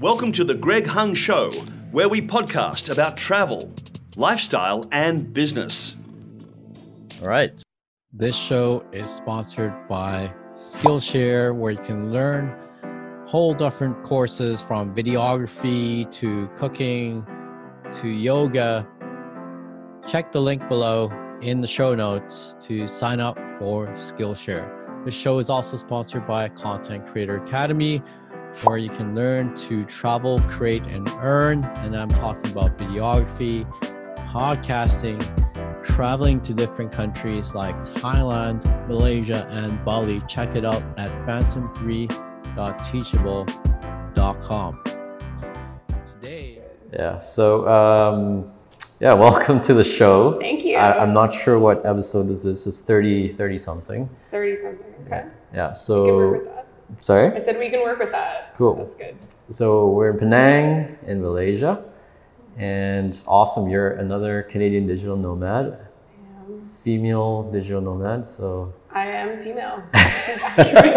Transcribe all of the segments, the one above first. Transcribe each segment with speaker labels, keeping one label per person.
Speaker 1: Welcome to the Greg Hung Show, where we podcast about travel, lifestyle, and business.
Speaker 2: All right. This show is sponsored by Skillshare, where you can learn whole different courses from videography to cooking to yoga. Check the link below in the show notes to sign up for Skillshare. The show is also sponsored by Content Creator Academy, where you can learn to travel, create, and earn. And I'm talking about videography, podcasting, traveling to different countries like Thailand, Malaysia, and Bali. Check it out at phantom3.teachable.com. Today,
Speaker 3: Yeah. So, um, yeah, welcome to the show.
Speaker 4: Thank you.
Speaker 3: I, I'm not sure what episode this is. It's 30, 30 something.
Speaker 4: 30 something. Okay.
Speaker 3: Yeah.
Speaker 4: We can work
Speaker 3: So,
Speaker 4: with that. I
Speaker 3: sorry.
Speaker 4: said we can work with that.
Speaker 3: Cool.
Speaker 4: That's good.
Speaker 3: So we're in Penang in Malaysia, and it's awesome. You're another Canadian digital nomad,
Speaker 4: Um,
Speaker 3: female digital nomad. So,
Speaker 4: I am female. This is accurate.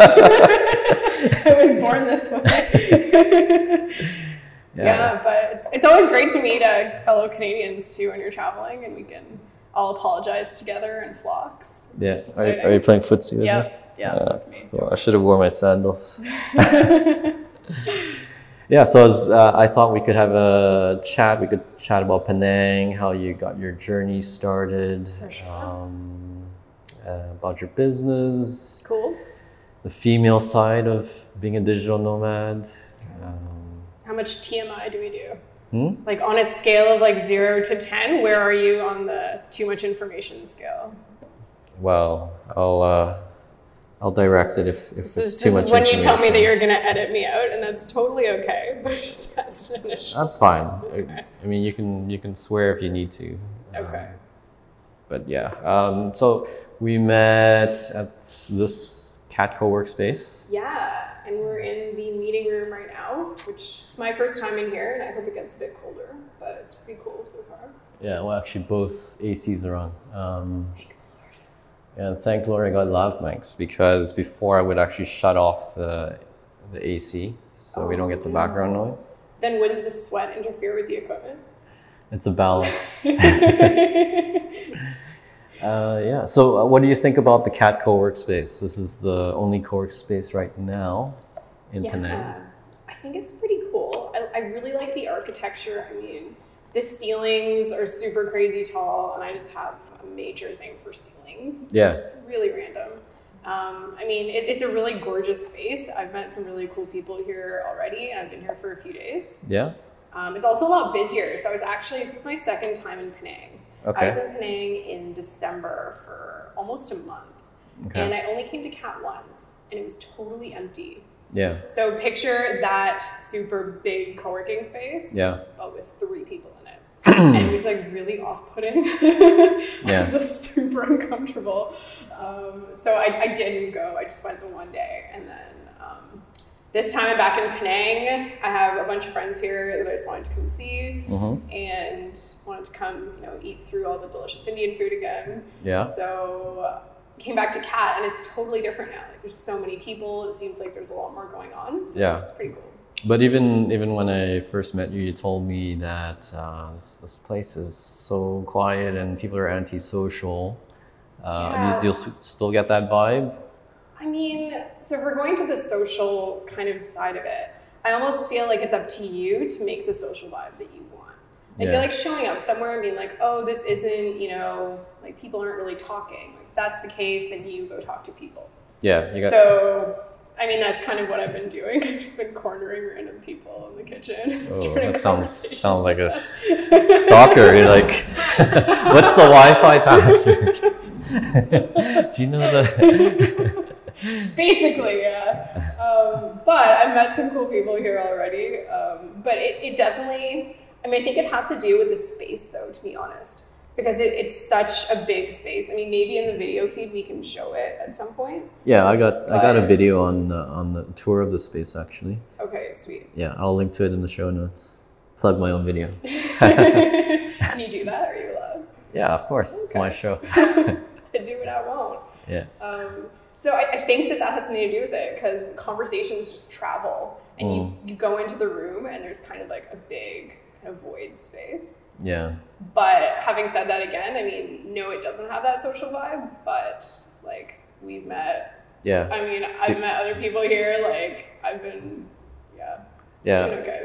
Speaker 4: I was born this way. yeah. but it's, it's always great to meet uh, fellow Canadians too when you're traveling and we can all apologize together in flocks.
Speaker 3: yeah.
Speaker 4: It's
Speaker 3: Are, you-
Speaker 4: exciting.
Speaker 3: are you playing footsie with me?
Speaker 4: Yep. Yeah,
Speaker 3: Yeah.
Speaker 4: that's me.
Speaker 3: Cool. I should have worn my sandals. Yeah, so I, was, uh, I thought we could have a chat. We could chat about Penang, how you got your journey started,
Speaker 4: For sure.
Speaker 3: um, uh, about your business,
Speaker 4: cool.
Speaker 3: the female side of being a digital nomad. Um,
Speaker 4: How much TMI do we do?
Speaker 3: hmm?
Speaker 4: Like on a scale of like zero to 10, where are you on the too much information scale?
Speaker 3: Well, I'll uh, I'll direct it if, if
Speaker 4: This
Speaker 3: it's
Speaker 4: is,
Speaker 3: too much.
Speaker 4: this is when you tell me that
Speaker 3: information.
Speaker 4: you're going to edit me out, and that's totally okay. But just that's an initial.
Speaker 3: That's fine. I, I mean, you can you can swear if you need to.
Speaker 4: Okay.
Speaker 3: but yeah. Um, so we met at this Catco workspace.
Speaker 4: Yeah, and we're in the meeting room right now, which it's my first time in here, and I hope it gets a bit colder, but it's pretty cool so far.
Speaker 3: Yeah, well, actually, both ACs are on. Um, and thank Lord I got lav mics because before I would actually shut off the, the AC so we don't get
Speaker 4: Oh.
Speaker 3: the background noise.
Speaker 4: Then wouldn't the sweat interfere with the equipment?
Speaker 3: It's a balance. Uh, yeah. So, uh, what do you think about the Catco workspace? This is the only workspace right now in Penang.
Speaker 4: I think it's pretty cool. I, I really like the architecture. I mean, the ceilings are super crazy tall, and I just have a major thing for ceilings.
Speaker 3: Yeah.
Speaker 4: It's really random. Um, I mean, it, it's a really gorgeous space. I've met some really cool people here already. I've been here for a few days.
Speaker 3: Yeah.
Speaker 4: Um, it's also a lot busier. So I was actually, this is my second time in Penang. I was
Speaker 3: Okay.
Speaker 4: in Penang in December for almost a month. And
Speaker 3: Okay.
Speaker 4: I only came to Cat once, and it was totally empty.
Speaker 3: Yeah.
Speaker 4: So picture that super big co working space,
Speaker 3: Yeah.
Speaker 4: but with three people in it. and it was like really off putting.
Speaker 3: Yeah.
Speaker 4: It was super uncomfortable. Um, so I, I didn't go. I just went the one day. And then um, this time I'm back in Penang. I have a bunch of friends here that I just wanted to come see
Speaker 3: Mm-hmm.
Speaker 4: and wanted to come, you know, eat through all the delicious Indian food again.
Speaker 3: Yeah.
Speaker 4: So uh, came back to Cat, and it's totally different now. Like there's so many people. It seems like there's a lot more going on. So
Speaker 3: Yeah.
Speaker 4: it's pretty cool.
Speaker 3: But even even when I first met you, you told me that uh, this, this place is so quiet and people are antisocial. Uh,
Speaker 4: Yeah.
Speaker 3: you, you'll s- still get that vibe.
Speaker 4: I mean, so if we're going to the social kind of side of it, I almost feel like it's up to you to make the social vibe that you want. I
Speaker 3: Yeah.
Speaker 4: feel like showing up somewhere and being like, oh, this isn't, you know, like people aren't really talking. Like, if that's the case, then you go talk to people.
Speaker 3: Yeah, you got
Speaker 4: so, I mean, that's kind of what I've been doing. I've just been cornering random people in the kitchen. and
Speaker 3: Oh,
Speaker 4: starting
Speaker 3: that sounds
Speaker 4: conversations.
Speaker 3: sounds like a stalker. You're like, what's the Wi-Fi password? Do you know the?
Speaker 4: Basically, yeah. Um, but I've met some cool people here already. Um, but it, it definitely, I mean, I think it has to do with the space, though, to be honest, because it, it's such a big space. I mean, maybe in the video feed we can show it at some point.
Speaker 3: yeah, I got I got a
Speaker 4: But-
Speaker 3: video on uh, on the tour of the space actually.
Speaker 4: Okay, sweet.
Speaker 3: Yeah, I'll link to it in the show notes. Plug my own video.
Speaker 4: can you uh, do that? Are you allowed?
Speaker 3: Yeah, of course, it's my
Speaker 4: Okay.
Speaker 3: show.
Speaker 4: I do what I want.
Speaker 3: Yeah.
Speaker 4: Um, So I, I think that that has something to do with it because conversations just travel and you, you go into the room and there's kind of like a big kind of void space.
Speaker 3: Yeah.
Speaker 4: But having said that again, I mean, no, it doesn't have that social vibe, but like we've met,
Speaker 3: Yeah.
Speaker 4: I mean, I've
Speaker 3: Did-
Speaker 4: met other people here, like I've been, yeah,
Speaker 3: Yeah.
Speaker 4: doing okay.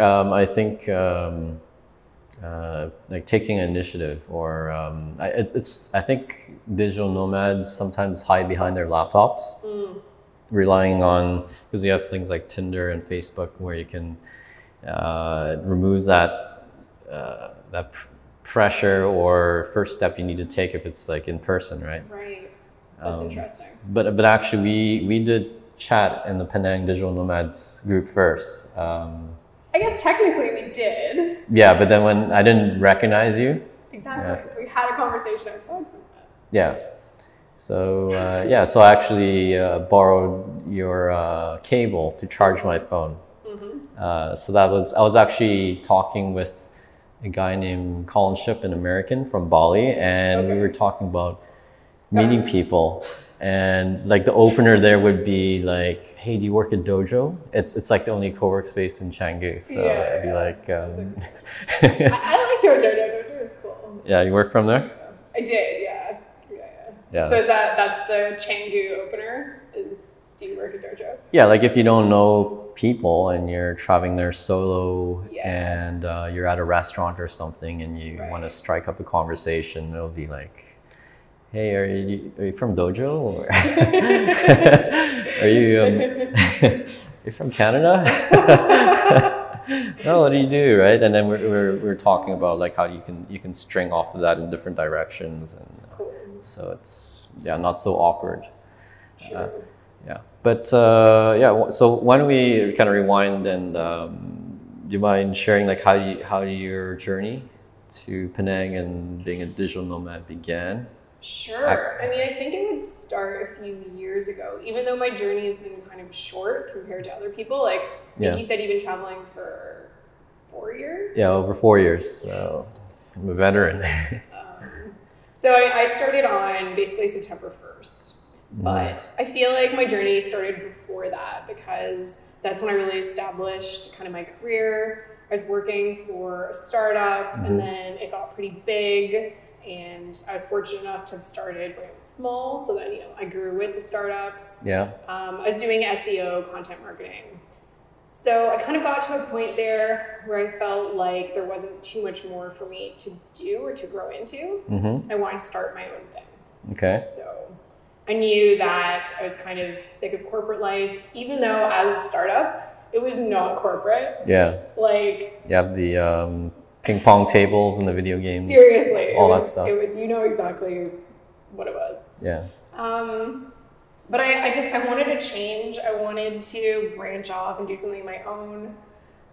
Speaker 3: Um, I think um, uh, like taking initiative, or um, I, it- it's I think digital nomads sometimes hide behind their laptops,
Speaker 4: Mm.
Speaker 3: relying on because we have things like Tinder and Facebook where you can uh, remove that uh, that pr- pressure or first step you need to take if it's like in person, right?
Speaker 4: Right. That's
Speaker 3: Um,
Speaker 4: interesting.
Speaker 3: But but actually, we we did chat in the Penang Digital Nomads group first. Um,
Speaker 4: I guess technically we did.
Speaker 3: yeah, but then when I didn't recognize you,
Speaker 4: Exactly. So we had a conversation outside from that.
Speaker 3: yeah. So uh, yeah, so I actually uh, borrowed your uh, cable to charge my phone.
Speaker 4: Mm-hmm.
Speaker 3: Uh, so that was I was actually talking with a guy named Colin Ship, an American from Bali, and we
Speaker 4: Okay.
Speaker 3: were talking about meeting people. And like the opener there would be like, "Hey, do you work at Dojo?" It's it's like the only co-work space in Canggu, so
Speaker 4: Yeah,
Speaker 3: I'd be
Speaker 4: yeah.
Speaker 3: like, um,
Speaker 4: I, I like Dojo. Dojo is cool.
Speaker 3: "Yeah, you work from there?"
Speaker 4: I did, yeah. Yeah, yeah.
Speaker 3: Yeah,
Speaker 4: so is
Speaker 3: that's-
Speaker 4: that that's the Changu opener is do you work at Dojo?
Speaker 3: Yeah, like if you don't know people and you're traveling there solo
Speaker 4: Yeah.
Speaker 3: and uh, you're at a restaurant or something and you want to
Speaker 4: Right.
Speaker 3: strike up a conversation, it'll be like, hey, are you, are you from Dojo? Or are you, um, you from Canada? no, what do you do, right? And then we're, we're, we're talking about like how you can, you can string off of that in different directions. And uh,
Speaker 4: Cool.
Speaker 3: so it's, yeah, not so awkward.
Speaker 4: Sure.
Speaker 3: Uh, Yeah, but uh, yeah. wh- So why don't we kind of rewind and um, do you mind sharing like how you how your journey to Penang and being a digital nomad began?
Speaker 4: Sure. I mean, I think it would start a few years ago, even though my journey has been kind of short compared to other people. Like, I
Speaker 3: Yeah.
Speaker 4: think you said you've been traveling for four years?
Speaker 3: Yeah, over four years. So I'm a veteran.
Speaker 4: Um, so I, I started on basically September 1st.
Speaker 3: Mm-hmm.
Speaker 4: But I feel like my journey started before that because that's when I really established kind of my career. I was working for a startup
Speaker 3: Mhm.
Speaker 4: and then it got pretty big. And I was fortunate enough to have started when it was small. So then, you know, I grew with the startup.
Speaker 3: yeah,
Speaker 4: Um, I was doing SEO, content marketing. So I kind of got to a point there where I felt like there wasn't too much more for me to do or to grow into.
Speaker 3: mm-hmm.
Speaker 4: I wanted to start my own thing.
Speaker 3: okay,
Speaker 4: So I knew that I was kind of sick of corporate life, even though as a startup, it was not corporate.
Speaker 3: yeah.
Speaker 4: Like
Speaker 3: You have the um, ping pong tables and the video games.
Speaker 4: seriously,
Speaker 3: all
Speaker 4: it
Speaker 3: that
Speaker 4: was-
Speaker 3: stuff.
Speaker 4: It was, you know exactly what it was.
Speaker 3: Yeah,
Speaker 4: Um, but I, I just I wanted to change. I wanted to branch off and do something of my own.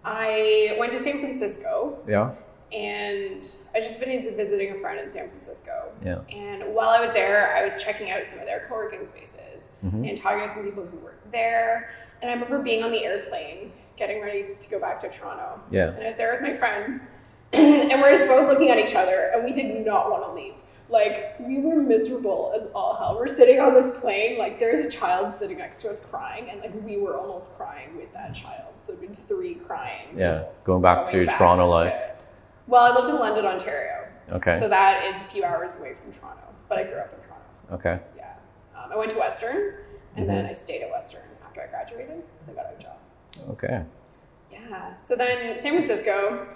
Speaker 4: I went to San Francisco
Speaker 3: yeah,
Speaker 4: and I just been visiting a friend in San Francisco.
Speaker 3: yeah.
Speaker 4: And while I was there, I was checking out some of their co-working spaces
Speaker 3: Mhm.
Speaker 4: and talking to some people who work there. And I remember being on the airplane, getting ready to go back to Toronto.
Speaker 3: Yeah.
Speaker 4: And I was there with my friend, and we're just both looking at each other, and we did not want to leave. Like we were miserable as all hell. We're sitting on this plane, like there's a child sitting next to us crying, and like we were almost crying with that child. So it'd been three crying.
Speaker 3: Yeah, going back to
Speaker 4: going
Speaker 3: Toronto
Speaker 4: to-
Speaker 3: life.
Speaker 4: Well, I lived in London, Ontario,
Speaker 3: Okay,
Speaker 4: so that is a few hours away from Toronto. But I grew up in Toronto.
Speaker 3: okay,
Speaker 4: Yeah. Um, I went to Western
Speaker 3: Mm-hmm.
Speaker 4: and then I stayed at Western after I graduated because I got a job.
Speaker 3: okay.
Speaker 4: Yeah. So then San Francisco,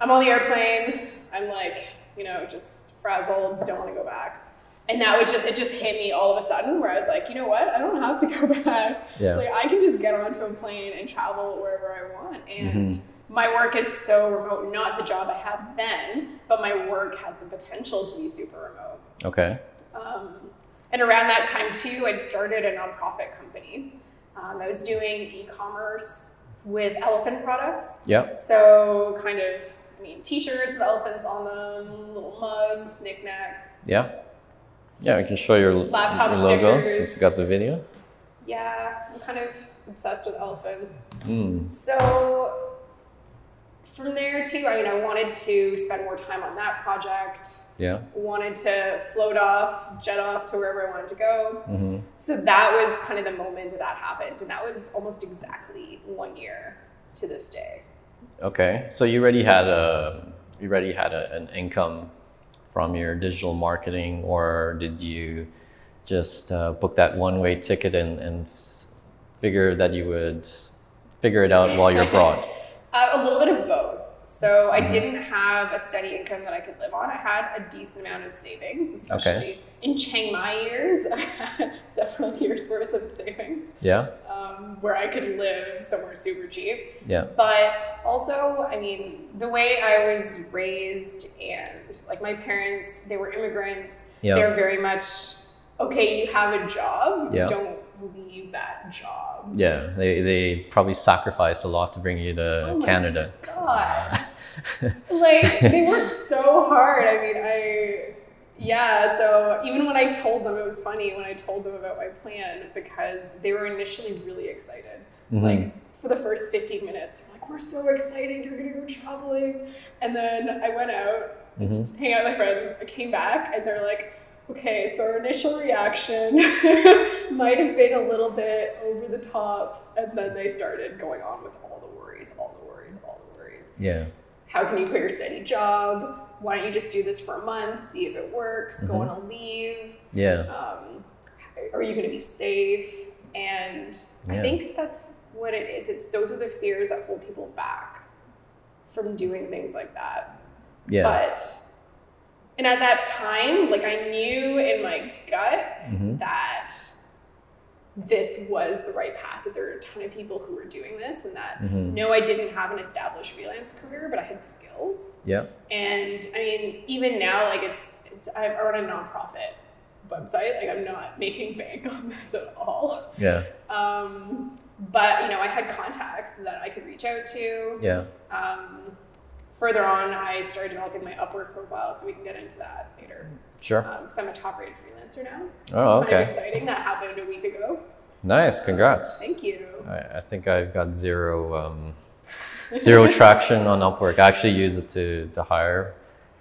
Speaker 4: I'm on the airplane. I'm like, you know, just frazzled, don't want to go back. And that was just, it just hit me all of a sudden where I was like, you know what? I don't have to go back.
Speaker 3: Yeah.
Speaker 4: Like, I can just get onto a plane and travel wherever I want. And my work is so remote, not the job I had then, but my work has the potential to be super remote.
Speaker 3: Okay.
Speaker 4: Um, and around that time, too, I'd started a nonprofit company. Um, I was doing e commerce with elephant products.
Speaker 3: Yep.
Speaker 4: So, kind of, I mean, t shirts with elephants on them, little mugs, knickknacks.
Speaker 3: Yeah. Yeah, I can show your,
Speaker 4: Laptop
Speaker 3: your logo
Speaker 4: stickers.
Speaker 3: since we got the video.
Speaker 4: Yeah, I'm kind of obsessed with elephants.
Speaker 3: Mm.
Speaker 4: So, from there, too, I mean, I wanted to spend more time on that project.
Speaker 3: Yeah.
Speaker 4: wanted to float off, jet off to wherever I wanted to go.
Speaker 3: Mm-hmm.
Speaker 4: So that was kind of the moment that that happened. And that was almost exactly one year to this day.
Speaker 3: Okay. So you already had a you already had a, an income from your digital marketing, or did you just uh, book that one way ticket and and s- figure that you would figure it out while you're abroad?
Speaker 4: Uh, a little bit of both. So I didn't have a steady income that I could live on. I had a decent amount of savings, especially in Chiang Mai years. I had several years worth of savings
Speaker 3: Yeah.
Speaker 4: um, where I could live somewhere super cheap.
Speaker 3: Yeah.
Speaker 4: But also, I mean, the way I was raised and like my parents, they were immigrants.
Speaker 3: Yeah.
Speaker 4: They're very much, okay, you have a job,
Speaker 3: Yeah.
Speaker 4: don't leave that job.
Speaker 3: Yeah. They they probably sacrificed a lot to bring you to
Speaker 4: Oh my
Speaker 3: Canada.
Speaker 4: God. like they worked so hard. I mean, I yeah. So even when I told them, it was funny when I told them about my plan because they were initially really excited.
Speaker 3: Mhm.
Speaker 4: Like for the first 15 minutes, they're like, "We're so excited! You're gonna go traveling!" And then I went out,
Speaker 3: Mhm.
Speaker 4: just hang out with my friends. I came back, and they're like. Okay, so our initial reaction might have been a little bit over the top, and then they started going on with all the worries, all the worries, all the worries
Speaker 3: Yeah.
Speaker 4: how can you quit your steady job? Why don't you just do this for a month, see if it works, go on a leave?
Speaker 3: Yeah.
Speaker 4: Um, are you going to be safe? And I
Speaker 3: Yeah.
Speaker 4: think that's what it is. It's those are the fears that hold people back from doing things like that.
Speaker 3: Yeah.
Speaker 4: But and at that time, like I knew in my gut
Speaker 3: Mhm.
Speaker 4: that this was the right path. That there were a ton of people who were doing this, and that
Speaker 3: Mhm.
Speaker 4: no, I didn't have an established freelance career, but I had skills.
Speaker 3: Yeah.
Speaker 4: And I mean, even now, like it's, it's I run a nonprofit website. Like I'm not making bank on this at all.
Speaker 3: Yeah.
Speaker 4: Um, but you know, I had contacts that I could reach out to.
Speaker 3: Yeah.
Speaker 4: Um, further on, I started developing my Upwork profile, so we can get into that later.
Speaker 3: Sure.
Speaker 4: Because I'm a top-rated freelancer now.
Speaker 3: Oh,
Speaker 4: Kind of
Speaker 3: okay.
Speaker 4: exciting. That happened a week ago.
Speaker 3: Nice. Congrats.
Speaker 4: Thank you.
Speaker 3: I, I think I've got zero um, zero traction on Upwork. I actually use it to to hire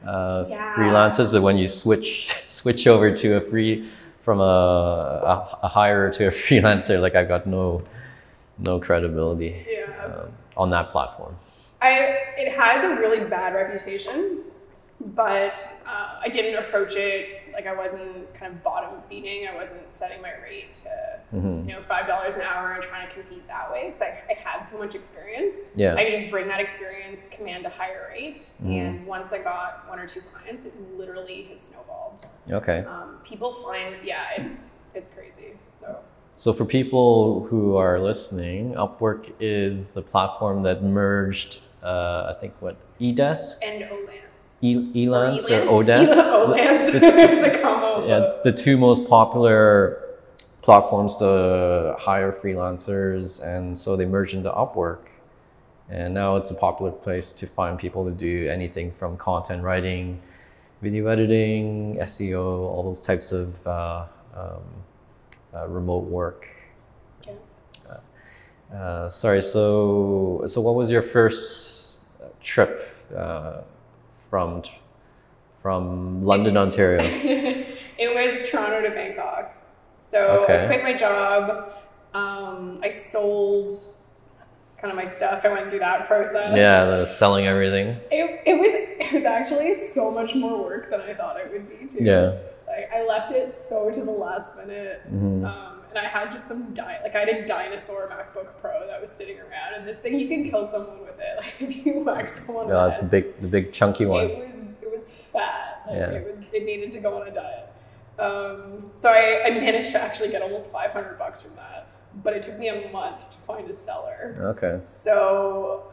Speaker 3: uh,
Speaker 4: Yeah.
Speaker 3: freelancers, but when you switch switch over to a free from a, a a hirer to a freelancer, like I got no no credibility
Speaker 4: yeah.
Speaker 3: um, on that platform.
Speaker 4: I it has a really bad reputation, but uh, I didn't approach it like I wasn't kind of bottom feeding. I wasn't setting my rate to
Speaker 3: hmm
Speaker 4: you know five dollars an hour and trying to compete that way. It's like I had so much experience.
Speaker 3: Yeah.
Speaker 4: I could just bring that experience, command a higher rate,
Speaker 3: Mhm.
Speaker 4: and once I got one or two clients, it literally has snowballed.
Speaker 3: okay.
Speaker 4: Um, people find yeah, it's it's crazy. So
Speaker 3: So for people who are listening, Upwork is the platform that merged, uh, I think, what Edesk,
Speaker 4: and Olans.
Speaker 3: E- Elance, or
Speaker 4: Elance?
Speaker 3: Odesk.
Speaker 4: Olans. it's a combo.
Speaker 3: yeah, the two most popular platforms to hire freelancers, and so they merged into Upwork, and now it's a popular place to find people to do anything from content writing, video editing, SEO, all those types of uh, um, uh, remote work.
Speaker 4: Yeah.
Speaker 3: Uh, sorry. So, so what was your first trip uh, from from London, Ontario?
Speaker 4: it was Toronto to Bangkok. So
Speaker 3: Okay.
Speaker 4: I quit my job. Um, I sold kind of my stuff. I went through that process.
Speaker 3: Yeah, the selling everything.
Speaker 4: It, it was it was actually so much more work than I thought it would be too.
Speaker 3: Yeah.
Speaker 4: Like I left it so to the last minute.
Speaker 3: Mhm.
Speaker 4: Um, and I had just some di- like I had a dinosaur MacBook Pro that was sitting around, and this thing you can kill someone with it. Like if you whack someone,
Speaker 3: No,
Speaker 4: with
Speaker 3: that's the big, the big chunky one.
Speaker 4: It was it was fat. Like,
Speaker 3: Yeah.
Speaker 4: It was it needed to go on a diet. Um, so I, I managed to actually get almost 500 bucks from that, but it took me a month to find a seller.
Speaker 3: Okay.
Speaker 4: So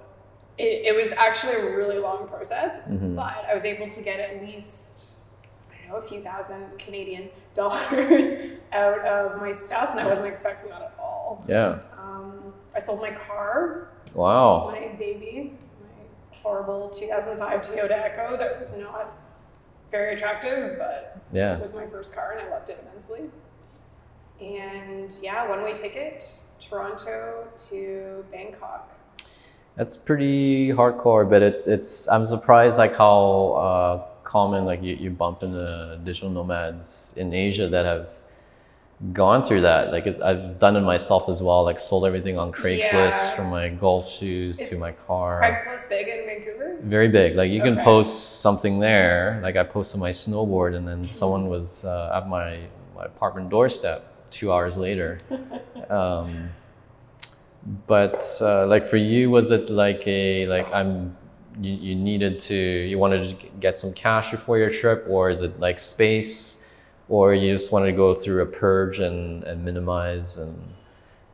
Speaker 4: it, it was actually a really long process,
Speaker 3: Mhm.
Speaker 4: but I was able to get at least I don't know a few thousand Canadian dollars out of my stuff, and I wasn't expecting that at all.
Speaker 3: Yeah.
Speaker 4: Um, I sold my car
Speaker 3: Wow.
Speaker 4: my baby, my horrible 2005 Toyota Echo that was not very attractive, but it
Speaker 3: Yeah.
Speaker 4: was my first car and I loved it immensely. And yeah, one way ticket, Toronto to Bangkok.
Speaker 3: That's pretty hardcore, but it, it's. I'm surprised like how uh, common like you, you bump into digital nomads in asia that have gone through that like it, i've done it myself as well like sold everything on craigslist
Speaker 4: Yeah.
Speaker 3: from my golf shoes to
Speaker 4: It's
Speaker 3: my car
Speaker 4: Craigslist big in Vancouver?
Speaker 3: very big. Like you can
Speaker 4: Okay.
Speaker 3: post something there. Like I posted my snowboard, and then someone was uh, at my, my apartment doorstep two hours later. um, but uh, like for you, was it like a like I'm you, you needed to you wanted to get some cash before your trip, or is it like space, or you just wanted to go through a purge and and minimize and.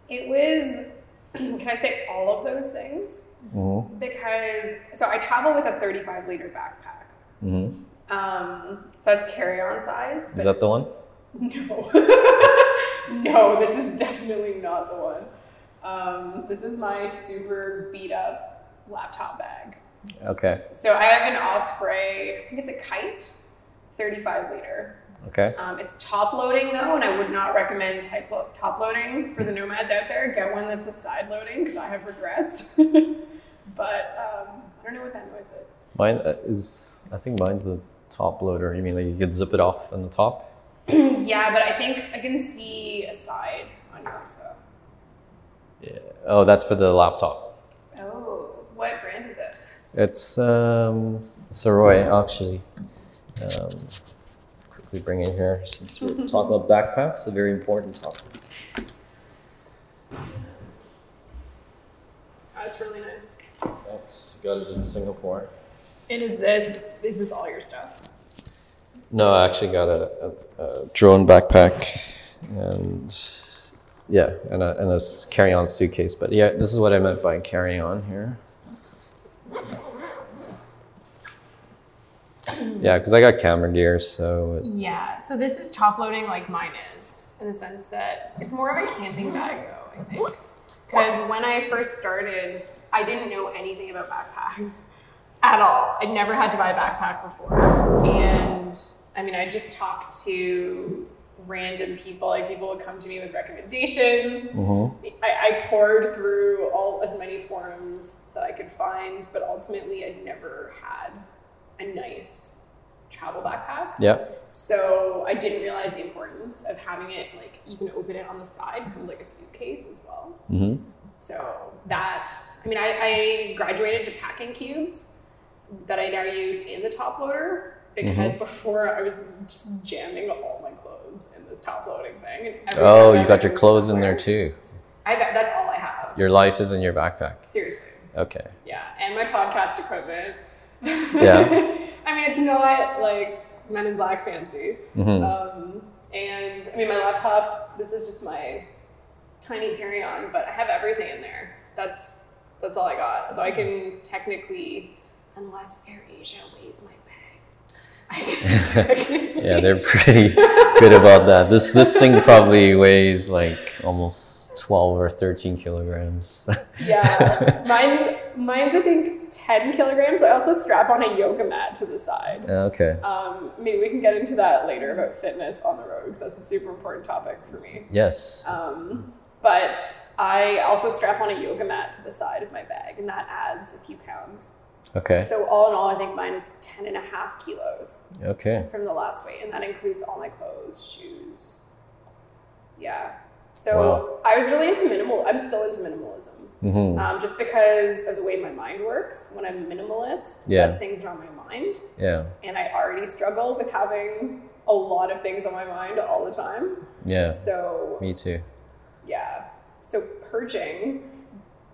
Speaker 4: It was, can I say all of those things?
Speaker 3: Mm-hmm.
Speaker 4: Because, so I travel with a 35 liter backpack.
Speaker 3: Mm-hmm.
Speaker 4: Um, so that's carry on size.
Speaker 3: Is that the one?
Speaker 4: No. no, this is definitely not the one. Um, this is my super beat up laptop bag.
Speaker 3: Okay.
Speaker 4: So I have an Osprey, I think it's a kite, 35 liter.
Speaker 3: Okay.
Speaker 4: Um, it's top loading though, and I would not recommend type lo- top loading for the nomads out there. Get one that's a side loading because I have regrets. but um, I don't know what that noise is.
Speaker 3: Mine uh, is, I think mine's a top loader. You mean like you could zip it off on the top?
Speaker 4: yeah, but I think I can see a side on yours though.
Speaker 3: Oh, that's for the laptop.
Speaker 4: Oh, what brand is it?
Speaker 3: It's um, Soroy, actually. Um, quickly bring it here since we're talking about backpacks, a very important topic.
Speaker 4: Oh, it's really nice.
Speaker 3: That's got it in Singapore.
Speaker 4: And is this is this all your stuff?
Speaker 3: No, I actually got a, a, a drone backpack and yeah, and a, and a s- carry on suitcase. But yeah, this is what I meant by carry on here. Yeah, because I got camera gear, so it-
Speaker 4: Yeah. So this is top loading like mine is, in the sense that it's more of a camping bag though, I think. Because when I first started, I didn't know anything about backpacks at all. I'd never had to buy a backpack before. And I mean I just talked to random people, like people would come to me with recommendations. I, I poured through all as many forums that I could find, but ultimately I'd never had a nice travel backpack.
Speaker 3: yeah,
Speaker 4: So I didn't realize the importance of having it like you can open it on the side, kind of like a suitcase as well.
Speaker 3: Mhm.
Speaker 4: So that I mean I, I graduated to packing cubes that I now use in the top loader because
Speaker 3: Mm-hmm.
Speaker 4: before I was just jamming all my clothes in this top loading thing. And every
Speaker 3: Oh,
Speaker 4: time I
Speaker 3: you got your
Speaker 4: moved
Speaker 3: clothes in there
Speaker 4: somewhere-
Speaker 3: too.
Speaker 4: I got, that's all I have.
Speaker 3: Your life is in your backpack.
Speaker 4: Seriously.
Speaker 3: Okay.
Speaker 4: Yeah. And my podcast equipment.
Speaker 3: Yeah.
Speaker 4: I mean, it's not like Men in Black fancy.
Speaker 3: hmm
Speaker 4: Um, and I mean, my laptop, this is just my tiny carry on, but I have everything in there. That's that's all I got. So I can technically, unless AirAsia weighs my bags, I can technically.
Speaker 3: Yeah, they're pretty good about that. This this thing probably weighs like almost twelve or thirteen kilograms.
Speaker 4: Yeah, mine's mine's I think ten kilograms. I also strap on a yoga mat to the side.
Speaker 3: okay.
Speaker 4: Um, maybe we can get into that later about fitness on the road because that's a super important topic for me.
Speaker 3: Yes.
Speaker 4: Um, but I also strap on a yoga mat to the side of my bag, and that adds a few pounds.
Speaker 3: Okay.
Speaker 4: So, all in all, I think mine's 10 and a half kilos
Speaker 3: Okay.
Speaker 4: from the last weight, and that includes all my clothes, shoes. Yeah. So,
Speaker 3: Wow.
Speaker 4: I was really into minimal, I'm still into minimalism.
Speaker 3: hmm
Speaker 4: Um, just because of the way my mind works, when I'm minimalist,
Speaker 3: Yeah.
Speaker 4: less things are on my mind
Speaker 3: Yeah.
Speaker 4: and I already struggle with having a lot of things on my mind all the time.
Speaker 3: Yeah.
Speaker 4: So,
Speaker 3: Me too.
Speaker 4: yeah. So purging,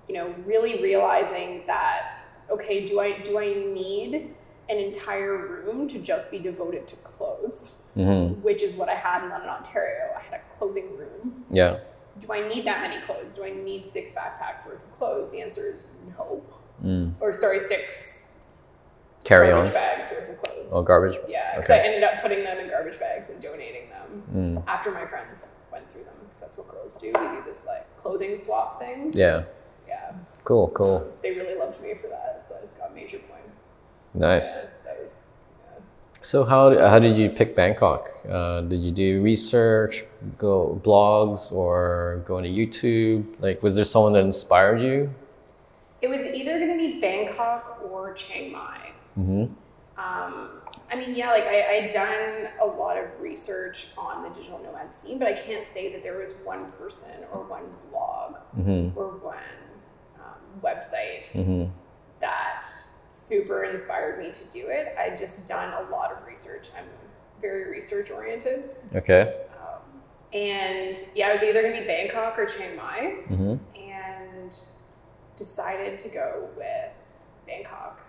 Speaker 4: you know, really realizing that okay, do I do I need an entire room to just be devoted to clothes,
Speaker 3: hmm
Speaker 4: which is what I had in London, Ontario. I had a clothing room.
Speaker 3: Yeah.
Speaker 4: Do I need that many clothes? Do I need six backpacks worth of clothes? The answer is no.
Speaker 3: Mm.
Speaker 4: Or sorry, six
Speaker 3: Carry
Speaker 4: garbage
Speaker 3: on.
Speaker 4: bags worth of clothes.
Speaker 3: Oh, garbage.
Speaker 4: Yeah, because
Speaker 3: Okay.
Speaker 4: I ended up putting them in garbage bags and donating them
Speaker 3: Mm.
Speaker 4: after my friends went through them. Because that's what girls do. We do this like clothing swap thing.
Speaker 3: Yeah.
Speaker 4: Yeah,
Speaker 3: Cool. Cool.
Speaker 4: they really loved me for that, so I just got major points.
Speaker 3: Nice.
Speaker 4: Yeah, that was. yeah.
Speaker 3: So how how did you pick Bangkok? Uh, did you do research, go blogs, or go into YouTube? Like, was there someone that inspired you?
Speaker 4: It was either going to be Bangkok or Chiang Mai.
Speaker 3: Mm-hmm.
Speaker 4: Um, I mean, yeah, like I, I'd done a lot of research on the digital nomad scene, but I can't say that there was one person or one blog
Speaker 3: Mm-hmm.
Speaker 4: or one um, website
Speaker 3: Mm-hmm.
Speaker 4: that super inspired me to do it. I've just done a lot of research. I'm very research oriented.
Speaker 3: Okay.
Speaker 4: Um, and yeah, I was either going to be Bangkok or Chiang Mai
Speaker 3: Mm-hmm.
Speaker 4: and decided to go with Bangkok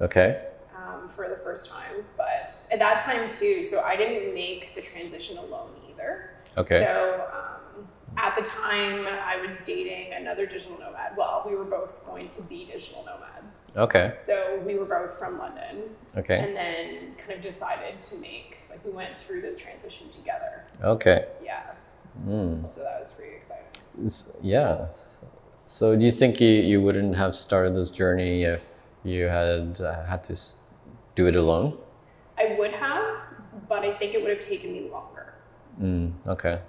Speaker 3: Okay.
Speaker 4: um, for the first time. But at that time, too, so I didn't make the transition alone either.
Speaker 3: Okay.
Speaker 4: So um, at the time, I was dating another digital nomad. Well, we were both going to be digital nomads.
Speaker 3: okay.
Speaker 4: So we were both from London
Speaker 3: Okay.
Speaker 4: and then kind of decided to make, like, we went through this transition together.
Speaker 3: Okay.
Speaker 4: Yeah.
Speaker 3: Mm.
Speaker 4: So that was pretty exciting.
Speaker 3: S- Yeah. So do you think you, you wouldn't have started this journey if you had uh, had to s- do it alone?
Speaker 4: I would have, but I think it would have taken me longer.
Speaker 3: Mm. Okay.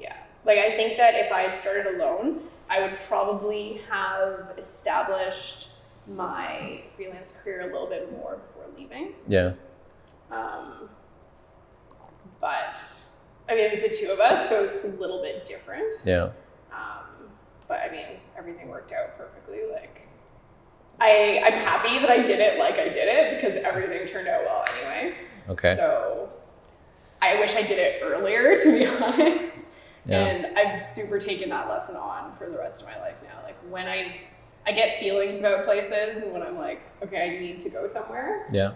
Speaker 4: Yeah. Like I think that if I had started alone, I would probably have established my freelance career a little bit more before leaving.
Speaker 3: Yeah.
Speaker 4: Um, but I mean, it was the two of us, so it was a little bit different.
Speaker 3: Yeah.
Speaker 4: Um, but I mean, everything worked out perfectly. Like, I I'm happy that I did it like I did it because everything turned out well anyway.
Speaker 3: Okay.
Speaker 4: So I wish I did it earlier, to be honest.
Speaker 3: Yeah.
Speaker 4: And I've super taken that lesson on for the rest of my life now. Like when I I get feelings about places and when I'm like, okay, I need to go somewhere,
Speaker 3: Yeah.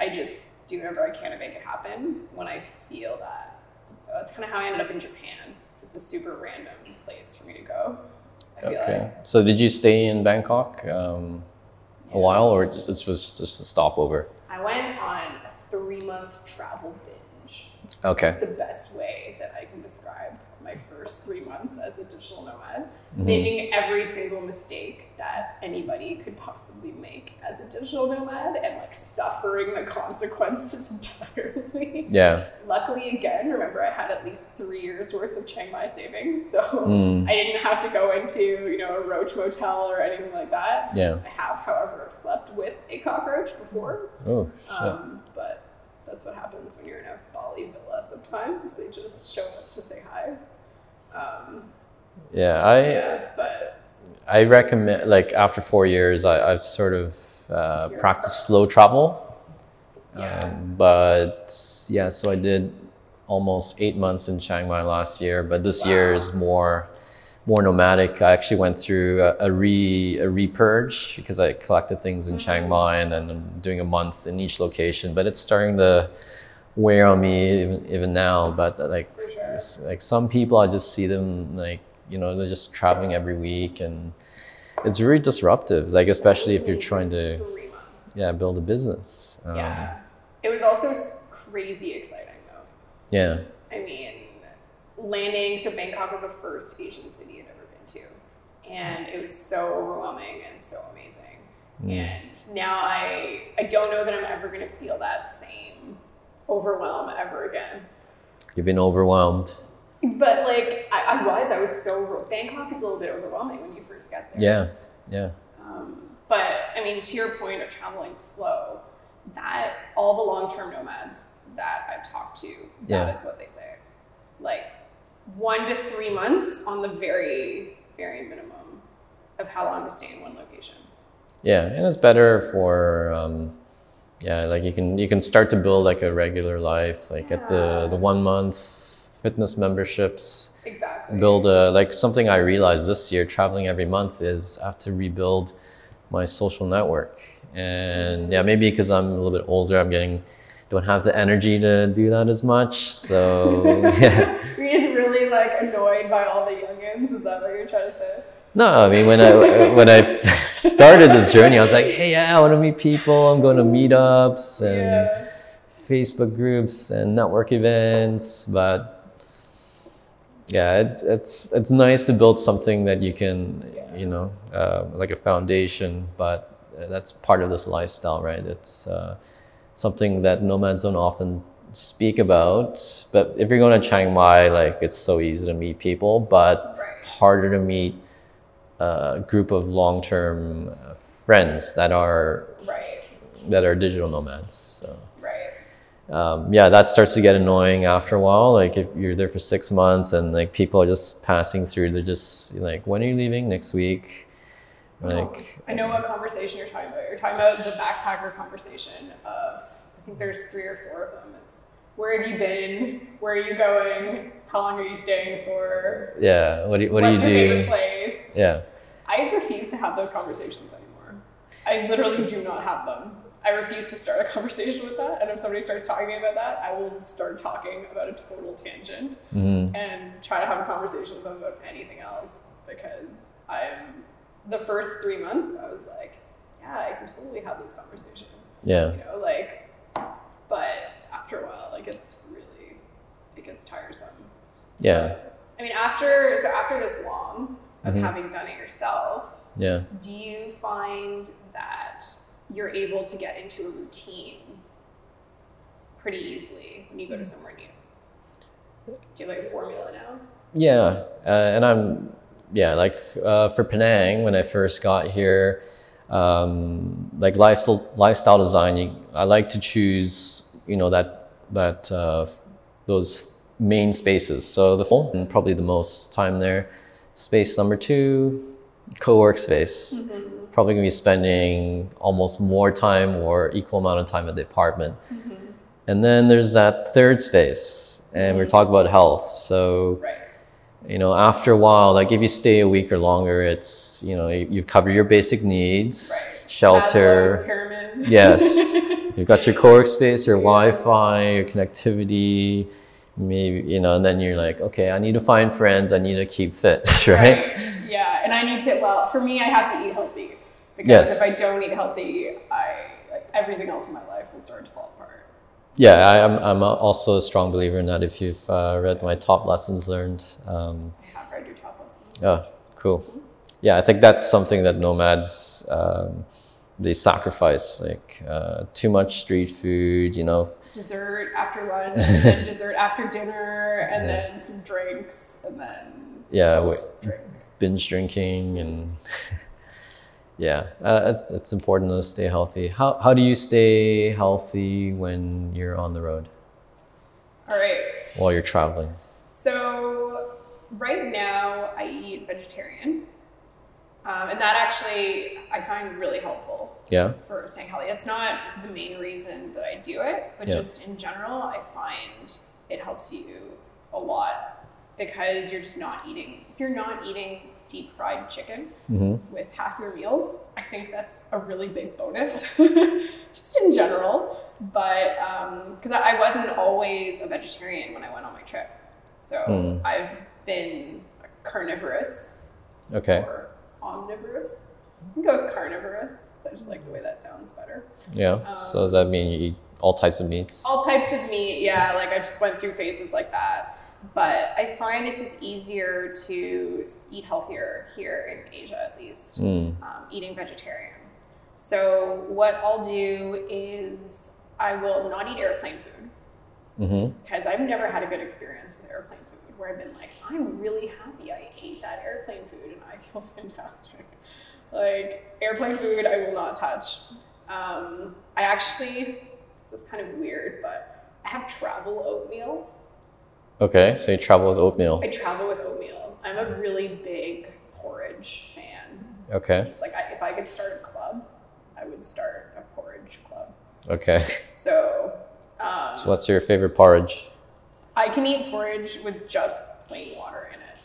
Speaker 4: I just do whatever I can to make it happen when I feel that. So that's kind of how I ended up in Japan. It's a super random place for me to go. I feel
Speaker 3: Okay.
Speaker 4: like.
Speaker 3: So did you stay in Bangkok um, a while, or just- this was just a stopover?
Speaker 4: I went on a three month travel binge.
Speaker 3: Okay.
Speaker 4: That's the best way that I can describe my first three months as a digital nomad.
Speaker 3: Mhm.
Speaker 4: Making every single mistake that anybody could possibly make as a digital nomad and like suffering the consequences entirely.
Speaker 3: Mm-hmm. Yeah.
Speaker 4: Luckily, again, remember I had at least three years worth of Chiang Mai savings, so
Speaker 3: Mm.
Speaker 4: I didn't have to go into, you know, a roach motel or anything like that.
Speaker 3: Yeah.
Speaker 4: I have, however, slept with a cockroach before.
Speaker 3: Oh shit.
Speaker 4: Um, but that's what happens when you're in a Bali villa sometimes. They just show up to say hi. Um,
Speaker 3: yeah. I
Speaker 4: yeah, but
Speaker 3: I recommend like after four years, I, I've sort of uh,
Speaker 4: Yeah.
Speaker 3: practiced slow travel.
Speaker 4: Yeah.
Speaker 3: Um, but yeah, so I did almost eight months in Chiang Mai last year, but this year
Speaker 4: Wow.
Speaker 3: is more more nomadic. I actually went through a, a re a repurge because I collected things in
Speaker 4: Mm-hmm.
Speaker 3: Chiang Mai and then I'm doing a month in each location. But it's starting to wear on me even, even now. But uh, like
Speaker 4: For sure.
Speaker 3: s- like some people, I just see them like you know they're just traveling every week and it's very disruptive. Like especially if you're trying to
Speaker 4: three months.
Speaker 3: yeah build a business. Um,
Speaker 4: yeah, it was also s- crazy exciting though.
Speaker 3: Yeah.
Speaker 4: I mean, landing. So Bangkok was the first Asian city I'd ever been to, and it was so overwhelming and so amazing.
Speaker 3: Mm.
Speaker 4: And now I I don't know that I'm ever gonna feel that same overwhelm ever again.
Speaker 3: You've been overwhelmed.
Speaker 4: But like I, I was, I was so Bangkok is a little bit overwhelming when you first get there.
Speaker 3: Yeah. Yeah.
Speaker 4: Um, but I mean, to your point of traveling slow, that all the long-term nomads that I've talked to, that is
Speaker 3: Yeah.
Speaker 4: what they say. Like one to three months on the very, very minimum of how long to stay in one location.
Speaker 3: Yeah, and it's better for um, yeah, like you can you can start to build like a regular life, like get the
Speaker 4: Yeah.
Speaker 3: the one month fitness memberships,
Speaker 4: Exactly.
Speaker 3: build a like something I realized this year traveling every month is I have to rebuild my social network. And yeah, maybe because I'm a little bit older, I'm getting don't have the energy to do that as much. So yeah.
Speaker 4: You're just really like annoyed by all the youngins. Is that what you're trying to say?
Speaker 3: No, I mean when I when I started this journey, I was like, hey, yeah, I want to meet people. I'm going to meetups and
Speaker 4: yeah.
Speaker 3: Facebook groups and network events. But yeah, it, it's it's nice to build something that you can, you know, uh, like a foundation. But uh, that's part of this lifestyle, right? It's uh, something that nomads don't often speak about. But if you're going to Chiang Mai, like it's so easy to meet people, but
Speaker 4: Right.
Speaker 3: harder to meet a group of long-term uh, friends that are
Speaker 4: Right.
Speaker 3: that are digital nomads. So
Speaker 4: Right.
Speaker 3: um, yeah, that starts to get annoying after a while. Like if you're there for six months and like people are just passing through, they're just like, when are you leaving? Next week.
Speaker 4: Oh.
Speaker 3: Like,
Speaker 4: I know what conversation you're talking about. You're talking about the backpacker conversation of I think there's three or four of them. It's where have you been? Where are you going? How long are you staying for?
Speaker 3: yeah, what do you, what
Speaker 4: What's
Speaker 3: do
Speaker 4: your
Speaker 3: you
Speaker 4: favorite
Speaker 3: do?
Speaker 4: place?
Speaker 3: Yeah,
Speaker 4: I refuse to have those conversations anymore. I literally do not have them. I refuse to start a conversation with that. And if somebody starts talking about that, I will start talking about a total tangent
Speaker 3: hmm
Speaker 4: and try to have a conversation with them about anything else because I'm the first three months I was like, yeah, I can totally have this conversation.
Speaker 3: yeah,
Speaker 4: You know, like but after a while it gets really it gets tiresome.
Speaker 3: yeah,
Speaker 4: I mean after so after this long of
Speaker 3: Mhm.
Speaker 4: having done it yourself,
Speaker 3: yeah.
Speaker 4: do you find that you're able to get into a routine pretty easily when you go to somewhere new? Do you have like a formula now?
Speaker 3: Yeah, uh, and I'm yeah like uh, for Penang when I first got here, um, like lifestyle lifestyle design. You, I like to choose you know that that uh, those main spaces. So the full and probably the most time there. Space number two, co-work space. Probably gonna be spending almost more time or equal amount of time at the apartment. And then there's that third space, and we're talking about health. So
Speaker 4: Right.
Speaker 3: you know after a while like if you stay a week or longer it's you know you, you've covered your basic needs
Speaker 4: Right. Maslow's
Speaker 3: shelter
Speaker 4: pyramid.
Speaker 3: yes you've got your co-work space your wi-fi your connectivity maybe you know and then you're like okay i need to find friends i need to keep fit right
Speaker 4: Yeah, and I need to. Well, for me, I have to eat healthy because
Speaker 3: Yes.
Speaker 4: if I don't eat healthy, I like, everything else in my life will start to fall apart.
Speaker 3: yeah I, am I'm a- also a strong believer in that if you've uh, read my top lessons learned um,
Speaker 4: I have read your top lessons.
Speaker 3: Oh, cool. Yeah, I think that's something that nomads um, they sacrifice, like uh, too much street food. You know,
Speaker 4: Dessert after lunch, and then dessert after dinner, and
Speaker 3: Yeah.
Speaker 4: then some drinks, and then
Speaker 3: Yeah,
Speaker 4: post drink.
Speaker 3: binge drinking and yeah, uh, it's, it's important to stay healthy. How how do you stay healthy when you're on the road
Speaker 4: All right.
Speaker 3: while you're traveling?
Speaker 4: So right now I eat vegetarian, um, and that actually I find really helpful.
Speaker 3: Yeah,
Speaker 4: for staying healthy. That's not the main reason that I do it, but
Speaker 3: Yeah.
Speaker 4: just in general, I find it helps you a lot because you're just not eating. If you're not eating deep fried chicken
Speaker 3: hmm
Speaker 4: with half your meals, I think that's a really big bonus, just in general. But because I I wasn't always a vegetarian when I went on my trip, so
Speaker 3: Mm.
Speaker 4: I've been carnivorous
Speaker 3: okay,
Speaker 4: or omnivorous. I can go with carnivorous. 'cause I just like the way that sounds better.
Speaker 3: yeah. So does that mean you eat all types of meats?
Speaker 4: All types of meat, yeah. Like I just went through phases like that. But I find it's just easier to eat healthier here in Asia, at least,
Speaker 3: Mm,
Speaker 4: um, eating vegetarian. So, what I'll do is I will not eat airplane food
Speaker 3: hmm
Speaker 4: because I've never had a good experience with airplane food where I've been like, I'm really happy I ate that airplane food and I feel fantastic. like, airplane food, I will not touch. Um, I actually, this is kind of weird, but I have travel oatmeal.
Speaker 3: Okay, so you travel with oatmeal.
Speaker 4: I travel with oatmeal. I'm a really big porridge fan.
Speaker 3: Okay,
Speaker 4: Just like, I, if I could start a club, I would start a porridge club.
Speaker 3: okay.
Speaker 4: So, um,
Speaker 3: So what's your favorite porridge?
Speaker 4: I can eat porridge with just plain water in it.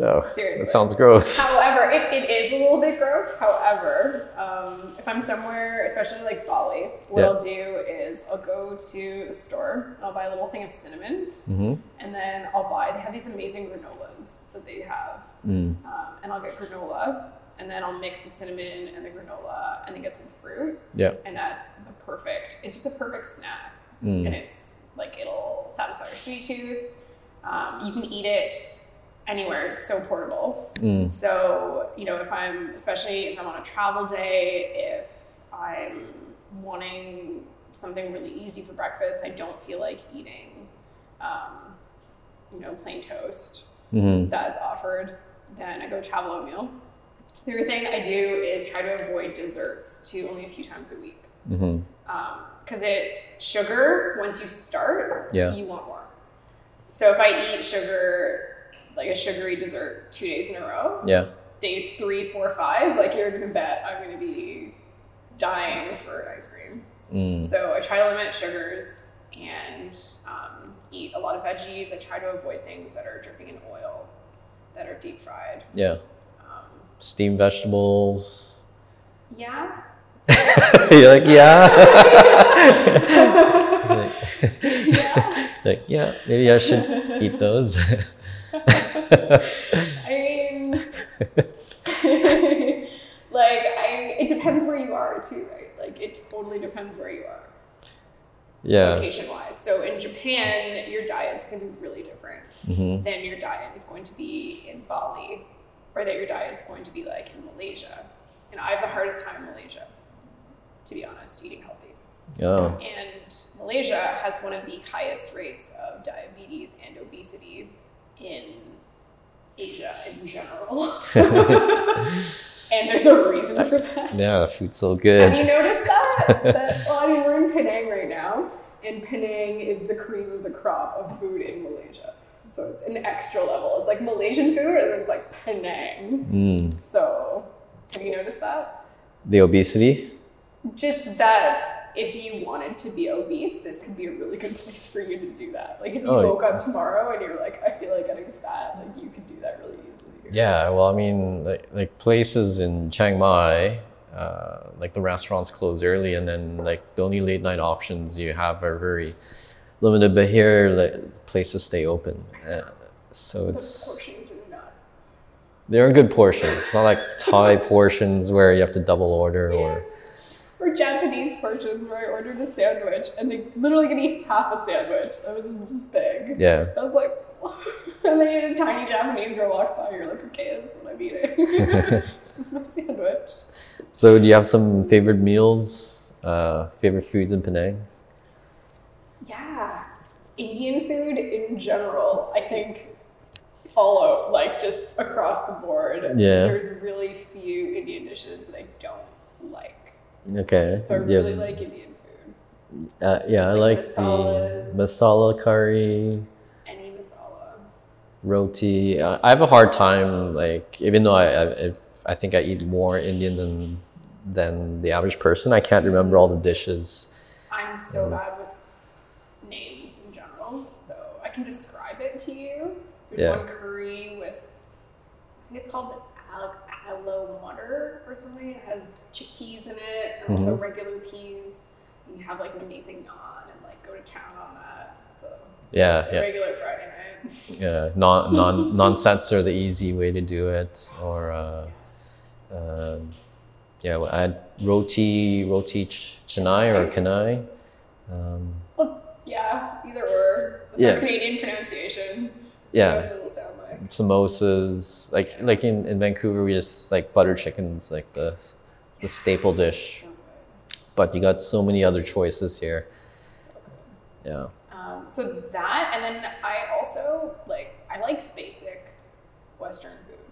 Speaker 3: Oh,
Speaker 4: Seriously.
Speaker 3: that sounds gross.
Speaker 4: However, it, it is a little bit gross. However, um, if I'm somewhere, especially like Bali, what
Speaker 3: Yeah.
Speaker 4: I'll do is I'll go to the store, and I'll buy a little thing of cinnamon,
Speaker 3: hmm
Speaker 4: and then I'll buy, they have these amazing granolas that they have,
Speaker 3: Mm.
Speaker 4: um, and I'll get granola, and then I'll mix the cinnamon and the granola, and then get some fruit,
Speaker 3: Yeah.
Speaker 4: and that's the perfect, it's just a perfect snack and
Speaker 3: Mm.
Speaker 4: it's like it'll satisfy your sweet tooth. Um, you can eat it anywhere. It's so portable.
Speaker 3: Mm.
Speaker 4: So you know, if I'm especially if I'm on a travel day, if I'm wanting something really easy for breakfast, I don't feel like eating, um, you know, plain toast
Speaker 3: Mm.
Speaker 4: that's offered, then I go travel oatmeal. The other thing I do is try to avoid desserts too, only a few times a week.
Speaker 3: hmm
Speaker 4: because it sugar once you start
Speaker 3: Yeah.
Speaker 4: you want more so if i eat sugar like a sugary dessert two days in a row
Speaker 3: Yeah.
Speaker 4: days three four five like you're gonna bet i'm gonna be dying for ice cream
Speaker 3: Mm.
Speaker 4: so i try to limit sugars and um, eat a lot of veggies i try to avoid things that are dripping in oil that are deep fried
Speaker 3: Yeah.
Speaker 4: um,
Speaker 3: Steamed vegetables.
Speaker 4: yeah
Speaker 3: You're like, yeah. like,
Speaker 4: yeah
Speaker 3: like, yeah, maybe I should eat those.
Speaker 4: I mean, like, I, it depends where you are too, right? Like, it totally depends where you are,
Speaker 3: yeah.
Speaker 4: location wise. So, in Japan, your diet's going to be really different
Speaker 3: hmm
Speaker 4: than your diet is going to be in Bali, or that your diet's going to be like in Malaysia. And I have the hardest time in Malaysia, to be honest, eating healthy.
Speaker 3: Oh.
Speaker 4: And Malaysia has one of the highest rates of diabetes and obesity in Asia in general. and there's a reason for that.
Speaker 3: Yeah, food's so
Speaker 4: Have you
Speaker 3: good.
Speaker 4: noticed that? that? Well, I mean, we're in Penang right now, and Penang is the cream of the crop of food in Malaysia. So it's an extra level. It's like Malaysian food, and then it's like Penang.
Speaker 3: Mm.
Speaker 4: So have you noticed that?
Speaker 3: The obesity?
Speaker 4: just that if you wanted to be obese, this could be a really good place for you to do that. Like if you
Speaker 3: Oh, yeah.
Speaker 4: woke up tomorrow and you're like, I feel like getting fat, like you could do that really easily.
Speaker 3: Yeah, well, I mean, like, like places in Chiang Mai, uh, like the restaurants close early, and then like the only late night options you have are very limited. But here, like, places stay open, uh, so
Speaker 4: The
Speaker 3: it's
Speaker 4: portions are nuts.
Speaker 3: there are good portions. Not like Thai portions where you have to double order or
Speaker 4: Or Japanese portions where I ordered a sandwich and they literally give me half a sandwich. I was this big.
Speaker 3: yeah.
Speaker 4: I was like, and then a tiny Japanese girl walks by and you're like, okay, this is what I'm eating. this is my sandwich.
Speaker 3: So, do you have some favorite meals, uh, favorite foods in Penang?
Speaker 4: Yeah. Indian food in general, I think all out, like just across the board.
Speaker 3: Yeah.
Speaker 4: There's really few Indian dishes that I don't like.
Speaker 3: Okay.
Speaker 4: So I
Speaker 3: yeah,
Speaker 4: really like Indian food.
Speaker 3: uh, yeah, I
Speaker 4: like
Speaker 3: like
Speaker 4: masalas.
Speaker 3: the masala curry.
Speaker 4: Any masala.
Speaker 3: roti. Uh, I have a hard time, like even though I, I if- I think I eat more Indian than than the average person. I can't remember all the dishes.
Speaker 4: I'm so
Speaker 3: Mm-hmm.
Speaker 4: bad with names in general. So I can describe it to you. There's
Speaker 3: Yeah.
Speaker 4: one curry with I think it's called al- aloe mutter or something. It has chickpeas in it and also
Speaker 3: Mm-hmm.
Speaker 4: regular peas. You have like an amazing naan and like go to town on that. So
Speaker 3: Yeah,
Speaker 4: a
Speaker 3: yeah,
Speaker 4: regular Friday night.
Speaker 3: yeah. Non non nonsense are the easy way to do it, or uh, um, yeah. well, I had roti roti ch- chennai or kanai. Um,
Speaker 4: Well, yeah, either or. That's
Speaker 3: Yeah.
Speaker 4: our Canadian pronunciation.
Speaker 3: yeah.
Speaker 4: That's what it'll sound like.
Speaker 3: samosas like like in, in Vancouver we just like butter chickens like the the staple dish
Speaker 4: So good.
Speaker 3: but you got so many other choices here
Speaker 4: So good.
Speaker 3: yeah
Speaker 4: Um, so that, and then I also like I like basic Western food,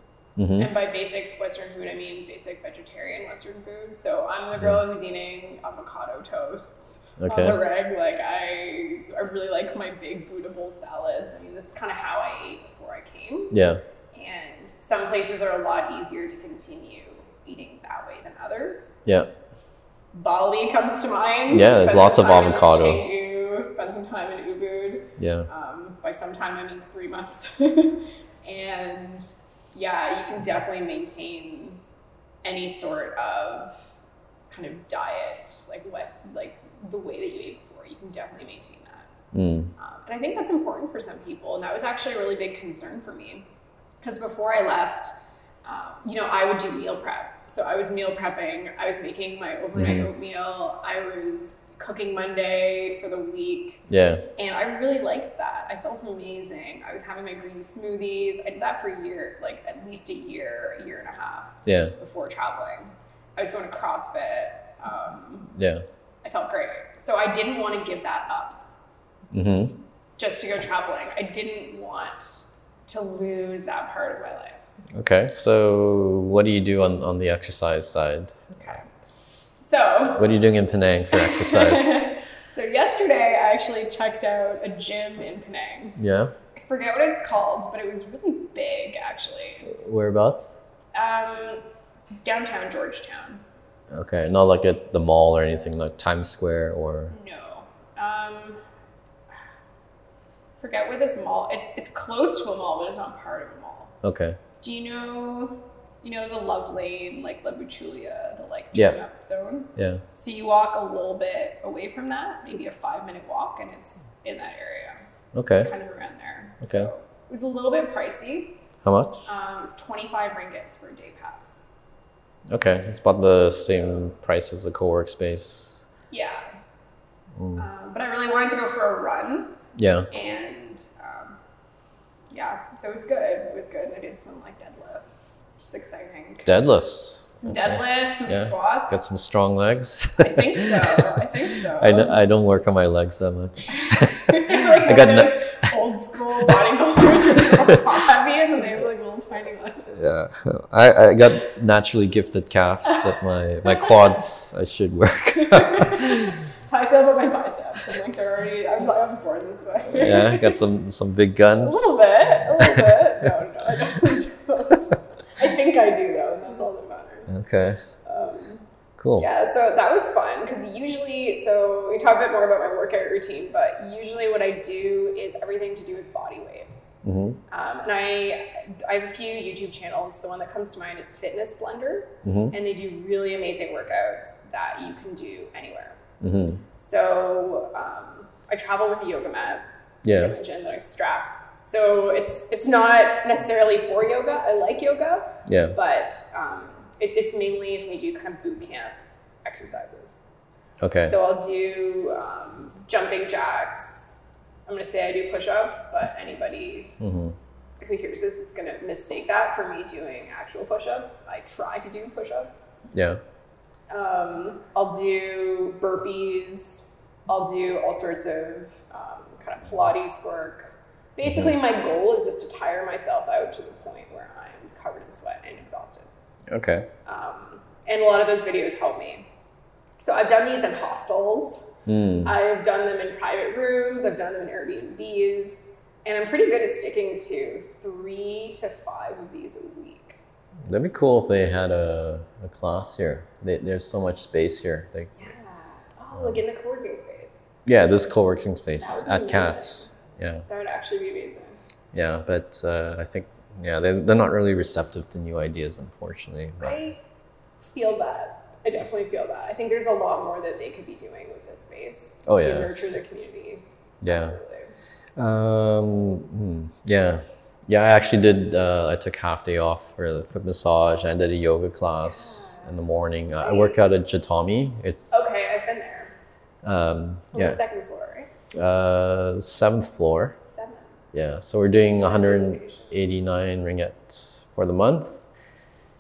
Speaker 3: hmm
Speaker 4: and by basic Western food I mean basic vegetarian Western food. So I'm the girl who's eating avocado toasts
Speaker 3: Mm-hmm. Okay.
Speaker 4: on the reg. Like I, I really like my big Buddha bowl salads. I mean, this is kind of how I ate before I came,
Speaker 3: yeah
Speaker 4: and some places are a lot easier to continue eating that way than others.
Speaker 3: yeah
Speaker 4: Bali comes to mind.
Speaker 3: Yeah, there's
Speaker 4: Spend
Speaker 3: lots
Speaker 4: some
Speaker 3: of
Speaker 4: time in
Speaker 3: avocado.
Speaker 4: Canggu, Spend some time in Ubud
Speaker 3: yeah
Speaker 4: um, by some time I mean three months. and yeah, you can definitely maintain any sort of kind of diet, like less like the way that you ate before. You can definitely maintain that,
Speaker 3: mm.
Speaker 4: um, and I think that's important for some people. And that was actually a really big concern for me because before I left. Um, you know, I would do meal prep. So I was meal prepping. I was making my overnight
Speaker 3: Mhm.
Speaker 4: oatmeal. I was cooking Monday for the week.
Speaker 3: yeah
Speaker 4: And I really liked that. I felt amazing. I was having my green smoothies. I did that for a year, like at least a year, a year and a half
Speaker 3: yeah
Speaker 4: before traveling. I was going to CrossFit. Um,
Speaker 3: yeah
Speaker 4: I felt great. So I didn't want to give that up
Speaker 3: mm-hmm.
Speaker 4: just to go traveling. I didn't want to lose that part of my life.
Speaker 3: okay so what do you do on on the exercise side
Speaker 4: Okay. So,
Speaker 3: What are you doing in Penang for exercise?
Speaker 4: so yesterday I actually checked out a gym in Penang.
Speaker 3: yeah.
Speaker 4: I forget what it's called, but it was really big actually.
Speaker 3: Whereabouts?
Speaker 4: Um, downtown Georgetown.
Speaker 3: Okay, not like at the mall or anything, like Times Square or.
Speaker 4: No. Um, forget where this mall. It's it's close to a mall, but it's not part of a mall.
Speaker 3: Okay.
Speaker 4: Do you know? You know the Love Lane, like La Buchulia, the like
Speaker 3: Yeah.
Speaker 4: turn up zone.
Speaker 3: Yeah.
Speaker 4: So you walk a little bit away from that, maybe a five minute walk, and it's in that area,
Speaker 3: Okay.
Speaker 4: kind of around there.
Speaker 3: Okay.
Speaker 4: So it was a little bit pricey.
Speaker 3: How much?
Speaker 4: Um, it's twenty five ringgits for a day pass.
Speaker 3: Okay, it's about the same price as the co-work space.
Speaker 4: Yeah,
Speaker 3: Mm.
Speaker 4: um, but I really wanted to go for a run,
Speaker 3: Yeah.
Speaker 4: and um, yeah, so it was good. It was good. I did some like deadlifts, just exciting.
Speaker 3: Deadlifts.
Speaker 4: Some
Speaker 3: Okay.
Speaker 4: deadlifts, some
Speaker 3: Yeah.
Speaker 4: squats.
Speaker 3: Got some strong legs.
Speaker 4: I think so. I think so.
Speaker 3: I, don't- I don't work on my legs that much.
Speaker 4: like I
Speaker 3: got
Speaker 4: got those old school bodybuilders with the little top heavy and then they have like little tiny ones.
Speaker 3: Yeah, I, I got naturally gifted calves that my, my quads I should work.
Speaker 4: That's how I feel about my biceps. I'm like they're already. I was like I'm born this way.
Speaker 3: yeah, I got some some big guns.
Speaker 4: a little bit, a little bit. No, no, I definitely don't. I think I do though, and that's all that matters.
Speaker 3: Okay,
Speaker 4: Um,
Speaker 3: cool.
Speaker 4: Yeah, so that was fun because usually, so we talk a bit more about my workout routine, but usually what I do is everything to do with body weight.
Speaker 3: hmm
Speaker 4: Um, and I, I have a few YouTube channels. The one that comes to mind is Fitness Blender,
Speaker 3: hmm
Speaker 4: and they do really amazing workouts that you can do anywhere.
Speaker 3: hmm
Speaker 4: So um, I travel with a yoga mat. I
Speaker 3: Yeah.
Speaker 4: mentioned that I strap. So it's it's not necessarily for yoga. I like yoga,
Speaker 3: Yeah.
Speaker 4: but um, it, it's mainly if we do kind of boot camp exercises.
Speaker 3: Okay.
Speaker 4: So I'll do um, jumping jacks. I'm gonna say I do push-ups, but anybody
Speaker 3: hmm
Speaker 4: who hears this is gonna mistake that for me doing actual push-ups. I try to do push-ups.
Speaker 3: Yeah.
Speaker 4: Um, I'll do burpees. I'll do all sorts of um, kind of Pilates work. Basically, my goal is just to tire myself out to the point where I'm covered in sweat and exhausted.
Speaker 3: Okay.
Speaker 4: Um, and a lot of those videos help me. So I've done these in hostels.
Speaker 3: Mm.
Speaker 4: I've done them in private rooms, I've done them in Airbnbs, and I'm pretty good at sticking to three to five of these a week.
Speaker 3: That'd be cool if they had a, a class here. They, there's so much space here. Like,
Speaker 4: Yeah. Oh, like in the co-working space.
Speaker 3: yeah, this co-working space
Speaker 4: That would
Speaker 3: at
Speaker 4: be
Speaker 3: CAT.
Speaker 4: amazing.
Speaker 3: Yeah.
Speaker 4: That would actually be amazing.
Speaker 3: Yeah, but uh, I think yeah they they're not really receptive to new ideas, unfortunately. But,
Speaker 4: I feel that. I definitely feel that. I think there's a lot more that they could be doing with this space
Speaker 3: Oh,
Speaker 4: to
Speaker 3: yeah.
Speaker 4: nurture the community.
Speaker 3: Yeah.
Speaker 4: Absolutely.
Speaker 3: Um, hmm, yeah. Yeah, I actually did. Uh, I took half day off for the foot massage. I did a yoga class in the morning. I I work out at Jatami. It's
Speaker 4: Okay, I've been there.
Speaker 3: um,
Speaker 4: It's on the
Speaker 3: yeah,
Speaker 4: second floor, right?
Speaker 3: uh, seventh floor.
Speaker 4: Seven.
Speaker 3: Yeah, so we're doing
Speaker 4: Locations.
Speaker 3: 189 ringgit for the month.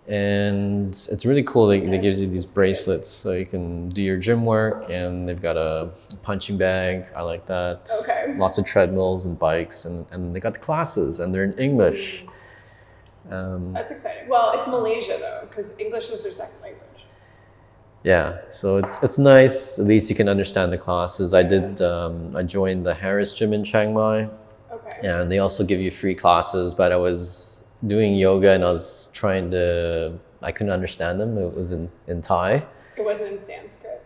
Speaker 3: And it's really cool. They, they gives you these bracelets so you can do your gym work, and they've got a punching bag. I like that.
Speaker 4: Okay.
Speaker 3: Lots of treadmills and bikes, and, and they got the classes, and they're in English. Um,
Speaker 4: That's exciting. Well, it's Malaysia though, because English is their second language.
Speaker 3: yeah, so it's it's nice. At least you can understand the classes. I did. Um, I joined the Harris Gym in Chiang Mai.
Speaker 4: Okay.
Speaker 3: and they also give you free classes but i was doing yoga and i was trying to i couldn't understand them it was in, in thai
Speaker 4: It wasn't in Sanskrit.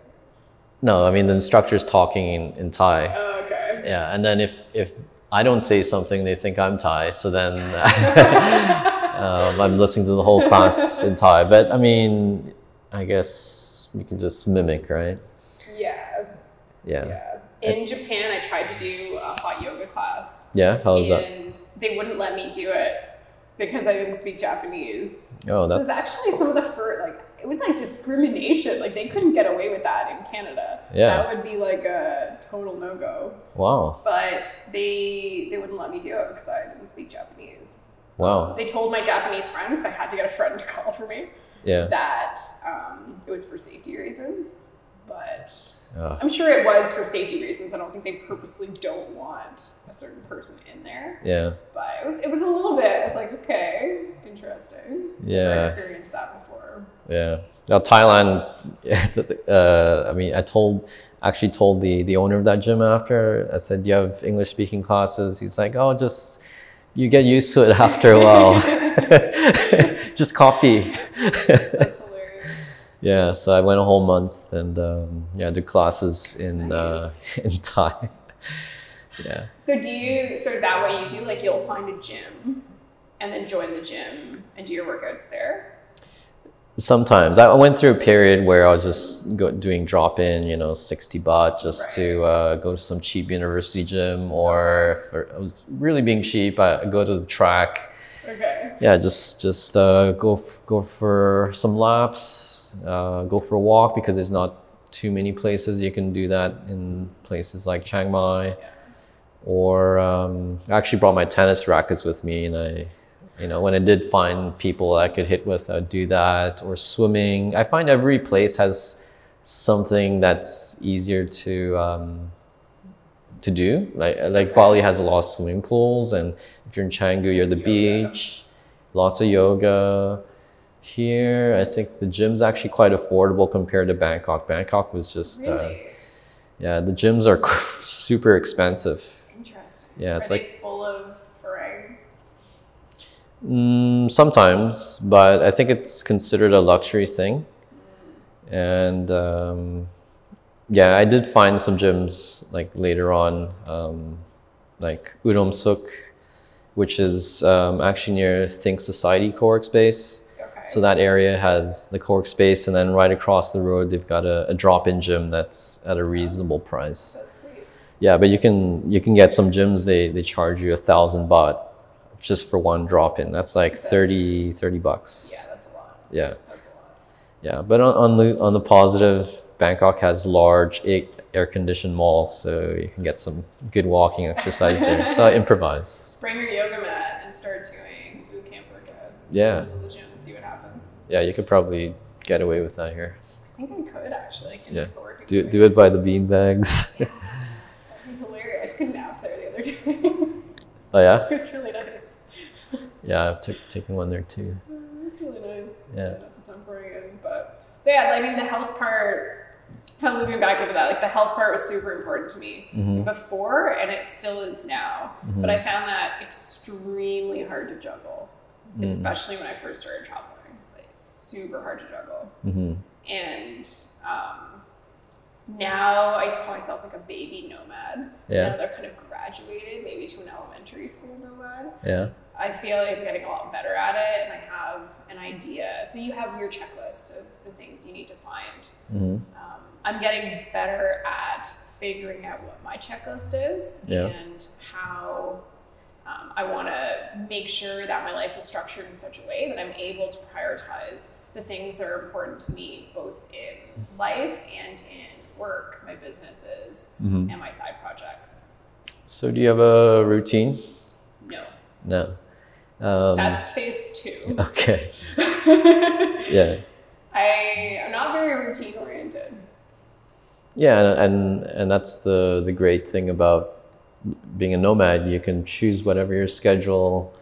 Speaker 3: no i mean the instructor's talking in, in thai
Speaker 4: Oh, okay.
Speaker 3: yeah and then if if i don't say something they think i'm thai so then um, i'm listening to the whole class in thai but i mean i guess you can just mimic right
Speaker 4: Yeah,
Speaker 3: yeah
Speaker 4: yeah. In Japan, I tried to do a hot yoga class,
Speaker 3: yeah how is that
Speaker 4: and they wouldn't let me do it because I didn't speak Japanese.
Speaker 3: oh
Speaker 4: This is
Speaker 3: that's
Speaker 4: actually some of the first, like, it was like discrimination. Like, they couldn't get away with that in Canada.
Speaker 3: Yeah.
Speaker 4: That would be like a total no go.
Speaker 3: wow
Speaker 4: But they they wouldn't let me do it because I didn't speak Japanese.
Speaker 3: wow
Speaker 4: They told my Japanese friend, because I had to get a friend to call for me.
Speaker 3: yeah
Speaker 4: that um, it was for safety reasons. but
Speaker 3: Ugh.
Speaker 4: I'm sure it was for safety reasons. I don't think they purposely don't want a certain person in there.
Speaker 3: yeah,
Speaker 4: But it was it was a little bit. It's like okay, interesting. Never
Speaker 3: yeah,
Speaker 4: experienced that before.
Speaker 3: yeah. Now Thailand, uh, I mean, I told, actually told the the owner of that gym after. I said, "Do you have English speaking classes?" He's like, "Oh, just you get used to it after a while. just copy."
Speaker 4: That's hilarious.
Speaker 3: Yeah, so I went a whole month and um, yeah, did classes in uh, in Thai. yeah,
Speaker 4: So do you? So is that what you do? Like you'll find a gym, and then join the gym and do your workouts there.
Speaker 3: sometimes I I went through a period where I was just go, doing drop in, you know, sixty baht just to uh, go to some cheap university gym, or if I was really being cheap, I I'd go to the track.
Speaker 4: Okay.
Speaker 3: Yeah, just just uh, go f- go for some laps, uh, go for a walk because there's not too many places you can do that in places like Chiang Mai. Or um, I actually brought my tennis rackets with me, and I, you know, when I did find people I could hit with, I'd do that. Or swimming. I find every place has something that's easier to. Um, to do. Like like Bali has a lot of swimming pools, and if you're in Canggu, you're at the beach, lots of yoga. Here, I think the gym's actually quite affordable compared to Bangkok. Bangkok was just uh,
Speaker 4: Really
Speaker 3: yeah, the gyms are super expensive.
Speaker 4: interesting.
Speaker 3: yeah, it's
Speaker 4: Are they full of farangs.
Speaker 3: Mm, sometimes, but I think it's considered a luxury thing. And um, yeah, I did find some gyms like later on, um, like Udom Suk, which is um, actually near Think Society Cork Space.
Speaker 4: Okay.
Speaker 3: So that area has the Cork Space, and then right across the road, they've got a, a drop-in gym that's at a reasonable price.
Speaker 4: That's sweet.
Speaker 3: Yeah, but you can you can get some gyms they they charge you a thousand baht just for one drop in. That's like 30, 30 bucks.
Speaker 4: Yeah, that's a lot.
Speaker 3: Yeah,
Speaker 4: That's a lot.
Speaker 3: yeah. But on, on the on the positive, Bangkok has large air conditioned malls, so you can get some good walking exercise there. So I improvise.
Speaker 4: Just bring your yoga mat and start doing boot camp workouts.
Speaker 3: Yeah.
Speaker 4: Go to The gym, see what happens.
Speaker 3: Yeah, you could probably get away with that here.
Speaker 4: I think I could actually. I can
Speaker 3: Yeah.
Speaker 4: just go work
Speaker 3: Do do it by the bean bags.
Speaker 4: That'd be hilarious. I took a nap there the other day.
Speaker 3: oh yeah,
Speaker 4: it was really nice.
Speaker 3: yeah. I've took, taken one there too.
Speaker 4: Mm, It's really nice.
Speaker 3: Yeah.
Speaker 4: That's not very good, but so yeah, I mean the health part. Kind of looping back into that, like the health part was super important to me
Speaker 3: Mhm.
Speaker 4: before, and it still is now.
Speaker 3: Mhm.
Speaker 4: But I found that extremely hard to juggle,
Speaker 3: Mm.
Speaker 4: especially when I first started traveling. Like super hard to juggle.
Speaker 3: hmm
Speaker 4: and um, now I call myself like a baby nomad. Now
Speaker 3: Yeah,
Speaker 4: that I've kind of graduated, maybe to an elementary school nomad,
Speaker 3: yeah,
Speaker 4: I feel like I'm getting a lot better at it, and I have an idea. So you have your checklist of the things you need to find.
Speaker 3: hmm
Speaker 4: Um, I'm getting better at figuring out what my checklist is
Speaker 3: Yeah.
Speaker 4: and how. Um, I want to make sure that my life is structured in such a way that I'm able to prioritize the things that are important to me, both in life and in work, my businesses,
Speaker 3: hmm
Speaker 4: and my side projects.
Speaker 3: So do you have a routine?
Speaker 4: No,
Speaker 3: No. Um,
Speaker 4: that's phase two.
Speaker 3: okay. Yeah.
Speaker 4: I am not very routine oriented.
Speaker 3: Yeah, and, and and that's the the great thing about being a nomad. You can choose whatever your schedule,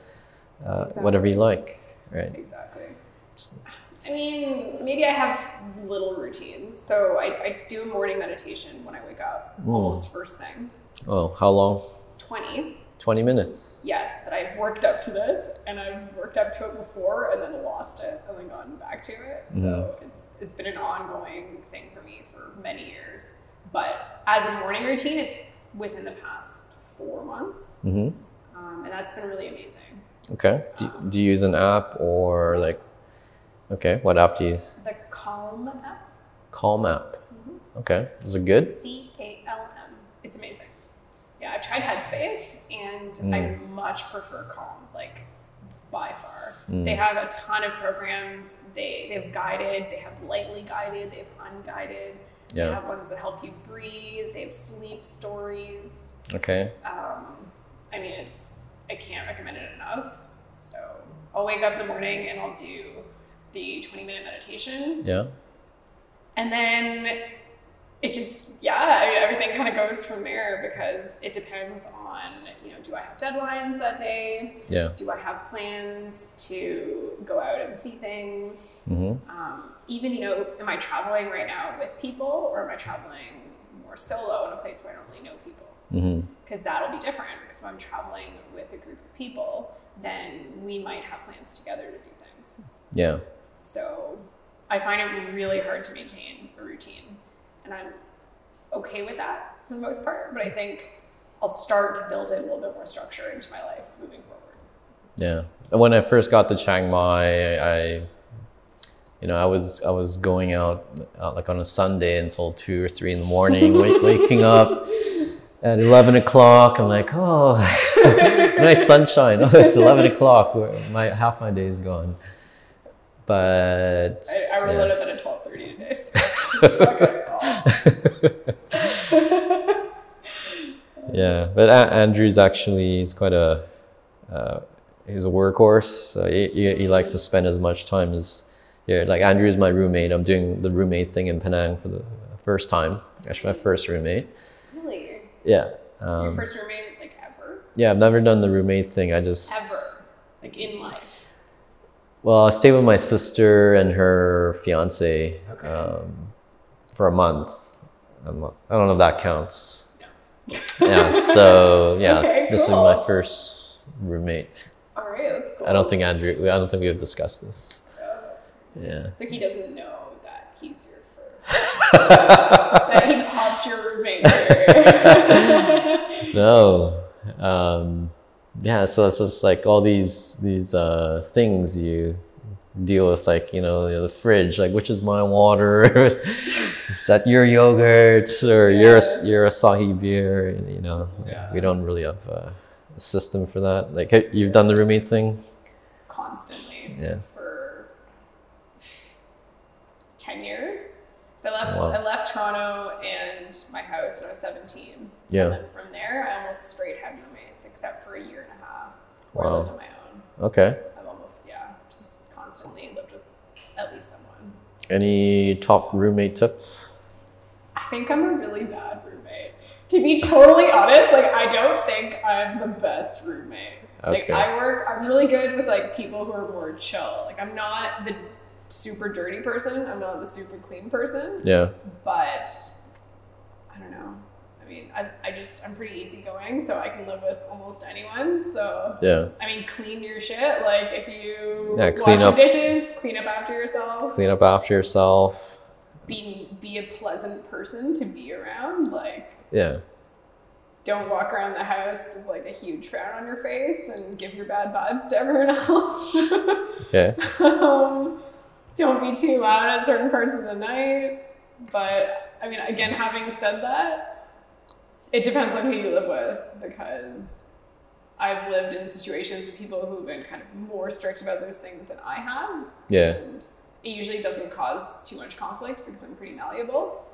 Speaker 3: uh, whatever you like, right?
Speaker 4: Exactly. I mean, maybe I have little routines. So I, I do morning meditation when I wake up,
Speaker 3: Hmm.
Speaker 4: almost first thing.
Speaker 3: Oh, how long?
Speaker 4: 20,
Speaker 3: Twenty minutes.
Speaker 4: yes, but I've worked up to this and I've worked up to it before and then lost it and then gone back to it. So it's, it's been an ongoing thing for me for many years. But as a morning routine, it's within the past four months.
Speaker 3: hmm
Speaker 4: Um, and that's been really amazing.
Speaker 3: Okay. Do, do you use an app or like? Okay, what app do you use?
Speaker 4: The Calm app. Mm-hmm.
Speaker 3: Calm app. Okay, is it good?
Speaker 4: C A L M. It's amazing. Yeah, I've tried Headspace and I much prefer Calm, like by far. They have a ton of programs. They they've guided, they have lightly guided, they've unguided. They
Speaker 3: Yeah.
Speaker 4: have ones that help you breathe. They have sleep stories.
Speaker 3: Okay.
Speaker 4: Um, I mean, it's I can't recommend it enough. So I'll wake up in the morning and I'll do the 20 minute meditation
Speaker 3: Yeah.
Speaker 4: and then it just yeah I mean, everything kind of goes from there because it depends on you know do i have deadlines that day
Speaker 3: Yeah.
Speaker 4: do i have plans to go out and see things
Speaker 3: hmm
Speaker 4: um, even you know am i traveling right now with people or am i traveling more solo in a place where i don't really know people
Speaker 3: hmm
Speaker 4: because that'll be different because if i'm traveling with a group of people then we might have plans together to do things
Speaker 3: Yeah.
Speaker 4: so I find it really hard to maintain a routine. And I'm okay with that for the most part. But I think I'll start to build in a little bit more structure into my life moving forward.
Speaker 3: Yeah. And when I first got to Chiang Mai, I, I you know, I was I was going out uh, like on a Sunday until two or three in the morning, wake, waking up at eleven o'clock. I'm like, oh, nice sunshine. Oh, it's eleven o'clock. Where My half my day is gone. But
Speaker 4: I, I wrote
Speaker 3: yeah.
Speaker 4: a little bit at 1230 today. So it's not good at all.
Speaker 3: Yeah, but A- Andrew's actually he's quite a uh, he's a workhorse. So he, he he likes to spend as much time as yeah. Like Andrew's my roommate. I'm doing the roommate thing in Penang for the first time. Actually, my first roommate.
Speaker 4: really?
Speaker 3: Yeah.
Speaker 4: Your
Speaker 3: Um,
Speaker 4: first roommate, like ever?
Speaker 3: yeah, I've never done the roommate thing. I just
Speaker 4: Ever? Like in life?
Speaker 3: Well, I stayed with my sister and her fiance
Speaker 4: Okay.
Speaker 3: um, for a month. A month. I don't know if that counts.
Speaker 4: No.
Speaker 3: Yeah. So yeah,
Speaker 4: Okay,
Speaker 3: this
Speaker 4: cool.
Speaker 3: is my first roommate.
Speaker 4: All right, that's cool.
Speaker 3: I don't think Andrew. I don't think we've discussed this.
Speaker 4: Uh,
Speaker 3: Yeah.
Speaker 4: So he doesn't know that he's your first. that he popped your roommate. there.
Speaker 3: no. Um, yeah. So it's just like all these these uh, things you deal with, like you know the fridge, like which is my water, is that your yogurt or your
Speaker 4: Yeah.
Speaker 3: your Asahi beer? And, you know, like,
Speaker 2: Yeah.
Speaker 3: we don't really have uh, a system for that. Like ha- you've done the roommate thing.
Speaker 4: Constantly.
Speaker 3: Yeah.
Speaker 4: For ten years. So I left.
Speaker 3: Wow.
Speaker 4: I left Toronto and my house when I was seventeen. And
Speaker 3: Yeah.
Speaker 4: then from there, I almost straight had roommates, except for a year and a half. Where I
Speaker 3: Wow.
Speaker 4: lived on my own.
Speaker 3: Okay.
Speaker 4: I've almost yeah, just constantly lived with at least someone.
Speaker 3: Any top roommate tips?
Speaker 4: I think I'm a really bad roommate. To be totally honest, like I don't think I'm the best roommate. Like
Speaker 3: Okay.
Speaker 4: I work, I'm really good with like people who are more chill. Like I'm not the super dirty person. I'm not the super clean person.
Speaker 3: Yeah.
Speaker 4: But I don't know. I mean, I, I just I'm pretty easygoing, so I can live with almost anyone. So
Speaker 3: Yeah.
Speaker 4: I mean, clean your shit. Like if you
Speaker 3: Yeah, clean
Speaker 4: wash
Speaker 3: up.
Speaker 4: your dishes, clean up after yourself.
Speaker 3: Clean up after yourself.
Speaker 4: Be be a pleasant person to be around. Like
Speaker 3: Yeah.
Speaker 4: don't walk around the house with like a huge frown on your face and give your bad vibes to everyone else.
Speaker 3: Okay.
Speaker 4: um, don't be too loud at certain parts of the night. But I mean, again, having said that, it depends on who you live with because I've lived in situations with people who've been kind of more strict about those things than I have.
Speaker 3: Yeah.
Speaker 4: And it usually doesn't cause too much conflict because I'm pretty malleable.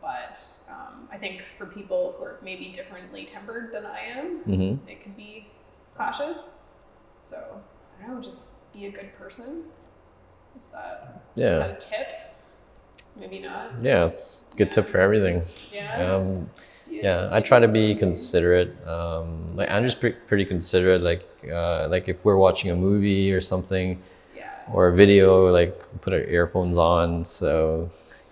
Speaker 4: But um, I think for people who are maybe differently tempered than I am,
Speaker 3: hmm
Speaker 4: it could be clashes. So I don't know, just be a good person. Is that, is
Speaker 3: Yeah.
Speaker 4: that a tip? Maybe not.
Speaker 3: Yeah, it's a good tip for everything.
Speaker 4: Yeah.
Speaker 3: Um,
Speaker 4: just be a-
Speaker 3: Yeah, I try to be considerate. Um, like Andrew's pre- pretty considerate. Like, uh, like if we're watching a movie or something
Speaker 4: Yeah.
Speaker 3: or a video, like put our earphones on so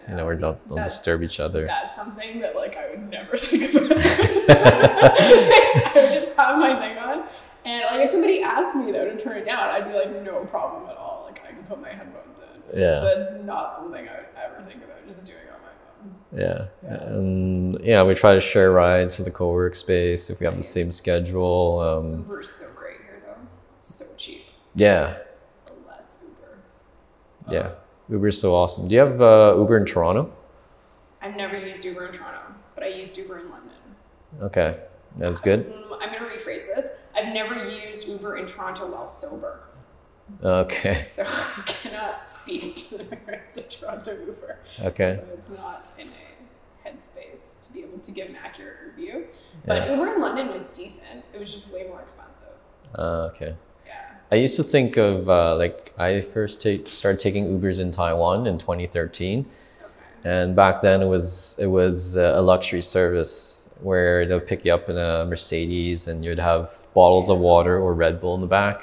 Speaker 3: you know we're
Speaker 4: See,
Speaker 3: not don't
Speaker 4: that's-
Speaker 3: disturb each other.
Speaker 4: That's something that like I would never think about. I would just have my thing on, and like if somebody asked me though to turn it down, I'd be like, no problem at all. Like I can put my headphones in.
Speaker 3: Yeah,
Speaker 4: That's not something I would ever think about just doing on my own.
Speaker 3: yeah,
Speaker 4: Yeah.
Speaker 3: and yeah, we try to share rides to the co-work space if we have the same
Speaker 4: Nice.
Speaker 3: schedule. Um,
Speaker 4: Uber's so great here though. It's so cheap.
Speaker 3: yeah,
Speaker 4: The less Uber. Uh-huh.
Speaker 3: yeah, Uber's so awesome. Do you have uh, Uber in Toronto?
Speaker 4: I've never used Uber in Toronto, but I used Uber in London.
Speaker 3: Okay, that's good.
Speaker 4: Mm, I'm gonna rephrase this. I've never used Uber in Toronto while sober.
Speaker 3: Okay,
Speaker 4: So I cannot speak to the merits of Toronto Uber.
Speaker 3: okay,
Speaker 4: So it's not in a headspace to be able to give an accurate review. But
Speaker 3: yeah,
Speaker 4: Uber in London was decent. It was just way more expensive.
Speaker 3: uh, okay.
Speaker 4: Yeah.
Speaker 3: I used to think of uh, like I first ta- started taking Ubers in Taiwan in 2013,
Speaker 4: Okay.
Speaker 3: And back then it was it was uh, a luxury service where they'll pick you up in a Mercedes and you'd have bottles of water or Red Bull in the back.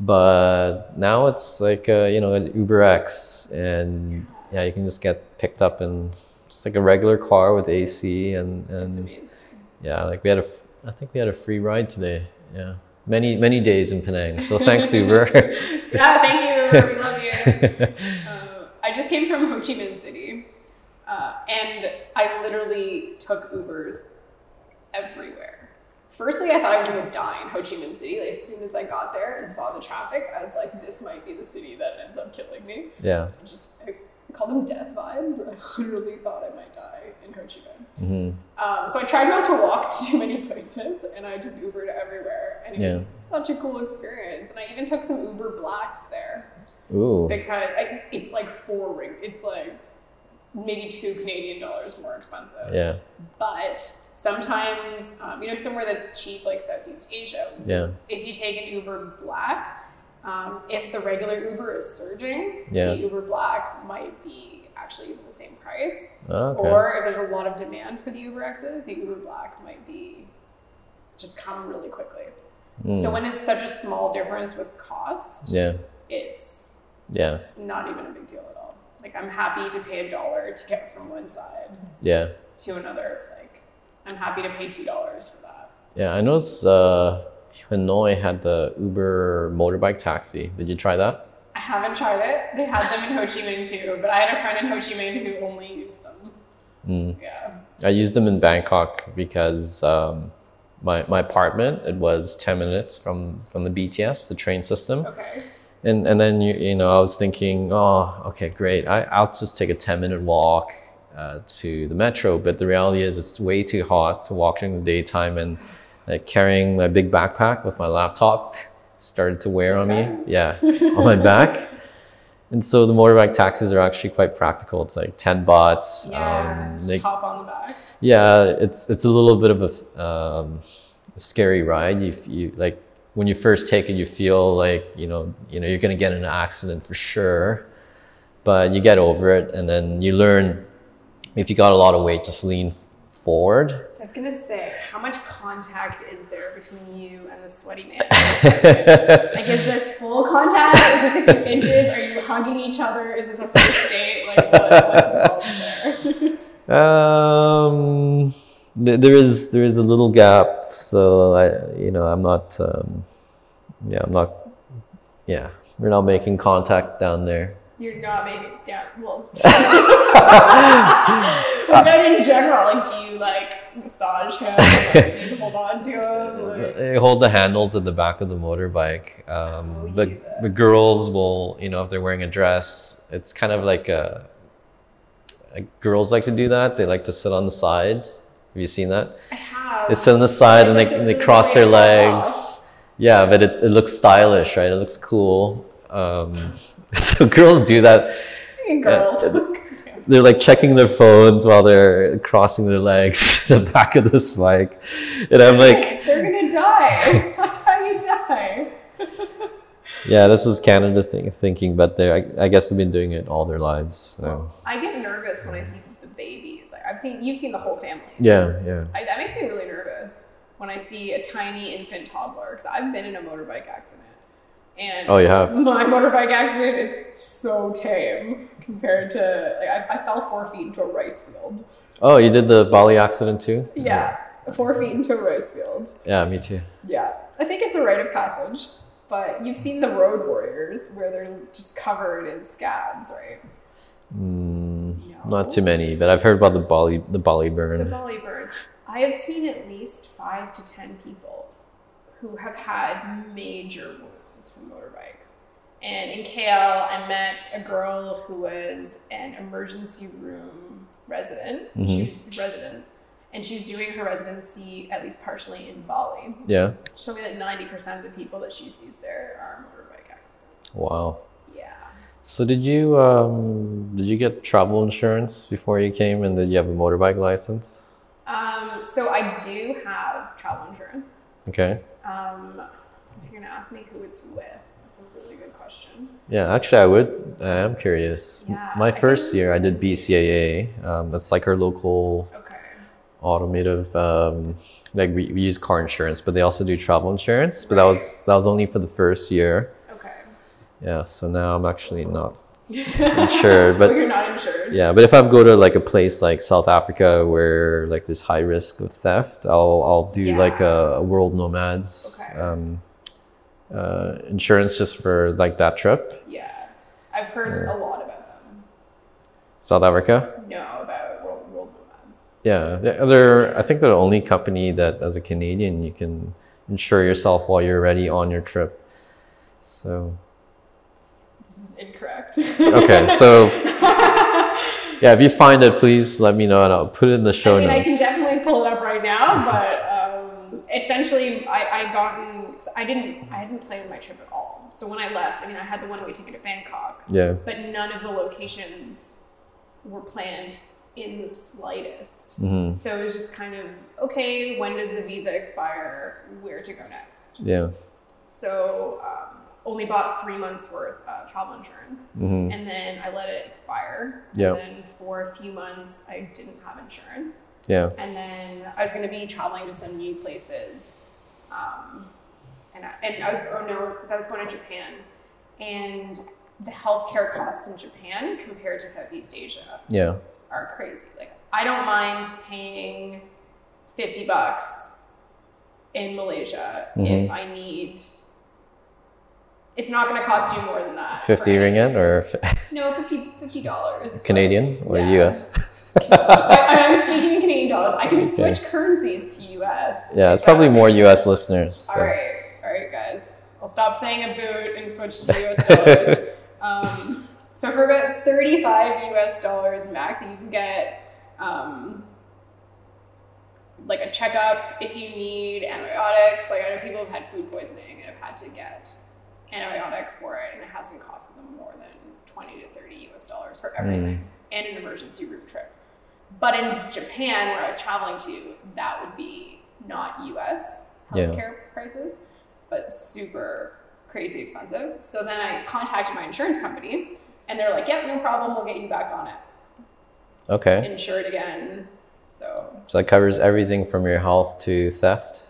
Speaker 3: But now it's like uh, you know an Uber X and yeah, you can just get picked up in just like a regular car with AC and
Speaker 4: It's
Speaker 3: and
Speaker 4: amazing.
Speaker 3: yeah, like we had a f- I think we had a free ride today. Yeah. Many many days in Penang. So thanks Uber.
Speaker 4: Yeah, thank you. We love you. Um, I just came from Ho Chi Minh City, uh, and I literally took Ubers everywhere. Firstly, I thought I was gonna die in Ho Chi Minh City. Like, as soon as I got there and saw the traffic, I was like, "This might be the city that ends up killing me."
Speaker 3: yeah.
Speaker 4: I just I called them death vibes. I literally thought I might die in Ho Chi Minh.
Speaker 3: hmm
Speaker 4: Um, so I tried not to walk to too many places, and I just Ubered everywhere, and it was such a cool experience. And I even took some Uber Blacks there
Speaker 3: Ooh.
Speaker 4: because I, it's like four ring it's like maybe two canadian dollars more expensive
Speaker 3: Yeah.
Speaker 4: but sometimes um, you know somewhere that's cheap like southeast asia
Speaker 3: Yeah.
Speaker 4: if you take an uber black um, if the regular uber is surging
Speaker 3: Yeah.
Speaker 4: the uber black might be actually even the same price
Speaker 3: Ah, Okay.
Speaker 4: or if there's a lot of demand for the uber x's the uber black might be just come really quickly
Speaker 3: Mm.
Speaker 4: so when it's such a small difference with cost
Speaker 3: yeah.
Speaker 4: it's
Speaker 3: Yeah.
Speaker 4: not even a big deal at all. Like I'm happy to pay a dollar to get from one side
Speaker 3: Yeah.
Speaker 4: to another. Like I'm happy to pay two dollars for that.
Speaker 3: Yeah. I noticed uh, Hanoi had the Uber motorbike taxi. Did you try that?
Speaker 4: I haven't tried it. They had them in Ho Chi Minh too, but I had a friend in Ho Chi Minh who only used them.
Speaker 3: Mm.
Speaker 4: Yeah.
Speaker 3: I used them in Bangkok because um, my my apartment it was ten minutes from from the BTS, the train system.
Speaker 4: Okay.
Speaker 3: And and then you you know I was thinking, oh, okay, great. I I'll just take a ten minute walk uh, to the metro. But the reality is, it's way too hot to walk during the daytime, and like carrying my big backpack with my laptop started to wear on me. Yeah, on my back. And so the motorbike taxis are actually quite practical. It's like ten bahts.
Speaker 4: Yeah. just
Speaker 3: Um, they-
Speaker 4: hop on the back.
Speaker 3: yeah, it's it's a little bit of a um, scary ride. You f- you like when you first take it, you feel like you know you know you're gonna get in an accident for sure, but you get over it, and then you learn if you got a lot of weight, just lean forward.
Speaker 4: So I was gonna say, how much contact is there between you and the sweaty man? like, is this full contact? Is this a few inches? Are you hugging each other? Is this a first date? Like, what, what's involved there?
Speaker 3: Um, th- there is there is a little gap, so I you know I'm not um, yeah I'm not yeah we're not making contact down there.
Speaker 4: You're not making down. Well, but in general, like, do you like massage him? Like, do you hold on to him? Like,
Speaker 3: They hold the handles at the back of the motorbike. Um,
Speaker 4: Oh, you
Speaker 3: but
Speaker 4: do that.
Speaker 3: the girls will, you know, if they're wearing a dress, it's kind of like a. Like girls like to do that. They like to sit on the side. Have you seen that?
Speaker 4: I have.
Speaker 3: They sit on the side and they,
Speaker 4: That's a
Speaker 3: and they
Speaker 4: really
Speaker 3: cross their
Speaker 4: great idea.
Speaker 3: legs. Yeah, but it, it looks stylish, right? It looks cool. Um, so girls do that.
Speaker 4: girls.
Speaker 3: They're like checking their phones while they're crossing their legs at the back of this bike. And I'm like,
Speaker 4: they're gonna die. That's how you die.
Speaker 3: Yeah, this is Canada thing, thinking, but they I, I guess they've been doing it all their lives. So
Speaker 4: I get nervous when I see the babies. Like I've seen, you've seen the whole family.
Speaker 3: yeah, yeah,
Speaker 4: I, that makes me really nervous when I see a tiny infant toddler because I've been in a motorbike accident. And
Speaker 3: Oh, you have?
Speaker 4: My motorbike accident is so tame compared to like I, I fell four feet into a rice field.
Speaker 3: Oh, you did the Bali accident too?
Speaker 4: Yeah, four feet into a rice field.
Speaker 3: Yeah, me too.
Speaker 4: Yeah, I think it's a rite of passage. But you've seen the Road Warriors where they're just covered in scabs, right?
Speaker 3: Mm,
Speaker 4: No.
Speaker 3: Not too many, but I've heard about the Bali the Bali
Speaker 4: The
Speaker 3: burn.
Speaker 4: Molly Bird. I have seen at least five to ten people who have had major wounds from motorbikes. And in KL, I met a girl who was an emergency room resident. She
Speaker 3: Mhm.
Speaker 4: was residence, and she was doing her residency at least partially in Bali.
Speaker 3: Yeah.
Speaker 4: She told me that ninety percent of the people that she sees there are motorbike accidents.
Speaker 3: Wow.
Speaker 4: Yeah.
Speaker 3: So did you um, did you get travel insurance before you came, and did you have a motorbike license?
Speaker 4: Um, so I do have travel insurance.
Speaker 3: Okay.
Speaker 4: Um, if you're gonna ask me who it's with, That's a really good question.
Speaker 3: Yeah, actually, I would. I am curious.
Speaker 4: Yeah, I
Speaker 3: My
Speaker 4: think
Speaker 3: first year, I
Speaker 4: it's-
Speaker 3: did BCAA. Um, that's like our local
Speaker 4: Okay.
Speaker 3: automotive. Um, like we, we use car insurance, but they also do travel insurance. But that was that was only for the first year. Yeah. So now I'm actually not
Speaker 4: Okay.
Speaker 3: insured, but
Speaker 4: oh, you're not insured.
Speaker 3: yeah. But if I go to like a place like South Africa where like there's high risk of theft, I'll I'll do like a, a world nomads
Speaker 4: Okay.
Speaker 3: um, uh, insurance just for like that trip.
Speaker 4: Yeah. I've heard a lot about them.
Speaker 3: South Africa.
Speaker 4: No, about world world nomads.
Speaker 3: Yeah, they're- they're. I think they're the only company that, as a Canadian, you can insure yourself while you're already on your trip. So
Speaker 4: This is incorrect.
Speaker 3: okay, so
Speaker 4: I
Speaker 3: yeah, if you find it, please let me know, and I'll put it in the show
Speaker 4: mean, I can
Speaker 3: notes.
Speaker 4: definitely pull it up right now, but um, essentially, I I gotten I didn't I didn't plan my trip at all. So when I left, I mean, I had the one way ticket to Bangkok,
Speaker 3: Yeah,
Speaker 4: but none of the locations were planned in the slightest.
Speaker 3: hmm
Speaker 4: So it was just kind of okay. When does the visa expire? Where to go next?
Speaker 3: yeah,
Speaker 4: So um, only bought three months worth of travel insurance,
Speaker 3: hmm
Speaker 4: and then I let it expire.
Speaker 3: Yeah.
Speaker 4: And then for a few months, I didn't have insurance,
Speaker 3: yeah,
Speaker 4: and then I was going to be traveling to some new places, um, and I, and I was oh no, it was because I was going to Japan, and the healthcare costs in Japan compared to Southeast Asia
Speaker 3: yeah,
Speaker 4: are crazy. Like I don't mind paying fifty bucks in Malaysia
Speaker 3: Mhm.
Speaker 4: if I need. It's not going to cost you more than that.
Speaker 3: fifty
Speaker 4: for-
Speaker 3: ringgit or f-
Speaker 4: No, 50 50 dollars.
Speaker 3: Canadian or
Speaker 4: Yeah.
Speaker 3: U.S.
Speaker 4: I, I'm speaking in Canadian dollars. I can switch currencies to U.S.
Speaker 3: yeah, it's
Speaker 4: If that
Speaker 3: probably
Speaker 4: makes
Speaker 3: more U.S.
Speaker 4: sense.
Speaker 3: listeners. so.
Speaker 4: All right, all right, guys. I'll stop saying a boot and switch to US dollars. um, so for about thirty-five US dollars max, you can get um, like a checkup if you need antibiotics. Like I know people have had food poisoning and have had to get antibiotics for it, and it hasn't cost them more than twenty to thirty US dollars for everything
Speaker 3: Hmm.
Speaker 4: and an emergency room trip. But in Japan, where I was traveling to, that would be not US
Speaker 3: Yeah.
Speaker 4: healthcare prices, but super crazy expensive. So then I contacted my insurance company and they're like, yep, no problem, we'll get you back on it,
Speaker 3: Okay,
Speaker 4: insured again. So
Speaker 3: so that covers everything from your health to theft.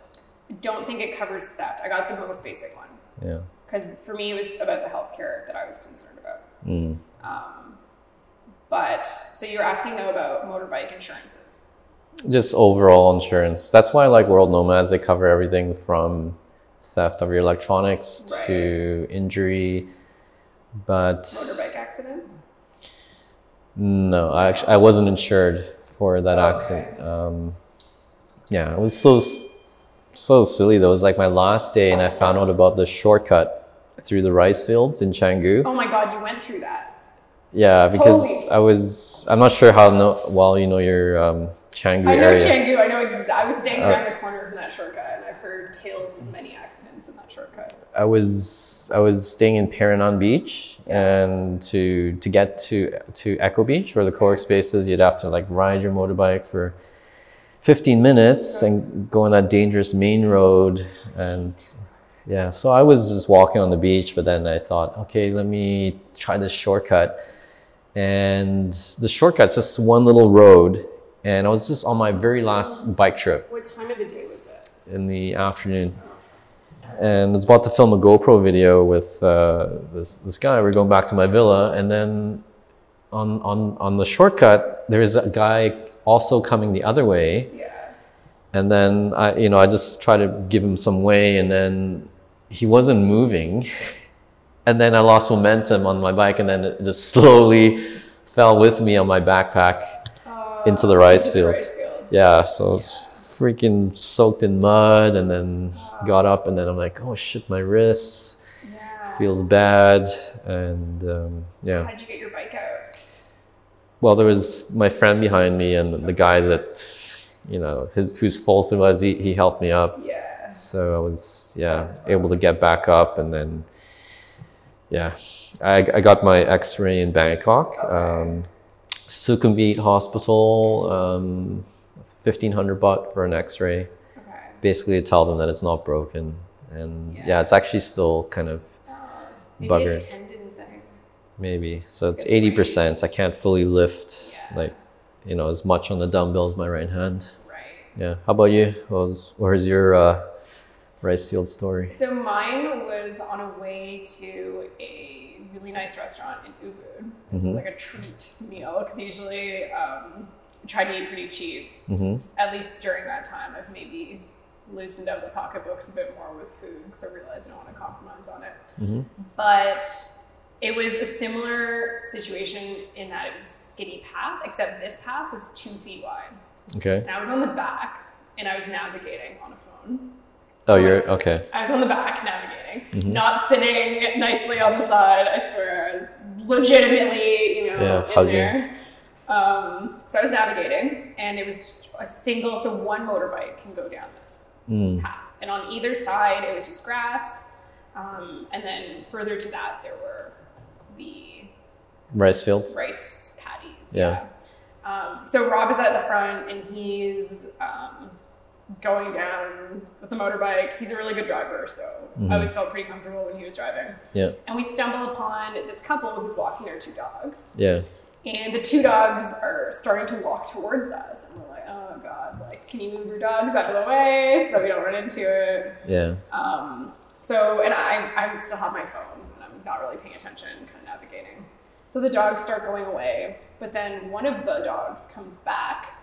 Speaker 4: I don't think it covers theft. I got the most basic one
Speaker 3: Yeah.
Speaker 4: because for me, it was about the healthcare that I was concerned about.
Speaker 3: Mm.
Speaker 4: Um, but so you were asking though about motorbike insurances.
Speaker 3: just overall insurance. That's why I like World Nomads. They cover everything from theft of your electronics
Speaker 4: Right.
Speaker 3: to injury. But
Speaker 4: motorbike accidents.
Speaker 3: no, I actually I wasn't insured for that
Speaker 4: Okay.
Speaker 3: accident. Um, yeah, it was so s- so silly though. It was like my last day, and I found out about the shortcut through the rice fields in Canggu.
Speaker 4: Oh my god, you went through that.
Speaker 3: Yeah, because
Speaker 4: Holy.
Speaker 3: I was I'm not sure how no, well you know your um, Canggu
Speaker 4: I know
Speaker 3: area.
Speaker 4: Canggu. I know. Ex- I was staying
Speaker 3: Uh,
Speaker 4: around the corner from that shortcut, and I've heard tales of many accidents in that shortcut.
Speaker 3: I was I was staying in Paranon Beach, and to to get to to Echo Beach where the co-work space is, you'd have to like ride your motorbike for 15 minutes and go on that dangerous main road, and yeah. So I was just walking on the beach, but then I thought, okay, let me try this shortcut, and the shortcut's just one little road, and I was just on my very last bike trip
Speaker 4: What time of the day was it?
Speaker 3: in the afternoon. And I was about to film a GoPro video with uh, this, this guy. We're going back to my villa, and then on on on the shortcut, there is a guy also coming the other way.
Speaker 4: Yeah.
Speaker 3: And then I, you know, I just try to give him some way, and then he wasn't moving. And then I lost momentum on my bike, and then it just slowly fell with me on my backpack.
Speaker 4: Uh,
Speaker 3: Into the rice field.
Speaker 4: rice field.
Speaker 3: Yeah, so I was freaking soaked in mud and then got up and then I'm like, oh shit, my wrist
Speaker 4: Yeah.
Speaker 3: feels bad. And um, yeah,
Speaker 4: How did you get your bike out?
Speaker 3: well, there was my friend behind me and the guy that, you know, his, whose fault it was, he, he helped me up.
Speaker 4: Yeah.
Speaker 3: So I was, yeah,
Speaker 4: That's rough.
Speaker 3: able to get back up and then, yeah, I, I got my x ray in Bangkok, um, Sukhumvit Hospital, um, 1500 baht for an x ray.
Speaker 4: Okay.
Speaker 3: basically tell them that it's not broken and yeah,
Speaker 4: Yeah.
Speaker 3: it's actually still kind of
Speaker 4: Uh, Maybe
Speaker 3: Bugger.
Speaker 4: a tendon thing.
Speaker 3: maybe. So it's
Speaker 4: That's right.
Speaker 3: eighty percent. I can't fully lift
Speaker 4: Yeah.
Speaker 3: like you know as much on the dumbbells my right hand.
Speaker 4: Right.
Speaker 3: Yeah. How about you? Where's, where's your uh, rice field story?
Speaker 4: So mine was on a way to a really nice restaurant in Ubud. This was
Speaker 3: Mhm.
Speaker 4: like a treat meal because usually um, I try to eat pretty cheap.
Speaker 3: hmm
Speaker 4: At least during that time, I've maybe loosened up the pocketbooks a bit more with food because I realized I don't want to compromise on it.
Speaker 3: hmm
Speaker 4: But it was a similar situation in that it was a skinny path, except this path was two feet wide.
Speaker 3: Okay.
Speaker 4: And I was on the back and I was navigating on a phone.
Speaker 3: Oh,
Speaker 4: So-
Speaker 3: you're okay.
Speaker 4: I was on the back navigating,
Speaker 3: Mhm.
Speaker 4: not sitting nicely on the side. I swear, I was legitimately, you know,
Speaker 3: Yeah,
Speaker 4: in
Speaker 3: hugging.
Speaker 4: there. Um, so I was navigating, and it was just a single, so one motorbike can go down this
Speaker 3: Mm.
Speaker 4: path, and on either side it was just grass, um, and then further to that there were the
Speaker 3: Rice fields.
Speaker 4: rice patties.
Speaker 3: Yeah.
Speaker 4: Um, so Rob is at the front and he's um, going down with the motorbike. He's a really good driver, so
Speaker 3: Mhm.
Speaker 4: I always felt pretty comfortable when he was driving.
Speaker 3: Yeah.
Speaker 4: And we stumble upon this couple who's walking their two dogs.
Speaker 3: Yeah.
Speaker 4: And the two dogs are starting to walk towards us. And we're like, oh God, like, can you move your dogs out of the way so that we don't run into it?
Speaker 3: Yeah.
Speaker 4: Um, so, and I, I still have my phone, and I'm not really paying attention, kind of navigating. So the dogs start going away, but then one of the dogs comes back,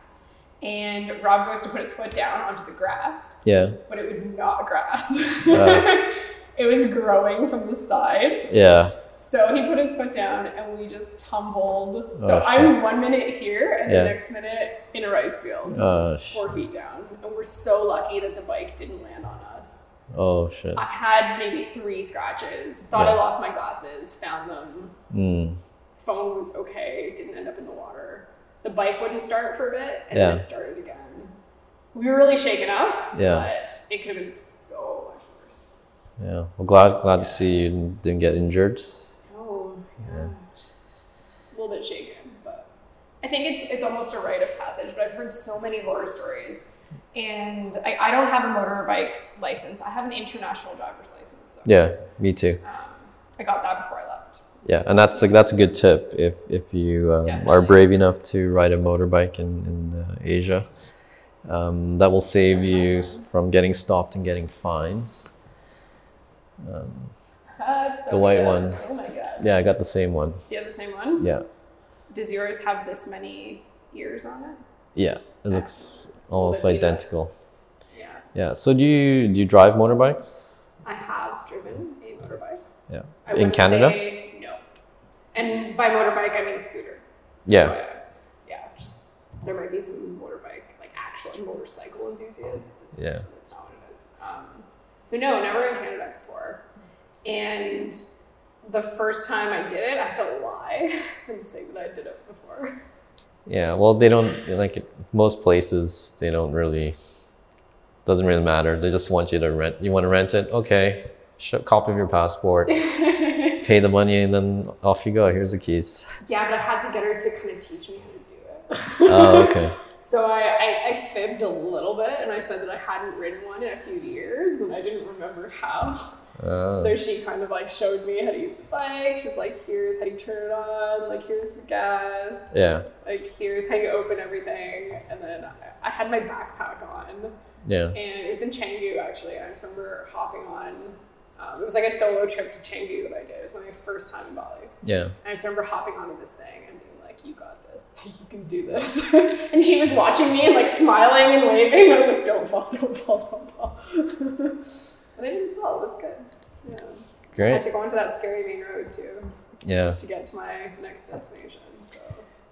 Speaker 4: and Rob goes to put his foot down onto the grass,
Speaker 3: Yeah.
Speaker 4: but it was not grass.
Speaker 3: Wow.
Speaker 4: it was growing from the side.
Speaker 3: Yeah.
Speaker 4: So he put his foot down, and we just tumbled.
Speaker 3: Oh,
Speaker 4: So
Speaker 3: shit.
Speaker 4: I'm one minute here, and
Speaker 3: Yeah.
Speaker 4: the next minute in a rice field,
Speaker 3: Oh, sh-
Speaker 4: four feet down. And we're so lucky that the bike didn't land on us.
Speaker 3: oh shit.
Speaker 4: I had maybe three scratches. Thought I
Speaker 3: Yeah.
Speaker 4: lost my glasses. Found them.
Speaker 3: Mm.
Speaker 4: Phone was okay. Didn't end up in the water. The bike wouldn't start for a bit, and
Speaker 3: Yeah.
Speaker 4: then it started again. We were really shaken up.
Speaker 3: Yeah.
Speaker 4: But it could have been so much worse.
Speaker 3: Yeah. Well, glad glad to see you didn't get injured.
Speaker 4: Oh, yeah.
Speaker 3: Yeah.
Speaker 4: Just a little bit shaken, but I think it's it's almost a rite of passage. But I've heard so many horror stories, and I, I don't have a motorbike license. I have an international driver's license. So.
Speaker 3: Yeah. Me too.
Speaker 4: Um, I got that before I left.
Speaker 3: Yeah. And that's like that's a good tip if if you um, are
Speaker 4: Definitely.
Speaker 3: brave enough to ride a motorbike in in uh, Asia. Um, that will save you s- from getting stopped and getting fines. Um,
Speaker 4: That's so
Speaker 3: The white
Speaker 4: good.
Speaker 3: one.
Speaker 4: Oh my god.
Speaker 3: yeah, I got the same one.
Speaker 4: Do you have the same one?
Speaker 3: Yeah,
Speaker 4: Does yours have this many ears on it?
Speaker 3: yeah, it looks almost
Speaker 4: But, yeah.
Speaker 3: identical.
Speaker 4: Yeah.
Speaker 3: Yeah. So do you do you drive motorbikes?
Speaker 4: I have driven a motorbike.
Speaker 3: Yeah.
Speaker 4: I
Speaker 3: In
Speaker 4: wouldn't
Speaker 3: Canada?
Speaker 4: say no. And by motorbike, I mean scooter.
Speaker 3: Yeah.
Speaker 4: But, yeah. Just, there might be some motorbike, like actual motorcycle enthusiasts.
Speaker 3: Yeah.
Speaker 4: That's not what it is. Um, so no, never in Canada before. And the first time I did it, I had to lie and say that I did it before.
Speaker 3: Yeah. Well, they don't like most places. They don't really. Doesn't really matter. They just want you to rent. You want to rent it? Okay. Show copy of your passport.
Speaker 4: yeah,
Speaker 3: Pay the money, and then off you go. Here's the keys.
Speaker 4: but I had to get her to kind of teach me how to do it.
Speaker 3: Oh, okay.
Speaker 4: So I, I, I fibbed a little bit and I said that I hadn't ridden one in a few years and I didn't remember how.
Speaker 3: Uh,
Speaker 4: So she kind of like showed me how to use the bike. She's like, here's how you turn it on, like here's the gas.
Speaker 3: yeah.
Speaker 4: like here's how you open everything and then I, I had my backpack on
Speaker 3: Yeah.
Speaker 4: and it was in Chengdu actually I just remember hopping on um, it was like a solo trip to Chengdu that I did it was my first time in Bali
Speaker 3: Yeah.
Speaker 4: and I just remember hopping onto this thing and being like you got this you can do this and she was watching me and like smiling and waving I was like don't fall don't fall don't fall and I didn't fall it was good yeah I had
Speaker 3: Great.
Speaker 4: to go onto that scary main road too
Speaker 3: Yeah.
Speaker 4: to get to my next destination so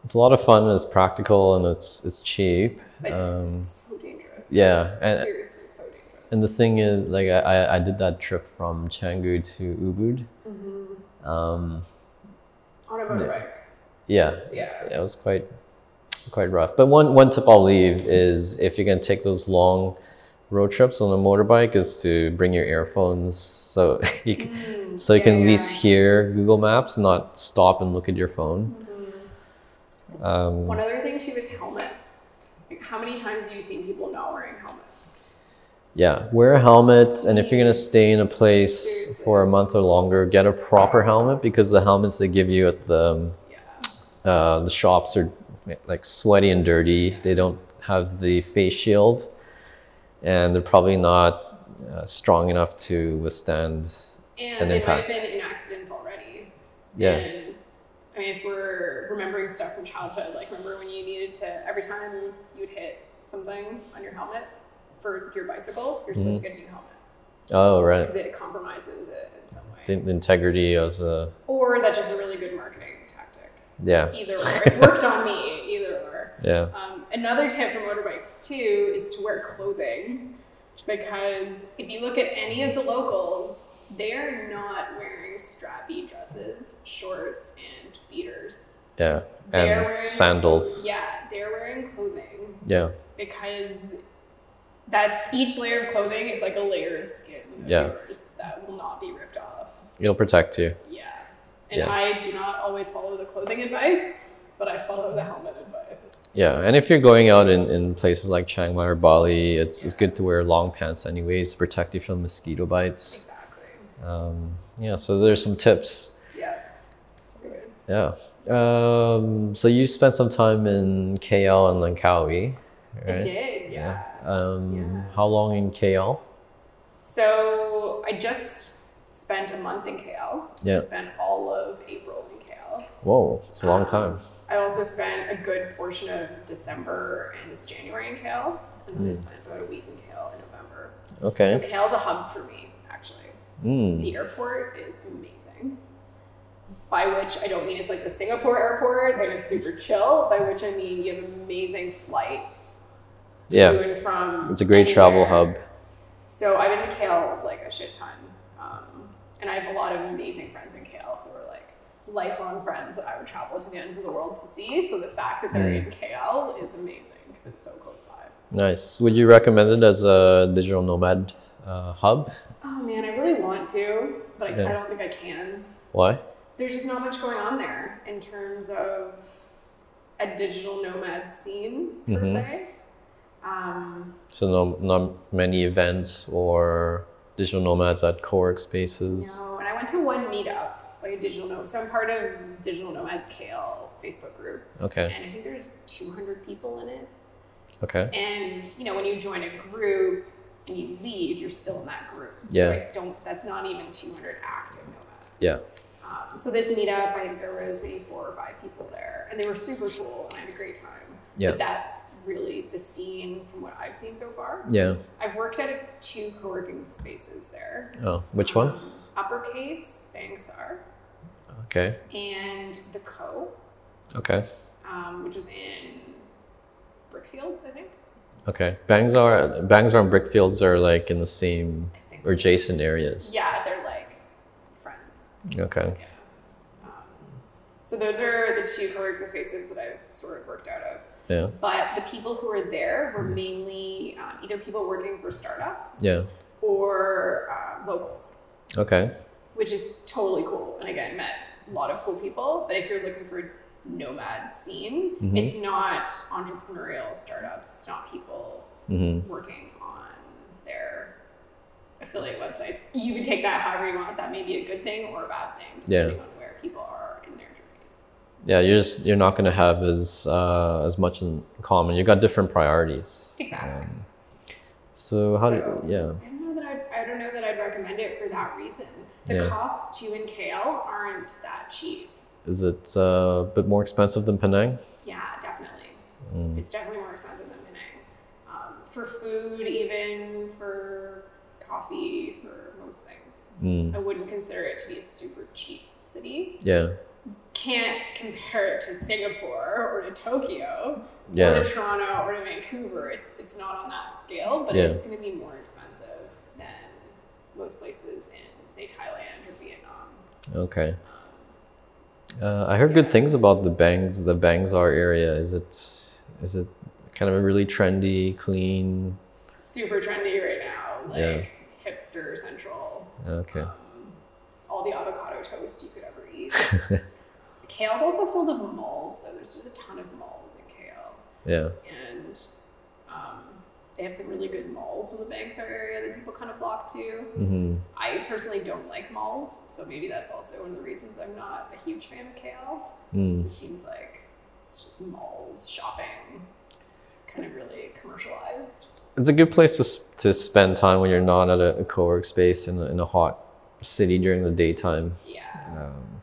Speaker 3: It's a lot of fun. and It's practical and it's it's cheap.
Speaker 4: But
Speaker 3: Um,
Speaker 4: it's so dangerous.
Speaker 3: yeah, and-
Speaker 4: Seriously, so dangerous.
Speaker 3: and the thing is, like I, I I did that trip from Canggu to Ubud.
Speaker 4: Mm-hmm.
Speaker 3: Um,
Speaker 4: On a motorbike.
Speaker 3: yeah,
Speaker 4: Yeah.
Speaker 3: Yeah, it was quite quite rough. But one one tip I'll leave is if you're gonna take those long road trips on a motorbike is to bring your earphones so you can, so you
Speaker 4: yeah,
Speaker 3: can at least
Speaker 4: yeah.
Speaker 3: hear Google Maps, not stop and look at your phone. Um,
Speaker 4: One other thing too is helmets. Like, how many times have you seen people not wearing helmets?
Speaker 3: Yeah, wear a helmet, and if you're gonna stay in a place for a month or longer, get a proper helmet because the helmets they give you at the um, uh, the shops are like sweaty and dirty. They don't have the face shield, and they're probably not uh, strong enough to withstand.
Speaker 4: And
Speaker 3: An
Speaker 4: they
Speaker 3: impact.
Speaker 4: might have been in accidents already.
Speaker 3: Yeah.
Speaker 4: And, I mean, if we're remembering stuff from childhood, like remember when you needed to, every time you'd hit something on your helmet for your bicycle, you're supposed to get a new helmet
Speaker 3: Oh right,
Speaker 4: because it compromises it in some way.
Speaker 3: the, the integrity of the
Speaker 4: or that's just a really good marketing tactic.
Speaker 3: yeah
Speaker 4: Either or. It's worked on me, either or.
Speaker 3: yeah
Speaker 4: Um, another tip for motorbikes too is to wear clothing because if you look at any of the locals, they're not wearing strappy dresses, shorts, and beaters.
Speaker 3: yeah
Speaker 4: They're
Speaker 3: and
Speaker 4: wearing
Speaker 3: sandals
Speaker 4: Yeah, they're wearing clothing
Speaker 3: yeah
Speaker 4: because that's each layer of clothing. It's like a layer of skin of
Speaker 3: Yeah.
Speaker 4: yours that will not be ripped off.
Speaker 3: it'll protect you
Speaker 4: Yeah, and
Speaker 3: Yeah.
Speaker 4: I do not always follow the clothing advice, but I follow the helmet advice.
Speaker 3: Yeah, and if you're going out in, in places like Chiang Mai or Bali, it's, it's good to wear long pants anyways to protect you from mosquito bites.
Speaker 4: Exactly.
Speaker 3: Um, yeah, so there's some tips.
Speaker 4: Yeah. So good.
Speaker 3: Yeah. Um, so you spent some time in KL and Langkawi,
Speaker 4: I
Speaker 3: right?
Speaker 4: did, yeah.
Speaker 3: Um,
Speaker 4: Yeah.
Speaker 3: How long in KL?
Speaker 4: So I just spent a month in KL.
Speaker 3: Yeah.
Speaker 4: I spent all of April in KL.
Speaker 3: Whoa, it's a long
Speaker 4: Um,
Speaker 3: time.
Speaker 4: I also spent a good portion of December and this January in KL. And then I spent about a week in KL in November.
Speaker 3: Hmm. Okay.
Speaker 4: So KL's a hub for me, actually.
Speaker 3: Mm.
Speaker 4: The airport is amazing. By which I don't mean it's like the Singapore airport and it's super chill. By which I mean you have amazing flights to
Speaker 3: Yeah.
Speaker 4: and from.
Speaker 3: It's a great travel
Speaker 4: anywhere.
Speaker 3: hub.
Speaker 4: So I've been to Kale like a shit ton. Um, and I have a lot of amazing friends in Kale who are like lifelong friends that I would travel to the ends of the world to see. So the fact that they're in Kale is amazing because it's so close by.
Speaker 3: Nice. Would you recommend it as a digital nomad uh, hub?
Speaker 4: Oh man, I really want to, but I,
Speaker 3: Yeah.
Speaker 4: I don't think I can.
Speaker 3: Why?
Speaker 4: There's just not much going on there in terms of a digital nomad scene per
Speaker 3: Mhm.
Speaker 4: se. Um,
Speaker 3: So no, not many events or digital nomads at co-work spaces.
Speaker 4: No, and I went to one meetup, like a digital nomad. So I'm part of Digital Nomads Kale Facebook group,
Speaker 3: Okay.
Speaker 4: and I think there's 200 people in it.
Speaker 3: Okay.
Speaker 4: And you know, when you join a group and you leave, you're still in that group.
Speaker 3: Yeah.
Speaker 4: So I don't. That's not even 200 active nomads.
Speaker 3: Yeah.
Speaker 4: Um, so this meetup, I think there was maybe four or five people there, and they were super cool, and I had a great time.
Speaker 3: Yeah.
Speaker 4: But that's really the scene from what I've seen so far.
Speaker 3: Yeah.
Speaker 4: I've worked out of two co-working spaces there.
Speaker 3: Oh, which
Speaker 4: Um,
Speaker 3: ones?
Speaker 4: Uppercase, Bangsar,
Speaker 3: Okay.
Speaker 4: and The Co,
Speaker 3: Okay.
Speaker 4: um, which is in Brickfields, I think.
Speaker 3: Okay. Bangsar, Bangsar and Brickfields are like in the same
Speaker 4: I think.
Speaker 3: or adjacent areas.
Speaker 4: Yeah, they're like friends.
Speaker 3: Okay.
Speaker 4: Yeah. Um, so those are the two co-working spaces that I've sort of worked out of.
Speaker 3: Yeah. Mm-hmm.
Speaker 4: But the people who were there were mainly um, either people working for startups
Speaker 3: Yeah.
Speaker 4: or uh, locals.
Speaker 3: Okay.
Speaker 4: which is totally cool. And again, met a lot of cool people. But if you're looking for nomad scene,
Speaker 3: Mhm.
Speaker 4: it's not entrepreneurial startups. It's not people
Speaker 3: Mm-hmm.
Speaker 4: working on their affiliate websites. You can take that however you want. That may be a good thing or a bad thing, depending on where people are in their journeys.
Speaker 3: Yeah. You're just you're not gonna have as uh, as much in common. You got different priorities.
Speaker 4: Exactly.
Speaker 3: Um, so how
Speaker 4: So-
Speaker 3: do yeah
Speaker 4: I don't know that I'd, I don't know that I'd recommend it for that reason. The
Speaker 3: Yeah.
Speaker 4: costs to in KL aren't that cheap.
Speaker 3: is it uh, a bit more expensive than Penang?
Speaker 4: Yeah, definitely.
Speaker 3: Mm.
Speaker 4: It's definitely more expensive than Penang. Um, for food, even for coffee, for most things.
Speaker 3: Mm.
Speaker 4: I wouldn't consider it to be a super cheap city.
Speaker 3: Yeah.
Speaker 4: Can't compare it to Singapore or to Tokyo or
Speaker 3: Yeah.
Speaker 4: to Toronto or to Vancouver. It's it's not on that scale, but
Speaker 3: Yeah.
Speaker 4: it's going to be more expensive than most places in say Thailand or Vietnam.
Speaker 3: Okay.
Speaker 4: Um,
Speaker 3: Uh, I heard good things about the bangs, the Bangsar area. Is it is it kind of a really trendy, clean?
Speaker 4: super trendy right now,
Speaker 3: Yeah.
Speaker 4: like hipster central.
Speaker 3: Okay.
Speaker 4: um, all the avocado toast you could ever eat. Kale's also filled of malls, though. There's just a ton of malls in Kale.
Speaker 3: Yeah.
Speaker 4: And um, they have some really good malls in the Bangstar area that people kind of flock to.
Speaker 3: Mm-hmm.
Speaker 4: I personally don't like malls, so maybe that's also one of the reasons I'm not a huge fan of KL.
Speaker 3: Mm.
Speaker 4: 'cause It seems like it's just malls, shopping, kind of really commercialized.
Speaker 3: It's a good place to, s- to spend time when you're not at a, a co-work space in a, in a hot city during the daytime.
Speaker 4: Yeah.
Speaker 3: Um,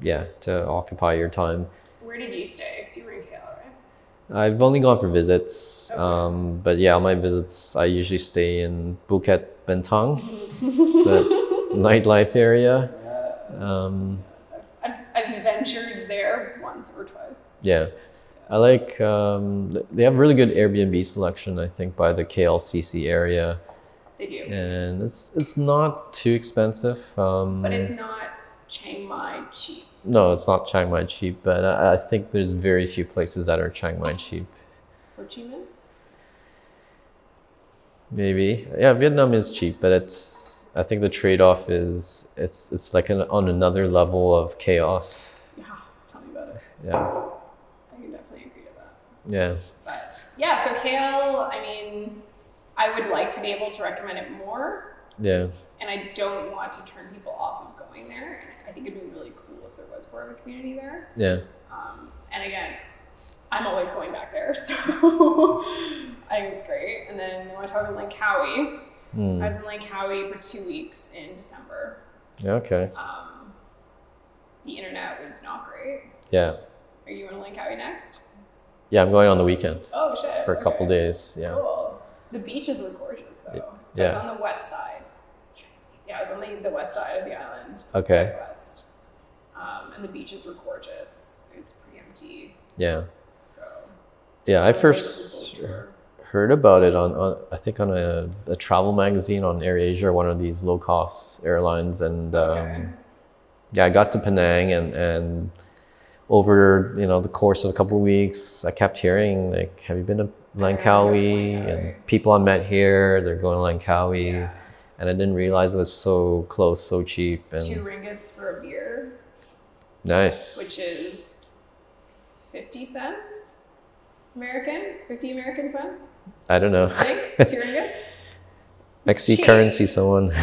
Speaker 3: yeah, to occupy your time.
Speaker 4: Where did you stay? Because you were in KL, right?
Speaker 3: I've only gone for visits,
Speaker 4: Okay.
Speaker 3: um, but yeah, on my visits I usually stay in Bukit Bentang, it's the nightlife area. Um,
Speaker 4: I've, I've ventured there once or twice.
Speaker 3: yeah, I like. Um, th- they have really good Airbnb selection, I think, by the KLCC area,
Speaker 4: They do.
Speaker 3: and it's it's not too expensive. Um,
Speaker 4: But it's not Chiang Mai cheap.
Speaker 3: no, it's not Chiang Mai cheap, but I, I think there's very few places that are Chiang Mai cheap.
Speaker 4: Ho Chi Minh?
Speaker 3: Maybe. Yeah, Vietnam is cheap, but it's I think the trade-off is it's it's like an, on another level of chaos.
Speaker 4: Yeah, tell me about it.
Speaker 3: Yeah.
Speaker 4: I can definitely agree to that.
Speaker 3: Yeah.
Speaker 4: But yeah, so KL, I mean, I would like to be able to recommend it more,
Speaker 3: Yeah.
Speaker 4: and I don't want to turn people off of going there. And I think it'd be really cool if there was more of a community there.
Speaker 3: Yeah.
Speaker 4: Um, and again, I'm always going back there, so I think it's great. And then when I talk about like Howie,
Speaker 3: Hmm.
Speaker 4: I was in Lake Howie for two weeks in December.
Speaker 3: Yeah, okay.
Speaker 4: Um, the internet was not great.
Speaker 3: Yeah.
Speaker 4: Are you in Lake Howie next?
Speaker 3: Yeah, I'm going on the weekend
Speaker 4: Oh shit!
Speaker 3: for a couple
Speaker 4: okay.
Speaker 3: days. Yeah.
Speaker 4: Cool. The beaches were gorgeous though. I was
Speaker 3: yeah.
Speaker 4: on the west side. Yeah, I was on the, the west side of the island.
Speaker 3: Okay.
Speaker 4: Southwest. Um, and the beaches were gorgeous. It was pretty empty.
Speaker 3: Yeah.
Speaker 4: So.
Speaker 3: Yeah, I
Speaker 4: it was a
Speaker 3: first
Speaker 4: cool tour.
Speaker 3: heard about it on, on I think on a, a travel magazine on AirAsia, one of these low-cost airlines and um,
Speaker 4: Okay.
Speaker 3: yeah, I got to Penang and and over you know the course of a couple of weeks, I kept hearing like, "Have you been to Langkawi?"
Speaker 4: Langkawi.
Speaker 3: And people I met here, they're going to Langkawi,
Speaker 4: Yeah.
Speaker 3: and I didn't realize it was so close, so cheap, and
Speaker 4: Two ringgits for a beer,
Speaker 3: nice.
Speaker 4: which is fifty cents American, fifty American cents.
Speaker 3: I don't know.
Speaker 4: I think two ringgits. It's
Speaker 3: XC
Speaker 4: cheap.
Speaker 3: currency, someone.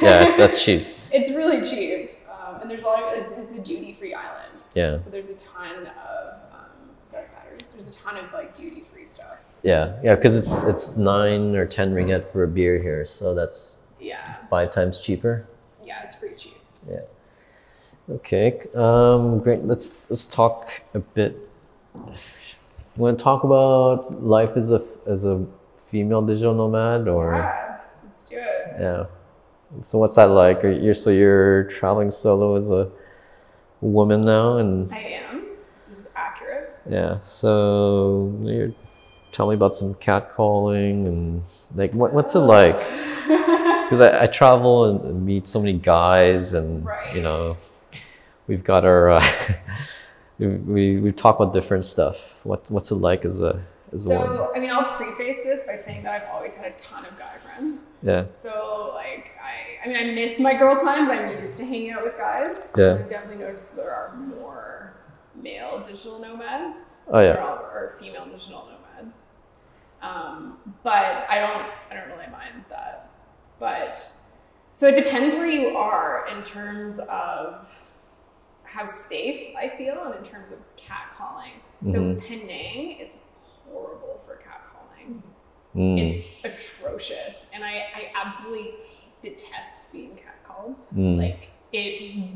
Speaker 3: yeah, that's cheap.
Speaker 4: It's really cheap, um, and there's a lot of it's, it's a duty-free island.
Speaker 3: Yeah,
Speaker 4: So there's a ton of um, sorry, batteries. There's a ton of like duty-free stuff.
Speaker 3: yeah, yeah. Because it's it's nine or ten ringgit for a beer here, so that's
Speaker 4: Yeah,
Speaker 3: five times cheaper.
Speaker 4: yeah, it's pretty cheap.
Speaker 3: Okay, c- um, great. Let's let's talk a bit. You want to talk about life as a as a female digital nomad, or
Speaker 4: Yeah, let's do it.
Speaker 3: yeah. So what's that like? Are you so you're traveling solo as a woman now, and
Speaker 4: I am. This is accurate.
Speaker 3: yeah. So you're tell me about some catcalling and like what what's it like? Because I, I travel and- and meet so many guys, and
Speaker 4: right.
Speaker 3: you know we've got our uh, we- we we talk about different stuff. What what's it like as a as a woman?
Speaker 4: So I mean, I'll preface this by saying that I've always had a ton of guy friends.
Speaker 3: Yeah,
Speaker 4: So like I, I mean, I miss my girl time, but I'm used to hanging out with guys.
Speaker 3: Yeah.
Speaker 4: I've definitely noticed there are more male digital nomads.
Speaker 3: oh
Speaker 4: They're
Speaker 3: yeah,
Speaker 4: all- or female digital nomads. Um, but I don't I don't really mind that. But so it depends where you are in terms of how safe I feel and in terms of catcalling. So
Speaker 3: Mhm.
Speaker 4: Penang is horrible for catcalling.
Speaker 3: mm,
Speaker 4: It's atrocious. And I, I absolutely detest being catcalled
Speaker 3: mm,
Speaker 4: like it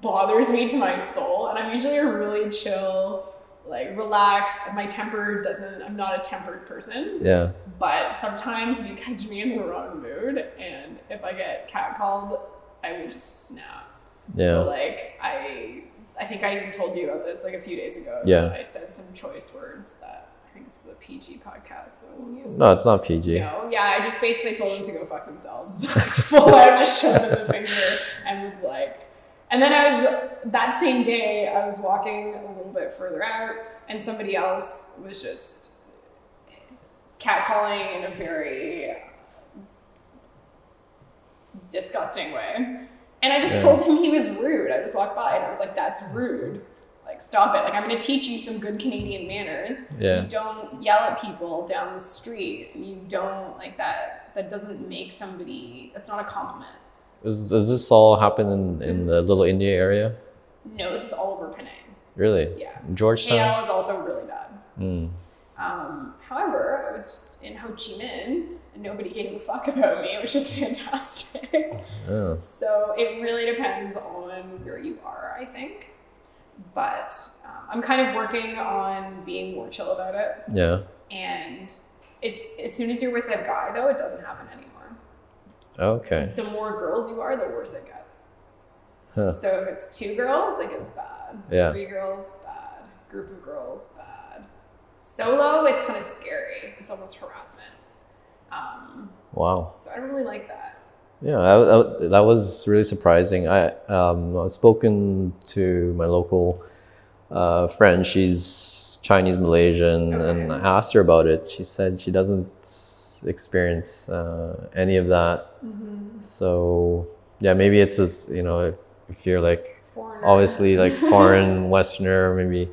Speaker 4: bothers me to my soul and i'm usually a really chill like relaxed and my temper doesn't i'm not a tempered person
Speaker 3: yeah,
Speaker 4: but sometimes you catch me in the wrong mood and if i get catcalled i will just snap so
Speaker 3: yeah,
Speaker 4: like i i think i even told you about this like a few days ago
Speaker 3: Yeah.
Speaker 4: i said some choice words that i think this is a pg podcast so we'll use
Speaker 3: no, it's not PG. Yeah,
Speaker 4: no, yeah, I just basically told them to go fuck themselves. Like, full out, just showed them the finger and was like, and then I was that same day. I was walking a little bit further out, and somebody else was just catcalling in a very disgusting way. And I just
Speaker 3: Yeah.
Speaker 4: told him he was rude. I just walked by and I was like, "That's rude." Like, Like, stop it. Like, I'm going to teach you some good Canadian manners.
Speaker 3: Yeah.
Speaker 4: You don't yell at people down the street. You don't, like, that. That doesn't make somebody, that's not a compliment.
Speaker 3: Is, does this all happen in, in the Little India area?
Speaker 4: No, this is all over Penang.
Speaker 3: Really?
Speaker 4: Yeah.
Speaker 3: Georgetown?
Speaker 4: KL is also really bad.
Speaker 3: Mm.
Speaker 4: Um, however, I was just in Ho Chi Minh and nobody gave a fuck about me, which is fantastic.
Speaker 3: Oh.
Speaker 4: So it really depends on where you are, I think. But um, I'm kind of working on being more chill about it.
Speaker 3: Yeah.
Speaker 4: And it's as soon as you're with a guy, though, it doesn't happen anymore.
Speaker 3: Okay.
Speaker 4: The more girls you are, the worse it gets.
Speaker 3: Huh.
Speaker 4: So if it's two girls, it gets bad.
Speaker 3: Yeah.
Speaker 4: Three girls, bad. Group of girls, bad. Solo, it's kind of scary. It's almost harassment. Um,
Speaker 3: Wow.
Speaker 4: so I don't really like that.
Speaker 3: Yeah, I, I, that was really surprising. I um, I've spoken to my local uh, friend. She's Chinese Malaysian, and I
Speaker 4: Okay.
Speaker 3: asked her about it. She said she doesn't experience uh, any of that.
Speaker 4: Mm-hmm.
Speaker 3: So yeah, maybe it's as you know, if, if you're like
Speaker 4: Foreigner.
Speaker 3: obviously like foreign Westerner, maybe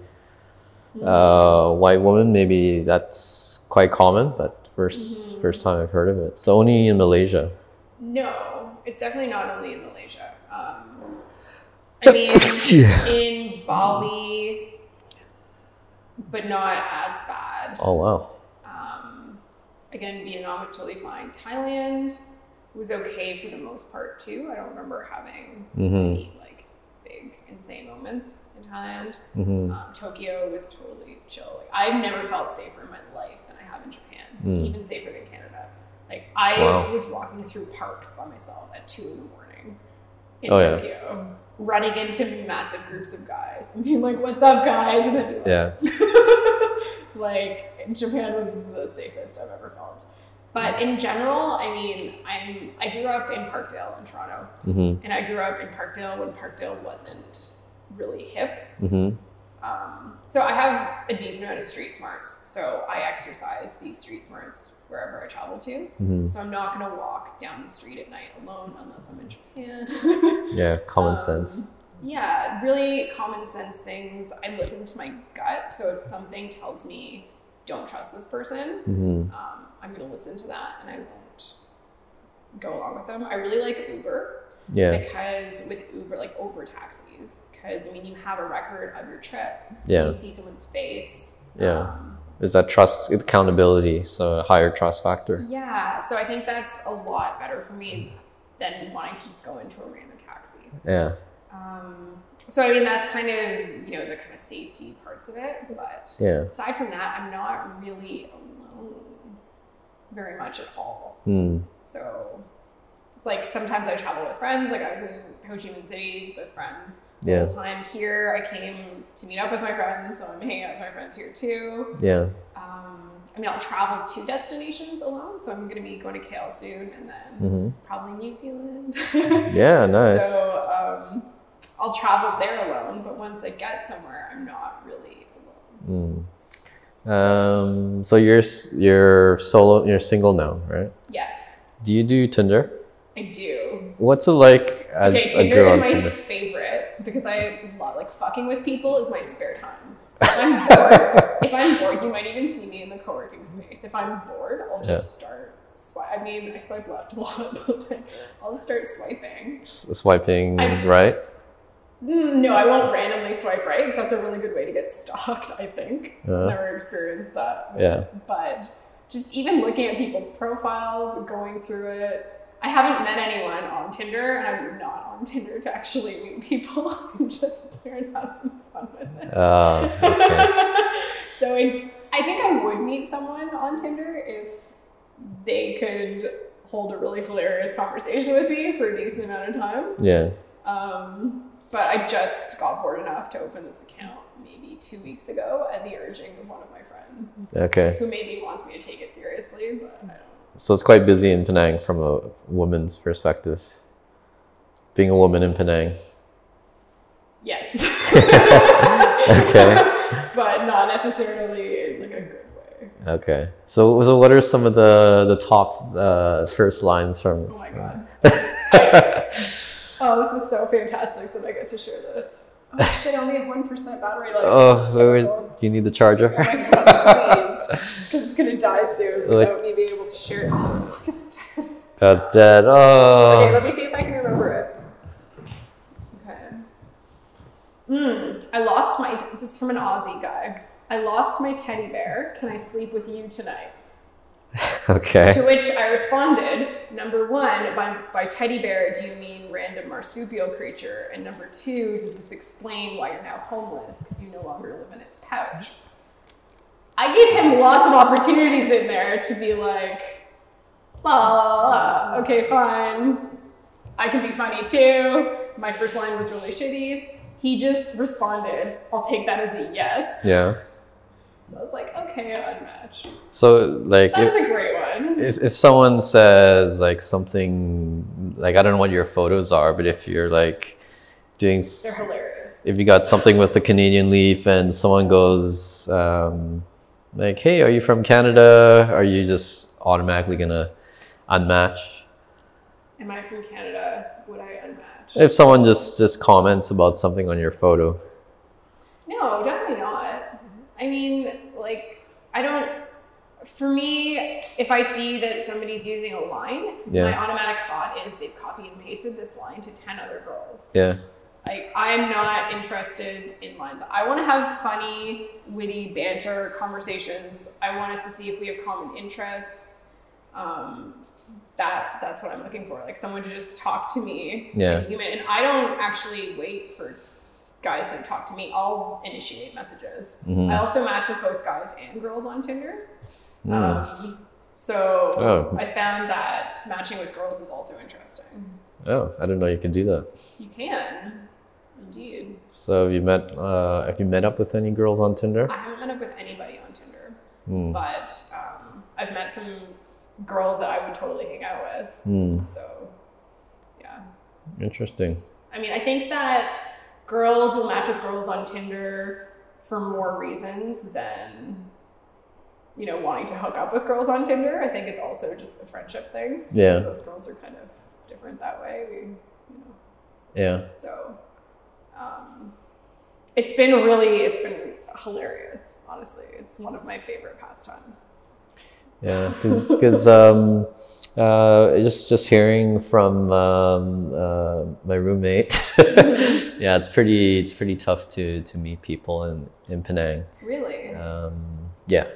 Speaker 4: Mhm.
Speaker 3: uh, white woman, maybe that's quite common. But 1st
Speaker 4: Mhm.
Speaker 3: first time I've heard of it. So only in Malaysia.
Speaker 4: No, it's definitely not only in Malaysia. Um, I mean, in Bali, but not as bad.
Speaker 3: Oh wow.
Speaker 4: Um, again, Vietnam was totally fine. Thailand was okay for the most part too. I don't remember having
Speaker 3: Mm-hmm.
Speaker 4: any like big insane moments in Thailand.
Speaker 3: Mm-hmm.
Speaker 4: Um, Tokyo was totally chill. Like, I've never felt safer in my life than I have in Japan,
Speaker 3: Mm.
Speaker 4: even safer than Canada. Like I
Speaker 3: Wow.
Speaker 4: was walking through parks by myself at two in the morning in
Speaker 3: Oh, yeah.
Speaker 4: Tokyo, running into massive groups of guys and being like, "What's up, guys?" And then
Speaker 3: Yeah.
Speaker 4: like Japan was the safest I've ever felt. But in general, I mean, I'm I grew up in Parkdale in Toronto,
Speaker 3: Mm-hmm.
Speaker 4: and I grew up in Parkdale when Parkdale wasn't really hip.
Speaker 3: Mm-hmm.
Speaker 4: Um, so I have a decent amount of street smarts. So I exercise these street smarts wherever I travel to.
Speaker 3: Mm-hmm.
Speaker 4: So I'm not gonna walk down the street at night alone unless I'm in Japan.
Speaker 3: Yeah. Common
Speaker 4: Um,
Speaker 3: sense.
Speaker 4: Yeah, really common sense things. I listen to my gut. So if something tells me, don't trust this person,
Speaker 3: Mm-hmm.
Speaker 4: um, I'm going to listen to that and I won't go along with them. I really like Uber
Speaker 3: Yeah.
Speaker 4: because with Uber, like over taxis, because I mean, you have a record of your trip,
Speaker 3: Yeah.
Speaker 4: you see someone's face.
Speaker 3: Yeah.
Speaker 4: Um,
Speaker 3: Is that trust accountability? So a higher trust factor.
Speaker 4: yeah, so I think that's a lot better for me than wanting to just go into a random taxi.
Speaker 3: Yeah.
Speaker 4: Um, so I mean, that's kind of you know the kind of safety parts of it, but
Speaker 3: Yeah.
Speaker 4: aside from that, I'm not really alone very much at all.
Speaker 3: Mm.
Speaker 4: So it's like sometimes I travel with friends. Like I was in Ho Chi Minh City with friends the
Speaker 3: Yeah.
Speaker 4: whole time. Here I came to meet up with my friends, so I'm hanging out with my friends here too.
Speaker 3: Yeah.
Speaker 4: Um, I mean, I'll travel to destinations alone, so I'm going to be going to Kale soon, and then
Speaker 3: Mm-hmm.
Speaker 4: probably New Zealand.
Speaker 3: Yeah. Nice.
Speaker 4: So um, I'll travel there alone, but once I get somewhere, I'm not really
Speaker 3: Mm.
Speaker 4: alone.
Speaker 3: Um. So you're s- you're solo. You're single now, right?
Speaker 4: Yes,
Speaker 3: Do you do Tinder?
Speaker 4: I do.
Speaker 3: What's it like as
Speaker 4: okay,
Speaker 3: a
Speaker 4: Tinder
Speaker 3: girl
Speaker 4: is
Speaker 3: on
Speaker 4: my
Speaker 3: Tinder?
Speaker 4: favorite because I love like fucking with people is my spare time. So if I'm bored, if I'm bored, you might even see me in the co-working space. If I'm bored, I'll just start. Swi- I mean, I swipe left a lot, but like, I'll just start swiping.
Speaker 3: S- swiping
Speaker 4: I'm-
Speaker 3: right?
Speaker 4: Mm, No, I won't randomly swipe right because that's a really good way to get stalked. I think.
Speaker 3: Uh,
Speaker 4: Never experienced that.
Speaker 3: Yeah.
Speaker 4: but just even looking at people's profiles, going through it. I haven't met anyone on Tinder, and I'm not on Tinder to actually meet people. I'm just there to have some fun with it.
Speaker 3: Uh, okay.
Speaker 4: so I, I think I would meet someone on Tinder if they could hold a really hilarious conversation with me for a decent amount of time.
Speaker 3: Yeah.
Speaker 4: Um, but I just got bored enough to open this account maybe two weeks ago at the urging of one of my friends
Speaker 3: Okay.
Speaker 4: who maybe wants me to take it seriously, but I don't.
Speaker 3: So it's quite busy in Penang from a woman's perspective. Being a woman in Penang.
Speaker 4: Yes.
Speaker 3: Okay.
Speaker 4: But not necessarily in like a good way.
Speaker 3: Okay. So, so what are some of the the top uh, first lines from?
Speaker 4: Oh my god. oh, this is so fantastic that I get to share this. Oh shit, I only have 1% battery life.
Speaker 3: Oh, so is,
Speaker 4: Oh
Speaker 3: do you need the charger?
Speaker 4: my god, please. Because it's gonna die soon
Speaker 3: Like-
Speaker 4: without me being able to share it. Oh, fuck, it's dead.
Speaker 3: That's dead.
Speaker 4: Okay, let
Speaker 3: Oh.
Speaker 4: me see if I can remember it. Okay. Mm, I lost my. This is from an Aussie guy. I lost my teddy bear. Can I sleep with you tonight? To
Speaker 3: Okay.
Speaker 4: which I responded, number one, by, by teddy bear, do you mean random marsupial creature? And number two, does this explain why you're now homeless because you no longer live in its pouch? I gave him lots of opportunities in there to be like, la la la, okay, fine. I can be funny too. My first line was really shitty. He just responded, I'll take that as a yes.
Speaker 3: Yeah.
Speaker 4: So I was like, okay, unmatched.
Speaker 3: So like
Speaker 4: That was
Speaker 3: if,
Speaker 4: a great one.
Speaker 3: if if someone says like something like I don't know what your photos are, but if you're like doing s-
Speaker 4: They're hilarious.
Speaker 3: if you got something with the Canadian leaf and someone goes um, like, "Hey, are you from Canada?" Are you just automatically gonna unmatch?
Speaker 4: Am I from Canada? Would I unmatch?
Speaker 3: If someone just just comments about something on your photo,
Speaker 4: no, definitely not. I mean, like, I don't. For me, if I see that somebody's using a line,
Speaker 3: Yeah.
Speaker 4: my automatic thought is they've copied and pasted this line to 10 other girls.
Speaker 3: yeah,
Speaker 4: Like, I'm not interested in lines. I want to have funny, witty banter conversations. I want us to see if we have common interests. Um, that that's what I'm looking for. Like someone to just talk to me
Speaker 3: yeah,
Speaker 4: a human. And I don't actually wait for guys to talk to me. I'll initiate messages. I
Speaker 3: mhm,
Speaker 4: also match with both guys and girls on Tinder.
Speaker 3: mm.
Speaker 4: Um, so
Speaker 3: Oh.
Speaker 4: I found that matching with girls is also interesting.
Speaker 3: oh, I didn't know you could do that.
Speaker 4: You can, indeed.
Speaker 3: So have you met? Uh, have you met up with any girls on Tinder?
Speaker 4: I haven't met up with anybody on Tinder,
Speaker 3: Mm.
Speaker 4: but um, I've met some girls that I would totally hang out with.
Speaker 3: Mm.
Speaker 4: So, yeah.
Speaker 3: Interesting.
Speaker 4: I mean, I think that girls will match with girls on Tinder for more reasons than, you know, wanting to hook up with girls on Tinder. I think it's also just a friendship thing.
Speaker 3: Yeah,
Speaker 4: Those girls are kind of different that way. We, you know,
Speaker 3: yeah.
Speaker 4: so um, it's been really, it's been hilarious. Honestly, it's one of my favorite pastimes.
Speaker 3: Yeah, because um, uh, just just hearing from um, uh, my roommate, yeah, it's pretty it's pretty tough to to meet people in in Penang.
Speaker 4: Really?
Speaker 3: Um, yeah,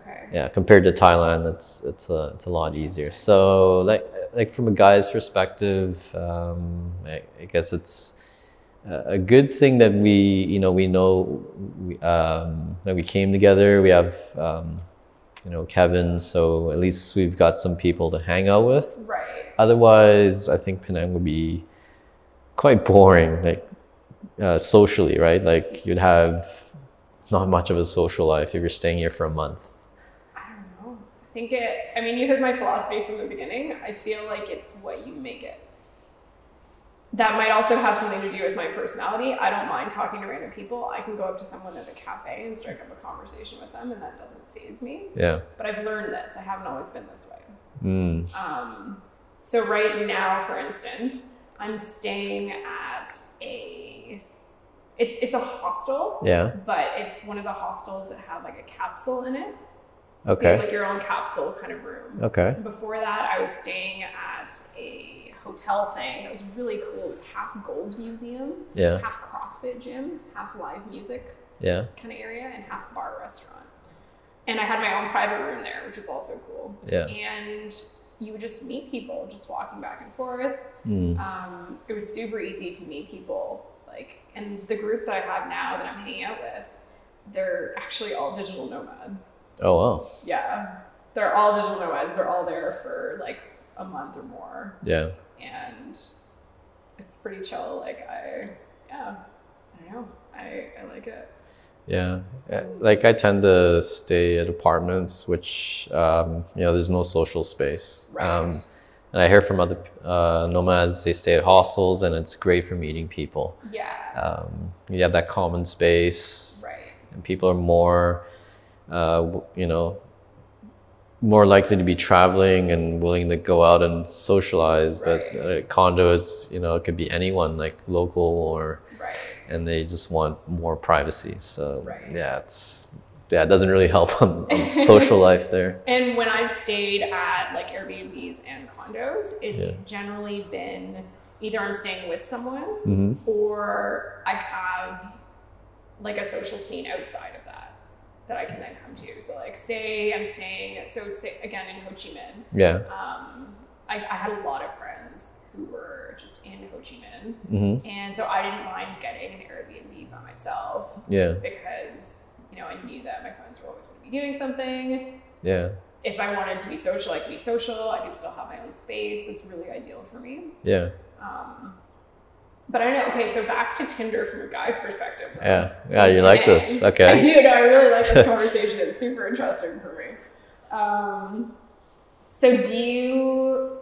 Speaker 4: Okay.
Speaker 3: yeah. Compared to Thailand, it's it's a it's a lot easier. So like like from a guy's perspective, um, I, I guess it's a a good thing that we you know we know we, um, that we came together. We have um, you know Kevin, so at least we've got some people to hang out with.
Speaker 4: Right.
Speaker 3: Otherwise, I think Penang would be quite boring, like uh, socially, right? Like you'd have not much of a social life if you're staying here for a month.
Speaker 4: I don't know. I think it, I mean, you heard my philosophy from the beginning. I feel like it's what you make it. That might also have something to do with my personality. I don't mind talking to random people. I can go up to someone at a cafe and strike up a conversation with them, and that doesn't phase me.
Speaker 3: Yeah.
Speaker 4: But I've learned this. I haven't always been this way.
Speaker 3: Mm.
Speaker 4: Um, so, right now, for instance, I'm staying at a. It's, it's a hostel,
Speaker 3: Yeah.
Speaker 4: but it's one of the hostels that have like a capsule in it. So you have,
Speaker 3: Okay.
Speaker 4: like your own capsule kind of room.
Speaker 3: Okay.
Speaker 4: Before that, I was staying at a hotel thing. It was really cool. It was half gold museum,
Speaker 3: Yeah.
Speaker 4: half CrossFit gym, half live music
Speaker 3: Yeah.
Speaker 4: kind of area, and half bar restaurant. And I had my own private room there, which was also cool.
Speaker 3: Yeah.
Speaker 4: And you would just meet people just walking back and forth.
Speaker 3: Mm.
Speaker 4: Um, it was super easy to meet people. Like, and the group that I have now that I'm hanging out with, they're actually all digital nomads.
Speaker 3: Oh wow.
Speaker 4: Yeah. They're all digital nomads. They're all there for like a month or more.
Speaker 3: Yeah.
Speaker 4: And it's pretty chill. Like I yeah. I don't know. I, I like it.
Speaker 3: Yeah. Uh, Like I tend to stay at apartments, which um, you know, there's no social space. Um, and I hear from other uh, nomads, they stay at hostels, and it's great for meeting people.
Speaker 4: yeah.
Speaker 3: Um, you have that common space,
Speaker 4: Right.
Speaker 3: and people are more, uh, w- you know, more likely to be traveling and willing to go out and socialize. But
Speaker 4: Right.
Speaker 3: uh, condos, you know, it could be anyone, like local or
Speaker 4: Right.
Speaker 3: and they just want more privacy. So
Speaker 4: Right.
Speaker 3: yeah, it's yeah, it doesn't really help on, on social life there.
Speaker 4: And when I've stayed at like Airbnbs and condos, it's generally been either I'm staying with someone
Speaker 3: hmm
Speaker 4: or I have like a social scene outside of that that I can then come to. So like say I'm staying so say, again in Ho Chi Minh,
Speaker 3: Yeah.
Speaker 4: um, I, I had a lot of friends who were just in Ho Chi Minh,
Speaker 3: hmm
Speaker 4: and so I didn't mind getting an Airbnb by myself
Speaker 3: Yeah.
Speaker 4: because you know I knew that my friends were always going to be doing something
Speaker 3: Yeah.
Speaker 4: if I wanted to be social, I could be social. I could still have my own space. That's really ideal for me.
Speaker 3: Yeah.
Speaker 4: Um, but I don't know. Okay, so back to Tinder from a guy's perspective.
Speaker 3: Yeah. Yeah. You like this?
Speaker 4: Okay. I
Speaker 3: Okay.
Speaker 4: do. No, I really like this conversation. It's super interesting for me. Um, so do you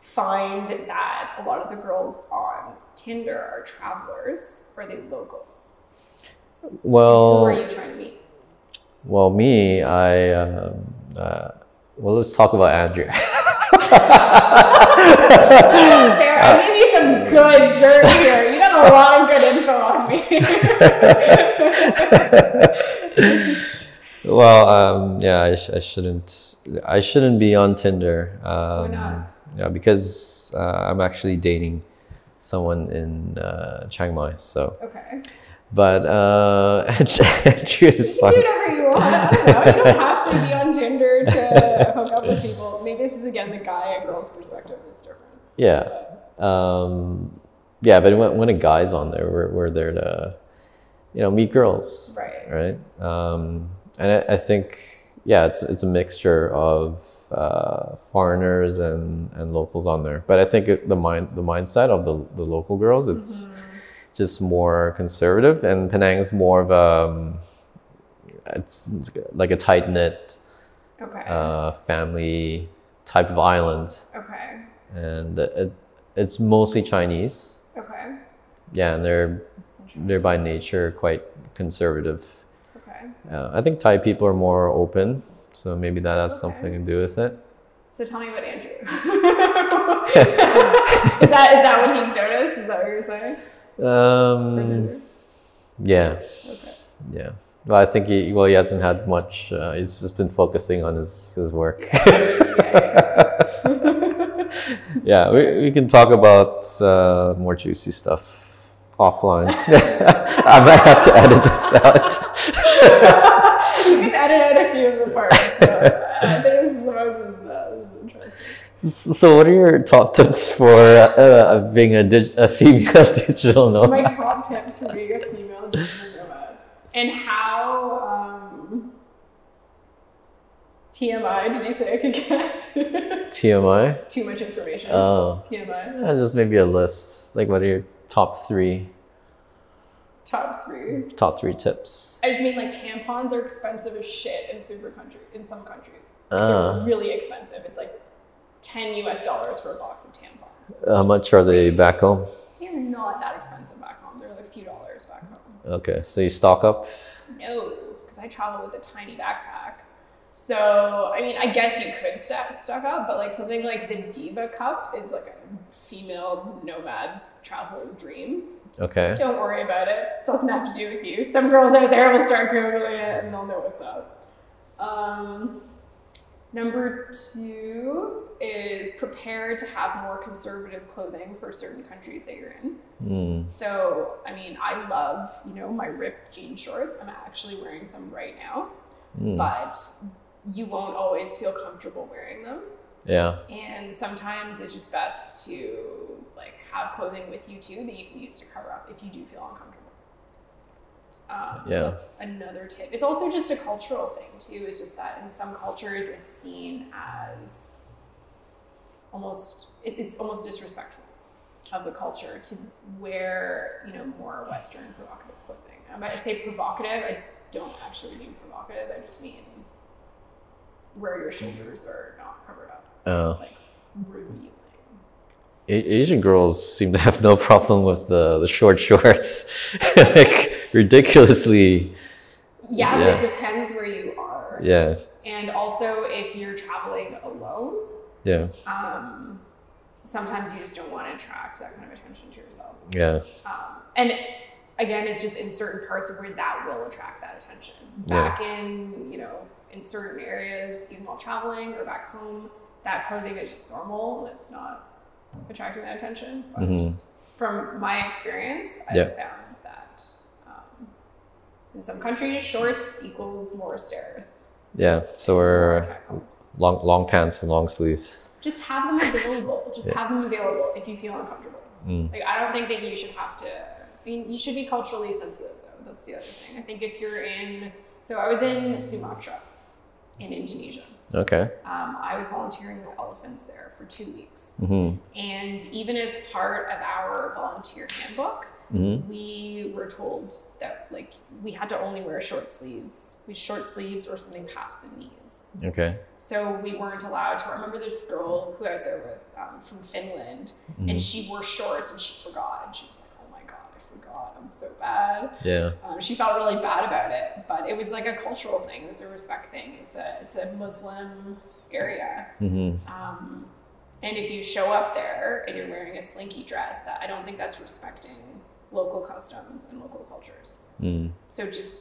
Speaker 4: find that a lot of the girls on Tinder are travelers or are they locals? Who are
Speaker 3: Well,
Speaker 4: you trying to meet?
Speaker 3: well, me, I, um, uh, well, let's talk about Andrew.
Speaker 4: Fair. I gave you some good dirt here. You got a lot of good info on me.
Speaker 3: well, um, yeah, I, sh- I shouldn't. I shouldn't be on Tinder. Um,
Speaker 4: not?
Speaker 3: Yeah, because uh, I'm actually dating someone in uh, Chiang Mai. So,
Speaker 4: okay.
Speaker 3: but uh, Andrew
Speaker 4: You
Speaker 3: is
Speaker 4: can do
Speaker 3: on.
Speaker 4: whatever you want. I don't know. You don't have to be on Tinder to hook up with people. Maybe this is again the guy and girl's perspective that's different.
Speaker 3: Yeah.
Speaker 4: But
Speaker 3: Um, yeah, but when, when a guy's on there, we're, we're there to, you know, meet girls.
Speaker 4: right.
Speaker 3: right? Um, and I, I think, yeah, it's, it's a mixture of uh, foreigners and, and locals on there. But I think it, the mind the mindset of the, the local girls, it's just more conservative, and Penang's more of a, um, it's like a tight knit
Speaker 4: Okay.
Speaker 3: uh, family type of island,
Speaker 4: okay.
Speaker 3: and it, it's mostly Chinese.
Speaker 4: Okay.
Speaker 3: Yeah, and they're they're
Speaker 4: Interesting.
Speaker 3: by nature quite conservative.
Speaker 4: Okay.
Speaker 3: Uh, I think Thai people are more open, so maybe that has
Speaker 4: Okay.
Speaker 3: something to do with it.
Speaker 4: So tell me about Andrew. is that is that what he's noticed? Is that what you're saying? For
Speaker 3: Um,
Speaker 4: Tinder?
Speaker 3: yeah,
Speaker 4: Okay.
Speaker 3: yeah. Well, I think he well he hasn't had much. Uh, he's just been focusing on his his work. yeah, we we can talk about uh, more juicy stuff offline. I might have to edit this out.
Speaker 4: you can edit out a few of the parts. So I think this is the most uh, this is interesting.
Speaker 3: So, what are your top tips for uh, being a, dig- a female digital
Speaker 4: My
Speaker 3: nomad?
Speaker 4: top tips for being a female digital nomad and how um, TMI did you say I could get?
Speaker 3: TMI.
Speaker 4: Too much information.
Speaker 3: Oh.
Speaker 4: TMI.
Speaker 3: Uh, just maybe a list. Like, what are your top three,
Speaker 4: Top three.
Speaker 3: top three tips?
Speaker 4: I just mean like tampons are expensive as shit in super country in some countries.
Speaker 3: Uh,
Speaker 4: Really expensive. It's like ten US dollars for a box of tampons.
Speaker 3: how much are they back home?
Speaker 4: They're not that expensive back home. They're like a few dollars back home.
Speaker 3: Okay, so you stock up.
Speaker 4: No, because I travel with a tiny backpack. So I mean, I guess you could stack stuck up, but like something like the Diva Cup is like a female nomad's traveler dream.
Speaker 3: Okay.
Speaker 4: Don't worry about it. Doesn't have to do with you. Some girls out there will start googling it and they'll know what's up. Um, number two is prepare to have more conservative clothing for certain countries that you're in.
Speaker 3: Mm,
Speaker 4: So, I mean, I love, you know, my ripped jean shorts. I'm actually wearing some right now,
Speaker 3: mm,
Speaker 4: but you won't always feel comfortable wearing them.
Speaker 3: yeah.
Speaker 4: And sometimes it's just best to like have clothing with you too that you can use to cover up if you do feel uncomfortable. Um,
Speaker 3: Yeah.
Speaker 4: So that's another tip. It's also just a cultural thing too. It's just that in some cultures it's seen as almost it, it's almost disrespectful of the culture to wear you know more Western provocative clothing. And when I say provocative, I don't actually mean provocative. I just mean where your shoulders are not covered up
Speaker 3: Uh,
Speaker 4: like revealing.
Speaker 3: A- Asian girls seem to have no problem with the, the short shorts, like ridiculously.
Speaker 4: Yeah, but
Speaker 3: Yeah.
Speaker 4: it depends where you are.
Speaker 3: Yeah,
Speaker 4: And also if you're traveling alone,
Speaker 3: yeah,
Speaker 4: um, sometimes you just don't want to attract that kind of attention to yourself.
Speaker 3: Yeah.
Speaker 4: Um, and again, it's just in certain parts of where that will attract that attention.
Speaker 3: Yeah.
Speaker 4: Back in, you know, in certain areas, even while traveling or back home, that clothing is just normal and it's not attracting that attention. But
Speaker 3: hmm
Speaker 4: from my experience, I've
Speaker 3: Yeah.
Speaker 4: found that um, in some countries, shorts equals more stares.
Speaker 3: Yeah. So we're
Speaker 4: Catcalls.
Speaker 3: long long pants and long sleeves.
Speaker 4: Just have them available. Just
Speaker 3: Yeah.
Speaker 4: have them available if you feel uncomfortable.
Speaker 3: Mm.
Speaker 4: Like I don't think that you should have to. I mean, you should be culturally sensitive though. That's the other thing. I think if you're in, so I was in Sumatra, in Indonesia.
Speaker 3: Okay.
Speaker 4: Um, I was volunteering with elephants there for two weeks,
Speaker 3: hmm
Speaker 4: and even as part of our volunteer handbook,
Speaker 3: hmm
Speaker 4: we were told that like we had to only wear short sleeves, we short sleeves or something past the knees.
Speaker 3: Okay.
Speaker 4: So we weren't allowed to. I remember this girl who I was there with um, from Finland
Speaker 3: hmm
Speaker 4: and she wore shorts and she forgot and she was like oh my god i forgot i'm so bad
Speaker 3: Yeah.
Speaker 4: um, she felt really bad about it but it was like a cultural thing it was a respect thing it's a it's a muslim area
Speaker 3: hmm
Speaker 4: um, and if you show up there and you're wearing a slinky dress that i don't think that's respecting local customs and local cultures
Speaker 3: Mm.
Speaker 4: so just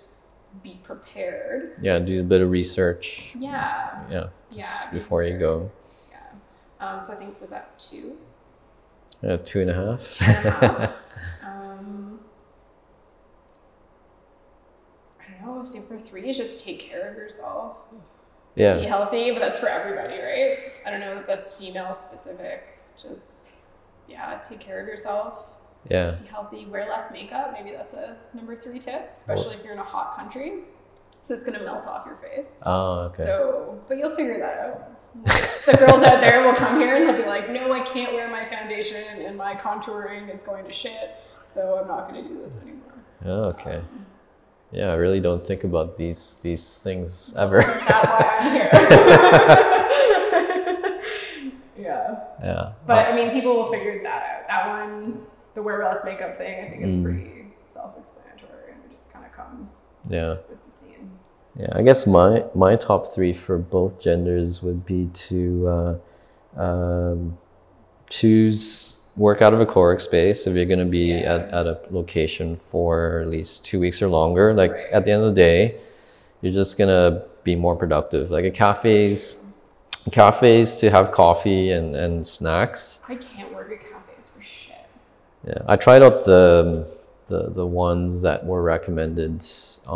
Speaker 4: be prepared
Speaker 3: Yeah. Do a bit of research.
Speaker 4: yeah
Speaker 3: Yeah.
Speaker 4: Yeah,
Speaker 3: just
Speaker 4: I'd be
Speaker 3: Before you go.
Speaker 4: yeah um, so i think was that two
Speaker 3: Yeah, two and a half.
Speaker 4: Two and a half. Um, I don't know. Step for three is just take care of yourself, be
Speaker 3: yeah.
Speaker 4: healthy, but that's for everybody, right? I don't know if that's female specific. Just yeah, take care of yourself,
Speaker 3: Yeah.
Speaker 4: be healthy, wear less makeup. Maybe that's a number three tip, especially if you're in a hot country, so it's gonna melt off your face.
Speaker 3: Oh, okay.
Speaker 4: So, but you'll figure that out. the girls out there will come here and they'll be like, no, I can't wear my foundation and my contouring is going to shit, so I'm not going to do this anymore.
Speaker 3: oh, okay.
Speaker 4: Um,
Speaker 3: Yeah. I really don't think about these these things ever.
Speaker 4: that's why I'm here. yeah.
Speaker 3: yeah.
Speaker 4: But I mean, people will figure that out. That one, the wear less makeup thing, I think is
Speaker 3: Mm.
Speaker 4: pretty self explanatory and it just kind of comes
Speaker 3: yeah.
Speaker 4: with the scene.
Speaker 3: Yeah, I guess my my top three for both genders would be to uh, um, choose work out of a co-work space if you're going to be
Speaker 4: Yeah.
Speaker 3: at, at a location for at least two weeks or longer. Like
Speaker 4: Right.
Speaker 3: at the end of the day, you're just gonna be more productive. Like at cafes, cafes to have coffee and, and snacks.
Speaker 4: I can't work at cafes for shit.
Speaker 3: Yeah, I tried out the the the ones that were recommended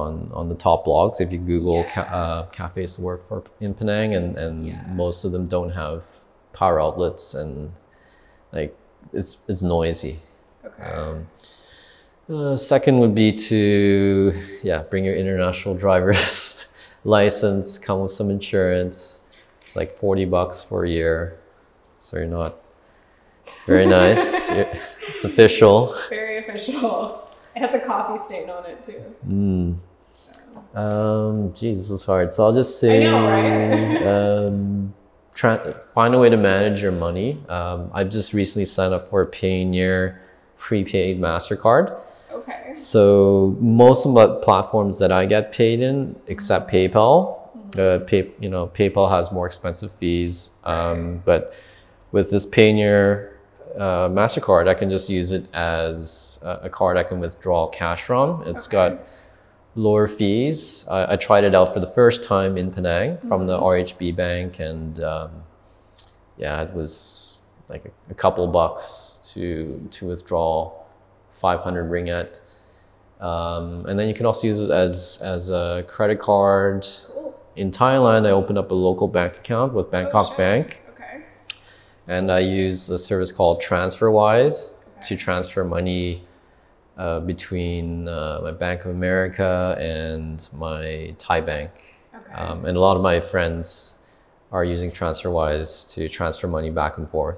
Speaker 3: on on the top blogs. If you Google ca-
Speaker 4: Yeah.
Speaker 3: uh, cafes to work for in Penang, and and
Speaker 4: Yeah.
Speaker 3: most of them don't have power outlets, and like it's it's noisy.
Speaker 4: Okay.
Speaker 3: Um, uh, second would be to yeah bring your international driver's license, come with some insurance. It's like forty bucks for a year, so you're not very nice. You're- it's official.
Speaker 4: Very official. It has a coffee stain on it too.
Speaker 3: Mm. Um, geez, this is hard. So I'll just say,
Speaker 4: know, right?
Speaker 3: um, try find a way to manage your money. Um, I've just recently signed up for a Payoneer prepaid Mastercard.
Speaker 4: Okay.
Speaker 3: So most of the platforms that I get paid in, except PayPal, uh, pay, you know, PayPal has more expensive fees. Um, but with this Payoneer uh, Mastercard, I can just use it as a, a card I can withdraw cash from. It's
Speaker 4: Okay.
Speaker 3: got lower fees. I, I tried it out for the first time in Penang from the RHB Bank, and um, yeah, it was like a, a couple bucks to to withdraw 500 ringgit. Um, and then you can also use it as as a credit card.
Speaker 4: Cool. Oh,
Speaker 3: In Thailand, I opened up a local bank account with Bangkok
Speaker 4: shit.
Speaker 3: Bank,
Speaker 4: Okay.
Speaker 3: and I use a service called TransferWise to
Speaker 4: Okay.
Speaker 3: transfer money uh, between uh, my Bank of America and my Thai bank.
Speaker 4: Okay.
Speaker 3: Um, and a lot of my friends are using TransferWise to transfer money back and forth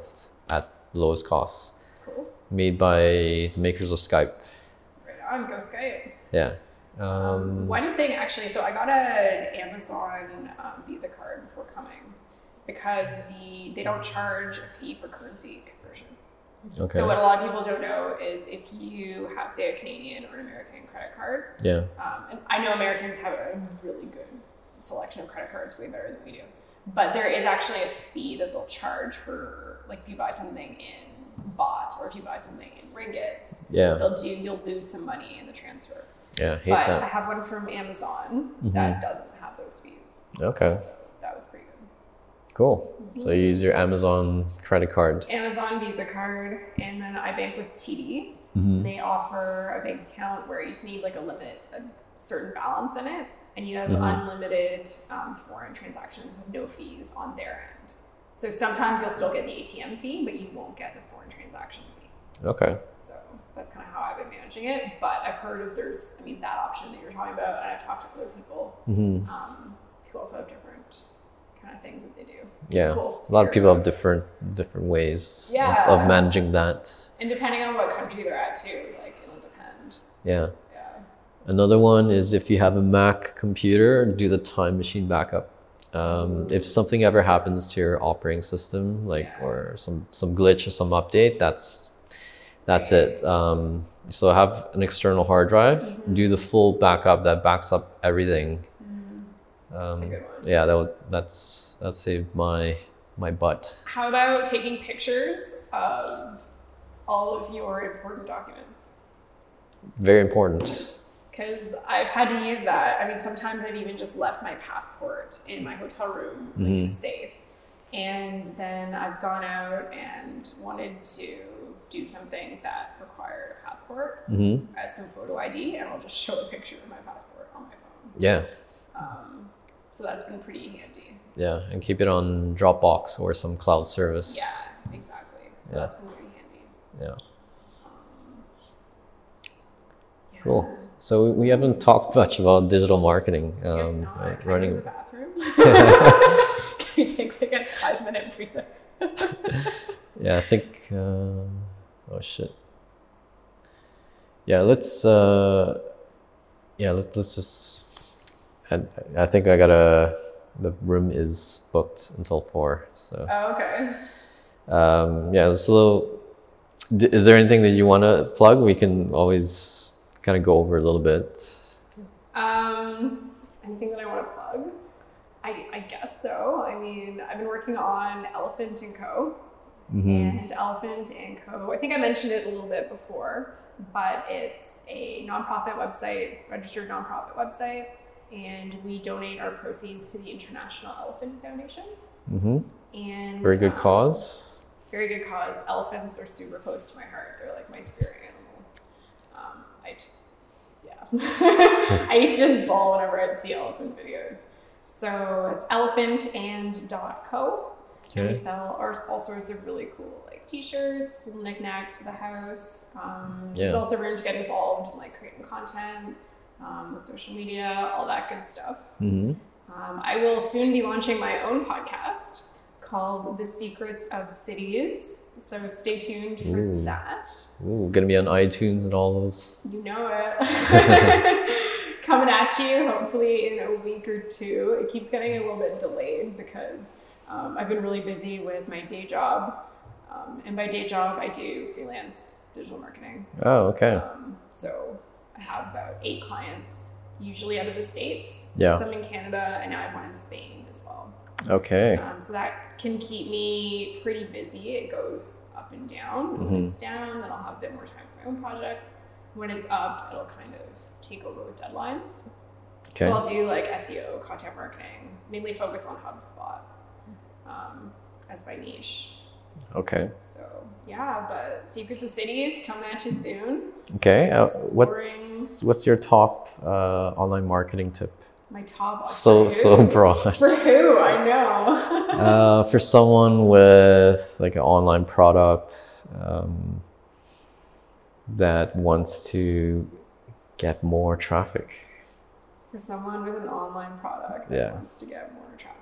Speaker 3: at lowest cost,
Speaker 4: cool.
Speaker 3: made by the makers of Skype.
Speaker 4: Right on. Go Skype.
Speaker 3: Yeah.
Speaker 4: Um,
Speaker 3: Um,
Speaker 4: one thing actually, so I got an Amazon um, Visa card before coming because the they don't charge a fee for currency conversion.
Speaker 3: okay.
Speaker 4: So what a lot of people don't know is if you have say a Canadian or an American credit card,
Speaker 3: yeah.
Speaker 4: Um, and I know Americans have a really good selection of credit cards, way better than we do. But there is actually a fee that they'll charge for, like if you buy something in baht or if you buy something in ringgits,
Speaker 3: Yeah,
Speaker 4: they'll do you'll lose some money in the transfer.
Speaker 3: yeah, hate
Speaker 4: But I
Speaker 3: that. Mm-hmm.
Speaker 4: have one from Amazon that doesn't have those fees,
Speaker 3: Okay,
Speaker 4: so that was pretty good.
Speaker 3: cool. So you use your Amazon credit card.
Speaker 4: Amazon Visa card, and then I bank with TD.
Speaker 3: Mm-hmm.
Speaker 4: They offer a bank account where you just need like a limit, a certain balance in it, and you have
Speaker 3: Mhm.
Speaker 4: unlimited um, foreign transactions with no fees on their end. So sometimes you'll still get the ATM fee, but you won't get the foreign transaction fee.
Speaker 3: Okay,
Speaker 4: So that's kind of how I've been managing it. But I've heard of there's, I mean, that option that you're talking about, and I've talked to other people
Speaker 3: mm-hmm.
Speaker 4: um, who also have different kind of things that they do.
Speaker 3: yeah.
Speaker 4: It's cool.
Speaker 3: A lot of people have different different ways of- of,
Speaker 4: Yeah.
Speaker 3: managing that.
Speaker 4: and depending on what country they're at too, like it'll depend.
Speaker 3: Yeah.
Speaker 4: Yeah.
Speaker 3: Another one is if you have a Mac computer, do the time machine backup. Um, if something ever happens to your operating system, like
Speaker 4: Yeah.
Speaker 3: or some some glitch or some update, that's that's it. Um, so have an external hard drive,
Speaker 4: Mm-hmm.
Speaker 3: do the full backup that backs up everything. Um,
Speaker 4: Mm-hmm. a good one.
Speaker 3: Yeah, that was that's that saved my my butt.
Speaker 4: How about taking pictures of all of your important documents?
Speaker 3: Very important.
Speaker 4: Because I've had to use that. I mean, sometimes I've even just left my passport in my hotel room, like in a
Speaker 3: Mhm.
Speaker 4: safe. And then I've gone out and wanted to do something that required a passport
Speaker 3: hmm
Speaker 4: as some photo ID, and I'll just show a picture of my passport on my phone.
Speaker 3: Yeah,
Speaker 4: Um, so that's been pretty handy.
Speaker 3: yeah, and keep it on Dropbox or some cloud service.
Speaker 4: Yeah, exactly. So
Speaker 3: Yeah.
Speaker 4: that's been pretty handy.
Speaker 3: Yeah.
Speaker 4: Um, yeah.
Speaker 3: Cool. So we- we haven't talked much about digital marketing. Um,
Speaker 4: Yes, not.
Speaker 3: uh,
Speaker 4: Can I go to
Speaker 3: running.
Speaker 4: the bathroom. Can you take like a five minute breather?
Speaker 3: Yeah, I think. Uh, oh shit. Yeah, let's. Uh, yeah, let, let's just. I, I think I gotta. The room is booked until four. So
Speaker 4: Oh, okay.
Speaker 3: um, yeah, it's a little. d- Is there anything that you want to plug? We can always kind of go over a little bit.
Speaker 4: Um, anything that I want to plug? I, I guess so. I mean, I've been working on Elephant and Co.
Speaker 3: Mm-hmm.
Speaker 4: and Elephant and Co. I think I mentioned it a little bit before, but it's a nonprofit website, registered nonprofit website, and we donate our proceeds to the International Elephant Foundation.
Speaker 3: Mm-hmm.
Speaker 4: And
Speaker 3: Very good
Speaker 4: um,
Speaker 3: cause.
Speaker 4: Very good cause. Elephants are super close to my heart. They're like my spirit animal. Um, I just, yeah. I used to just bawl whenever I'd see elephant videos. So it's elephant and dot co. And we
Speaker 3: Okay.
Speaker 4: sell our, all sorts of really cool like t-shirts, little knickknacks for the house. Um, There's
Speaker 3: Yeah.
Speaker 4: also room to get involved in like creating content, um, with social media, all that good stuff.
Speaker 3: Mm-hmm.
Speaker 4: Um, I will soon be launching my own podcast called The Secrets of Cities. So stay tuned for
Speaker 3: Ooh.
Speaker 4: that.
Speaker 3: Ooh, gonna be on iTunes and all those.
Speaker 4: You know it. Coming at you hopefully in a week or two. It keeps getting a little bit delayed because um, I've been really busy with my day job. Um, and by day job, I do freelance digital marketing.
Speaker 3: Oh, okay.
Speaker 4: Um, so I have about eight clients, usually out of the States,
Speaker 3: Yeah.
Speaker 4: some in Canada, and now I have one in Spain as well.
Speaker 3: Okay.
Speaker 4: Um, so that can keep me pretty busy. It goes up and down. When
Speaker 3: Mhm.
Speaker 4: it's down, then I'll have a bit more time for my own projects. When it's up, it'll kind of take over with deadlines.
Speaker 3: Okay.
Speaker 4: So I'll do like SEO, content marketing, mainly focus on HubSpot um, as my niche.
Speaker 3: Okay.
Speaker 4: So yeah, but Secrets of Cities coming at you soon.
Speaker 3: Okay. Uh, what's what's your top uh, online marketing tip?
Speaker 4: My top.
Speaker 3: So
Speaker 4: for
Speaker 3: so
Speaker 4: who?
Speaker 3: broad.
Speaker 4: For who? I know.
Speaker 3: Uh, for someone with like an online product um, that wants to get more traffic.
Speaker 4: for someone with an online product that
Speaker 3: Yeah.
Speaker 4: wants to get more traffic.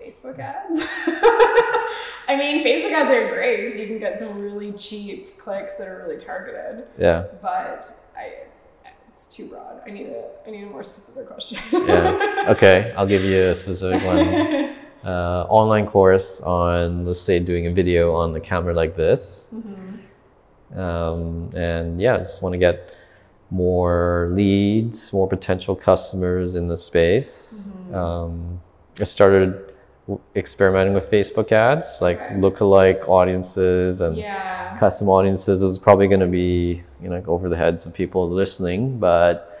Speaker 4: Facebook ads. I mean, Facebook ads are great because you can get some really cheap clicks that are really targeted,
Speaker 3: Yeah.
Speaker 4: but I, it's, it's too broad. I need a I need a more specific question.
Speaker 3: Yeah. Okay. I'll give you a specific one. Uh, online course on let's say doing a video on the camera like this.
Speaker 4: Mhm.
Speaker 3: um, and yeah, just want to get more
Speaker 4: Mm-hmm.
Speaker 3: leads, more potential customers in the space. Um, I started w- experimenting with Facebook ads, like lookalike audiences and
Speaker 4: Yeah.
Speaker 3: custom audiences is probably going to be you know like over the heads of people listening but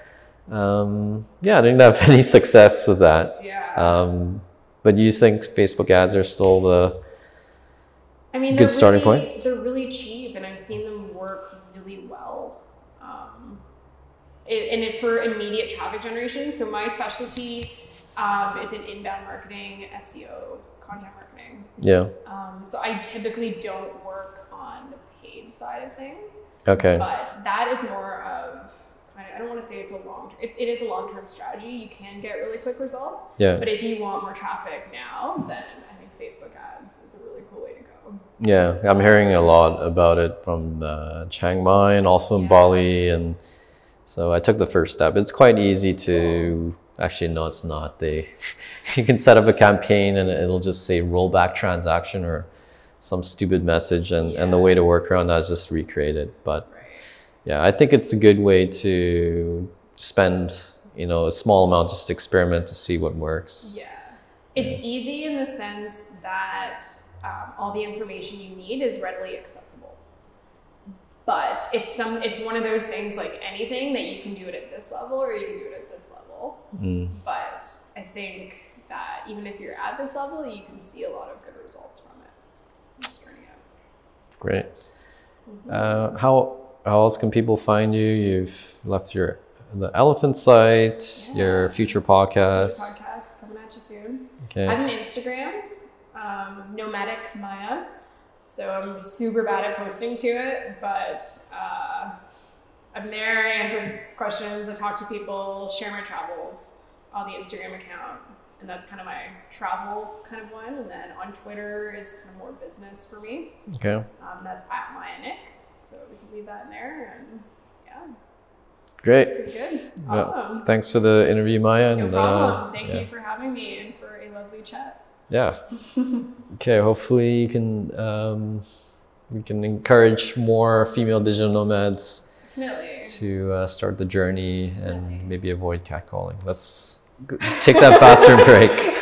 Speaker 3: um, yeah i didn't have any success with that
Speaker 4: Yeah.
Speaker 3: um, but you think facebook ads are still the
Speaker 4: I mean,
Speaker 3: Good
Speaker 4: they're
Speaker 3: starting
Speaker 4: really, They're really cheap, and I've seen them work really well. Um, it, and it for immediate traffic generation. So my specialty um, is in inbound marketing, SEO, content marketing.
Speaker 3: yeah
Speaker 4: Um, so I typically don't work on the paid side of things,
Speaker 3: okay
Speaker 4: but that is more of kind of, I don't want to say it's a long. It's it is a long term strategy. You can get really quick results,
Speaker 3: yeah
Speaker 4: but if you want more traffic now, then I think Facebook ads is a really cool way to go.
Speaker 3: yeah i'm hearing a lot about it from uh, chiang mai and also in
Speaker 4: Yeah.
Speaker 3: bali and so i took the first step it's quite easy to actually no it's not they you can set up a campaign and it'll just say rollback transaction or some stupid message and, and the
Speaker 4: Yeah.
Speaker 3: way to work around that is just recreate it but
Speaker 4: Right.
Speaker 3: yeah i think it's a good way to spend you know a small amount just to experiment to see what works
Speaker 4: Yeah. It's easy in the sense that um, all the information you need is readily accessible. But it's some it's one of those things like anything that you can do it at this level or you can do it at this level.
Speaker 3: Mm.
Speaker 4: But I think that even if you're at this level, you can see a lot of good results from it. Just starting out.
Speaker 3: Great. Uh, how how else can people find you? You've left your the elephant site, your future podcast.
Speaker 4: Podcast coming at you soon.
Speaker 3: Okay.
Speaker 4: I have an Instagram, um, Nomadic Maya. So I'm super bad at posting to it, but uh, I'm there, I answer questions, I talk to people, share my travels on the Instagram account. And that's kind of my travel kind of one. And then on Twitter is kind of more business for me.
Speaker 3: Okay.
Speaker 4: Um, that's at Maya Nick. So we can leave that in there. And yeah,
Speaker 3: Great.
Speaker 4: pretty good.
Speaker 3: Yeah.
Speaker 4: Awesome.
Speaker 3: Thanks for the interview, Maya.
Speaker 4: No
Speaker 3: and,
Speaker 4: problem.
Speaker 3: uh,
Speaker 4: Thank
Speaker 3: yeah.
Speaker 4: you for having me and for a lovely chat.
Speaker 3: Yeah. okay. Hopefully, you can um, we can encourage more female digital nomads.
Speaker 4: Definitely.
Speaker 3: to uh, start the journey
Speaker 4: Definitely.
Speaker 3: and maybe avoid catcalling. Let's g- take that bathroom break.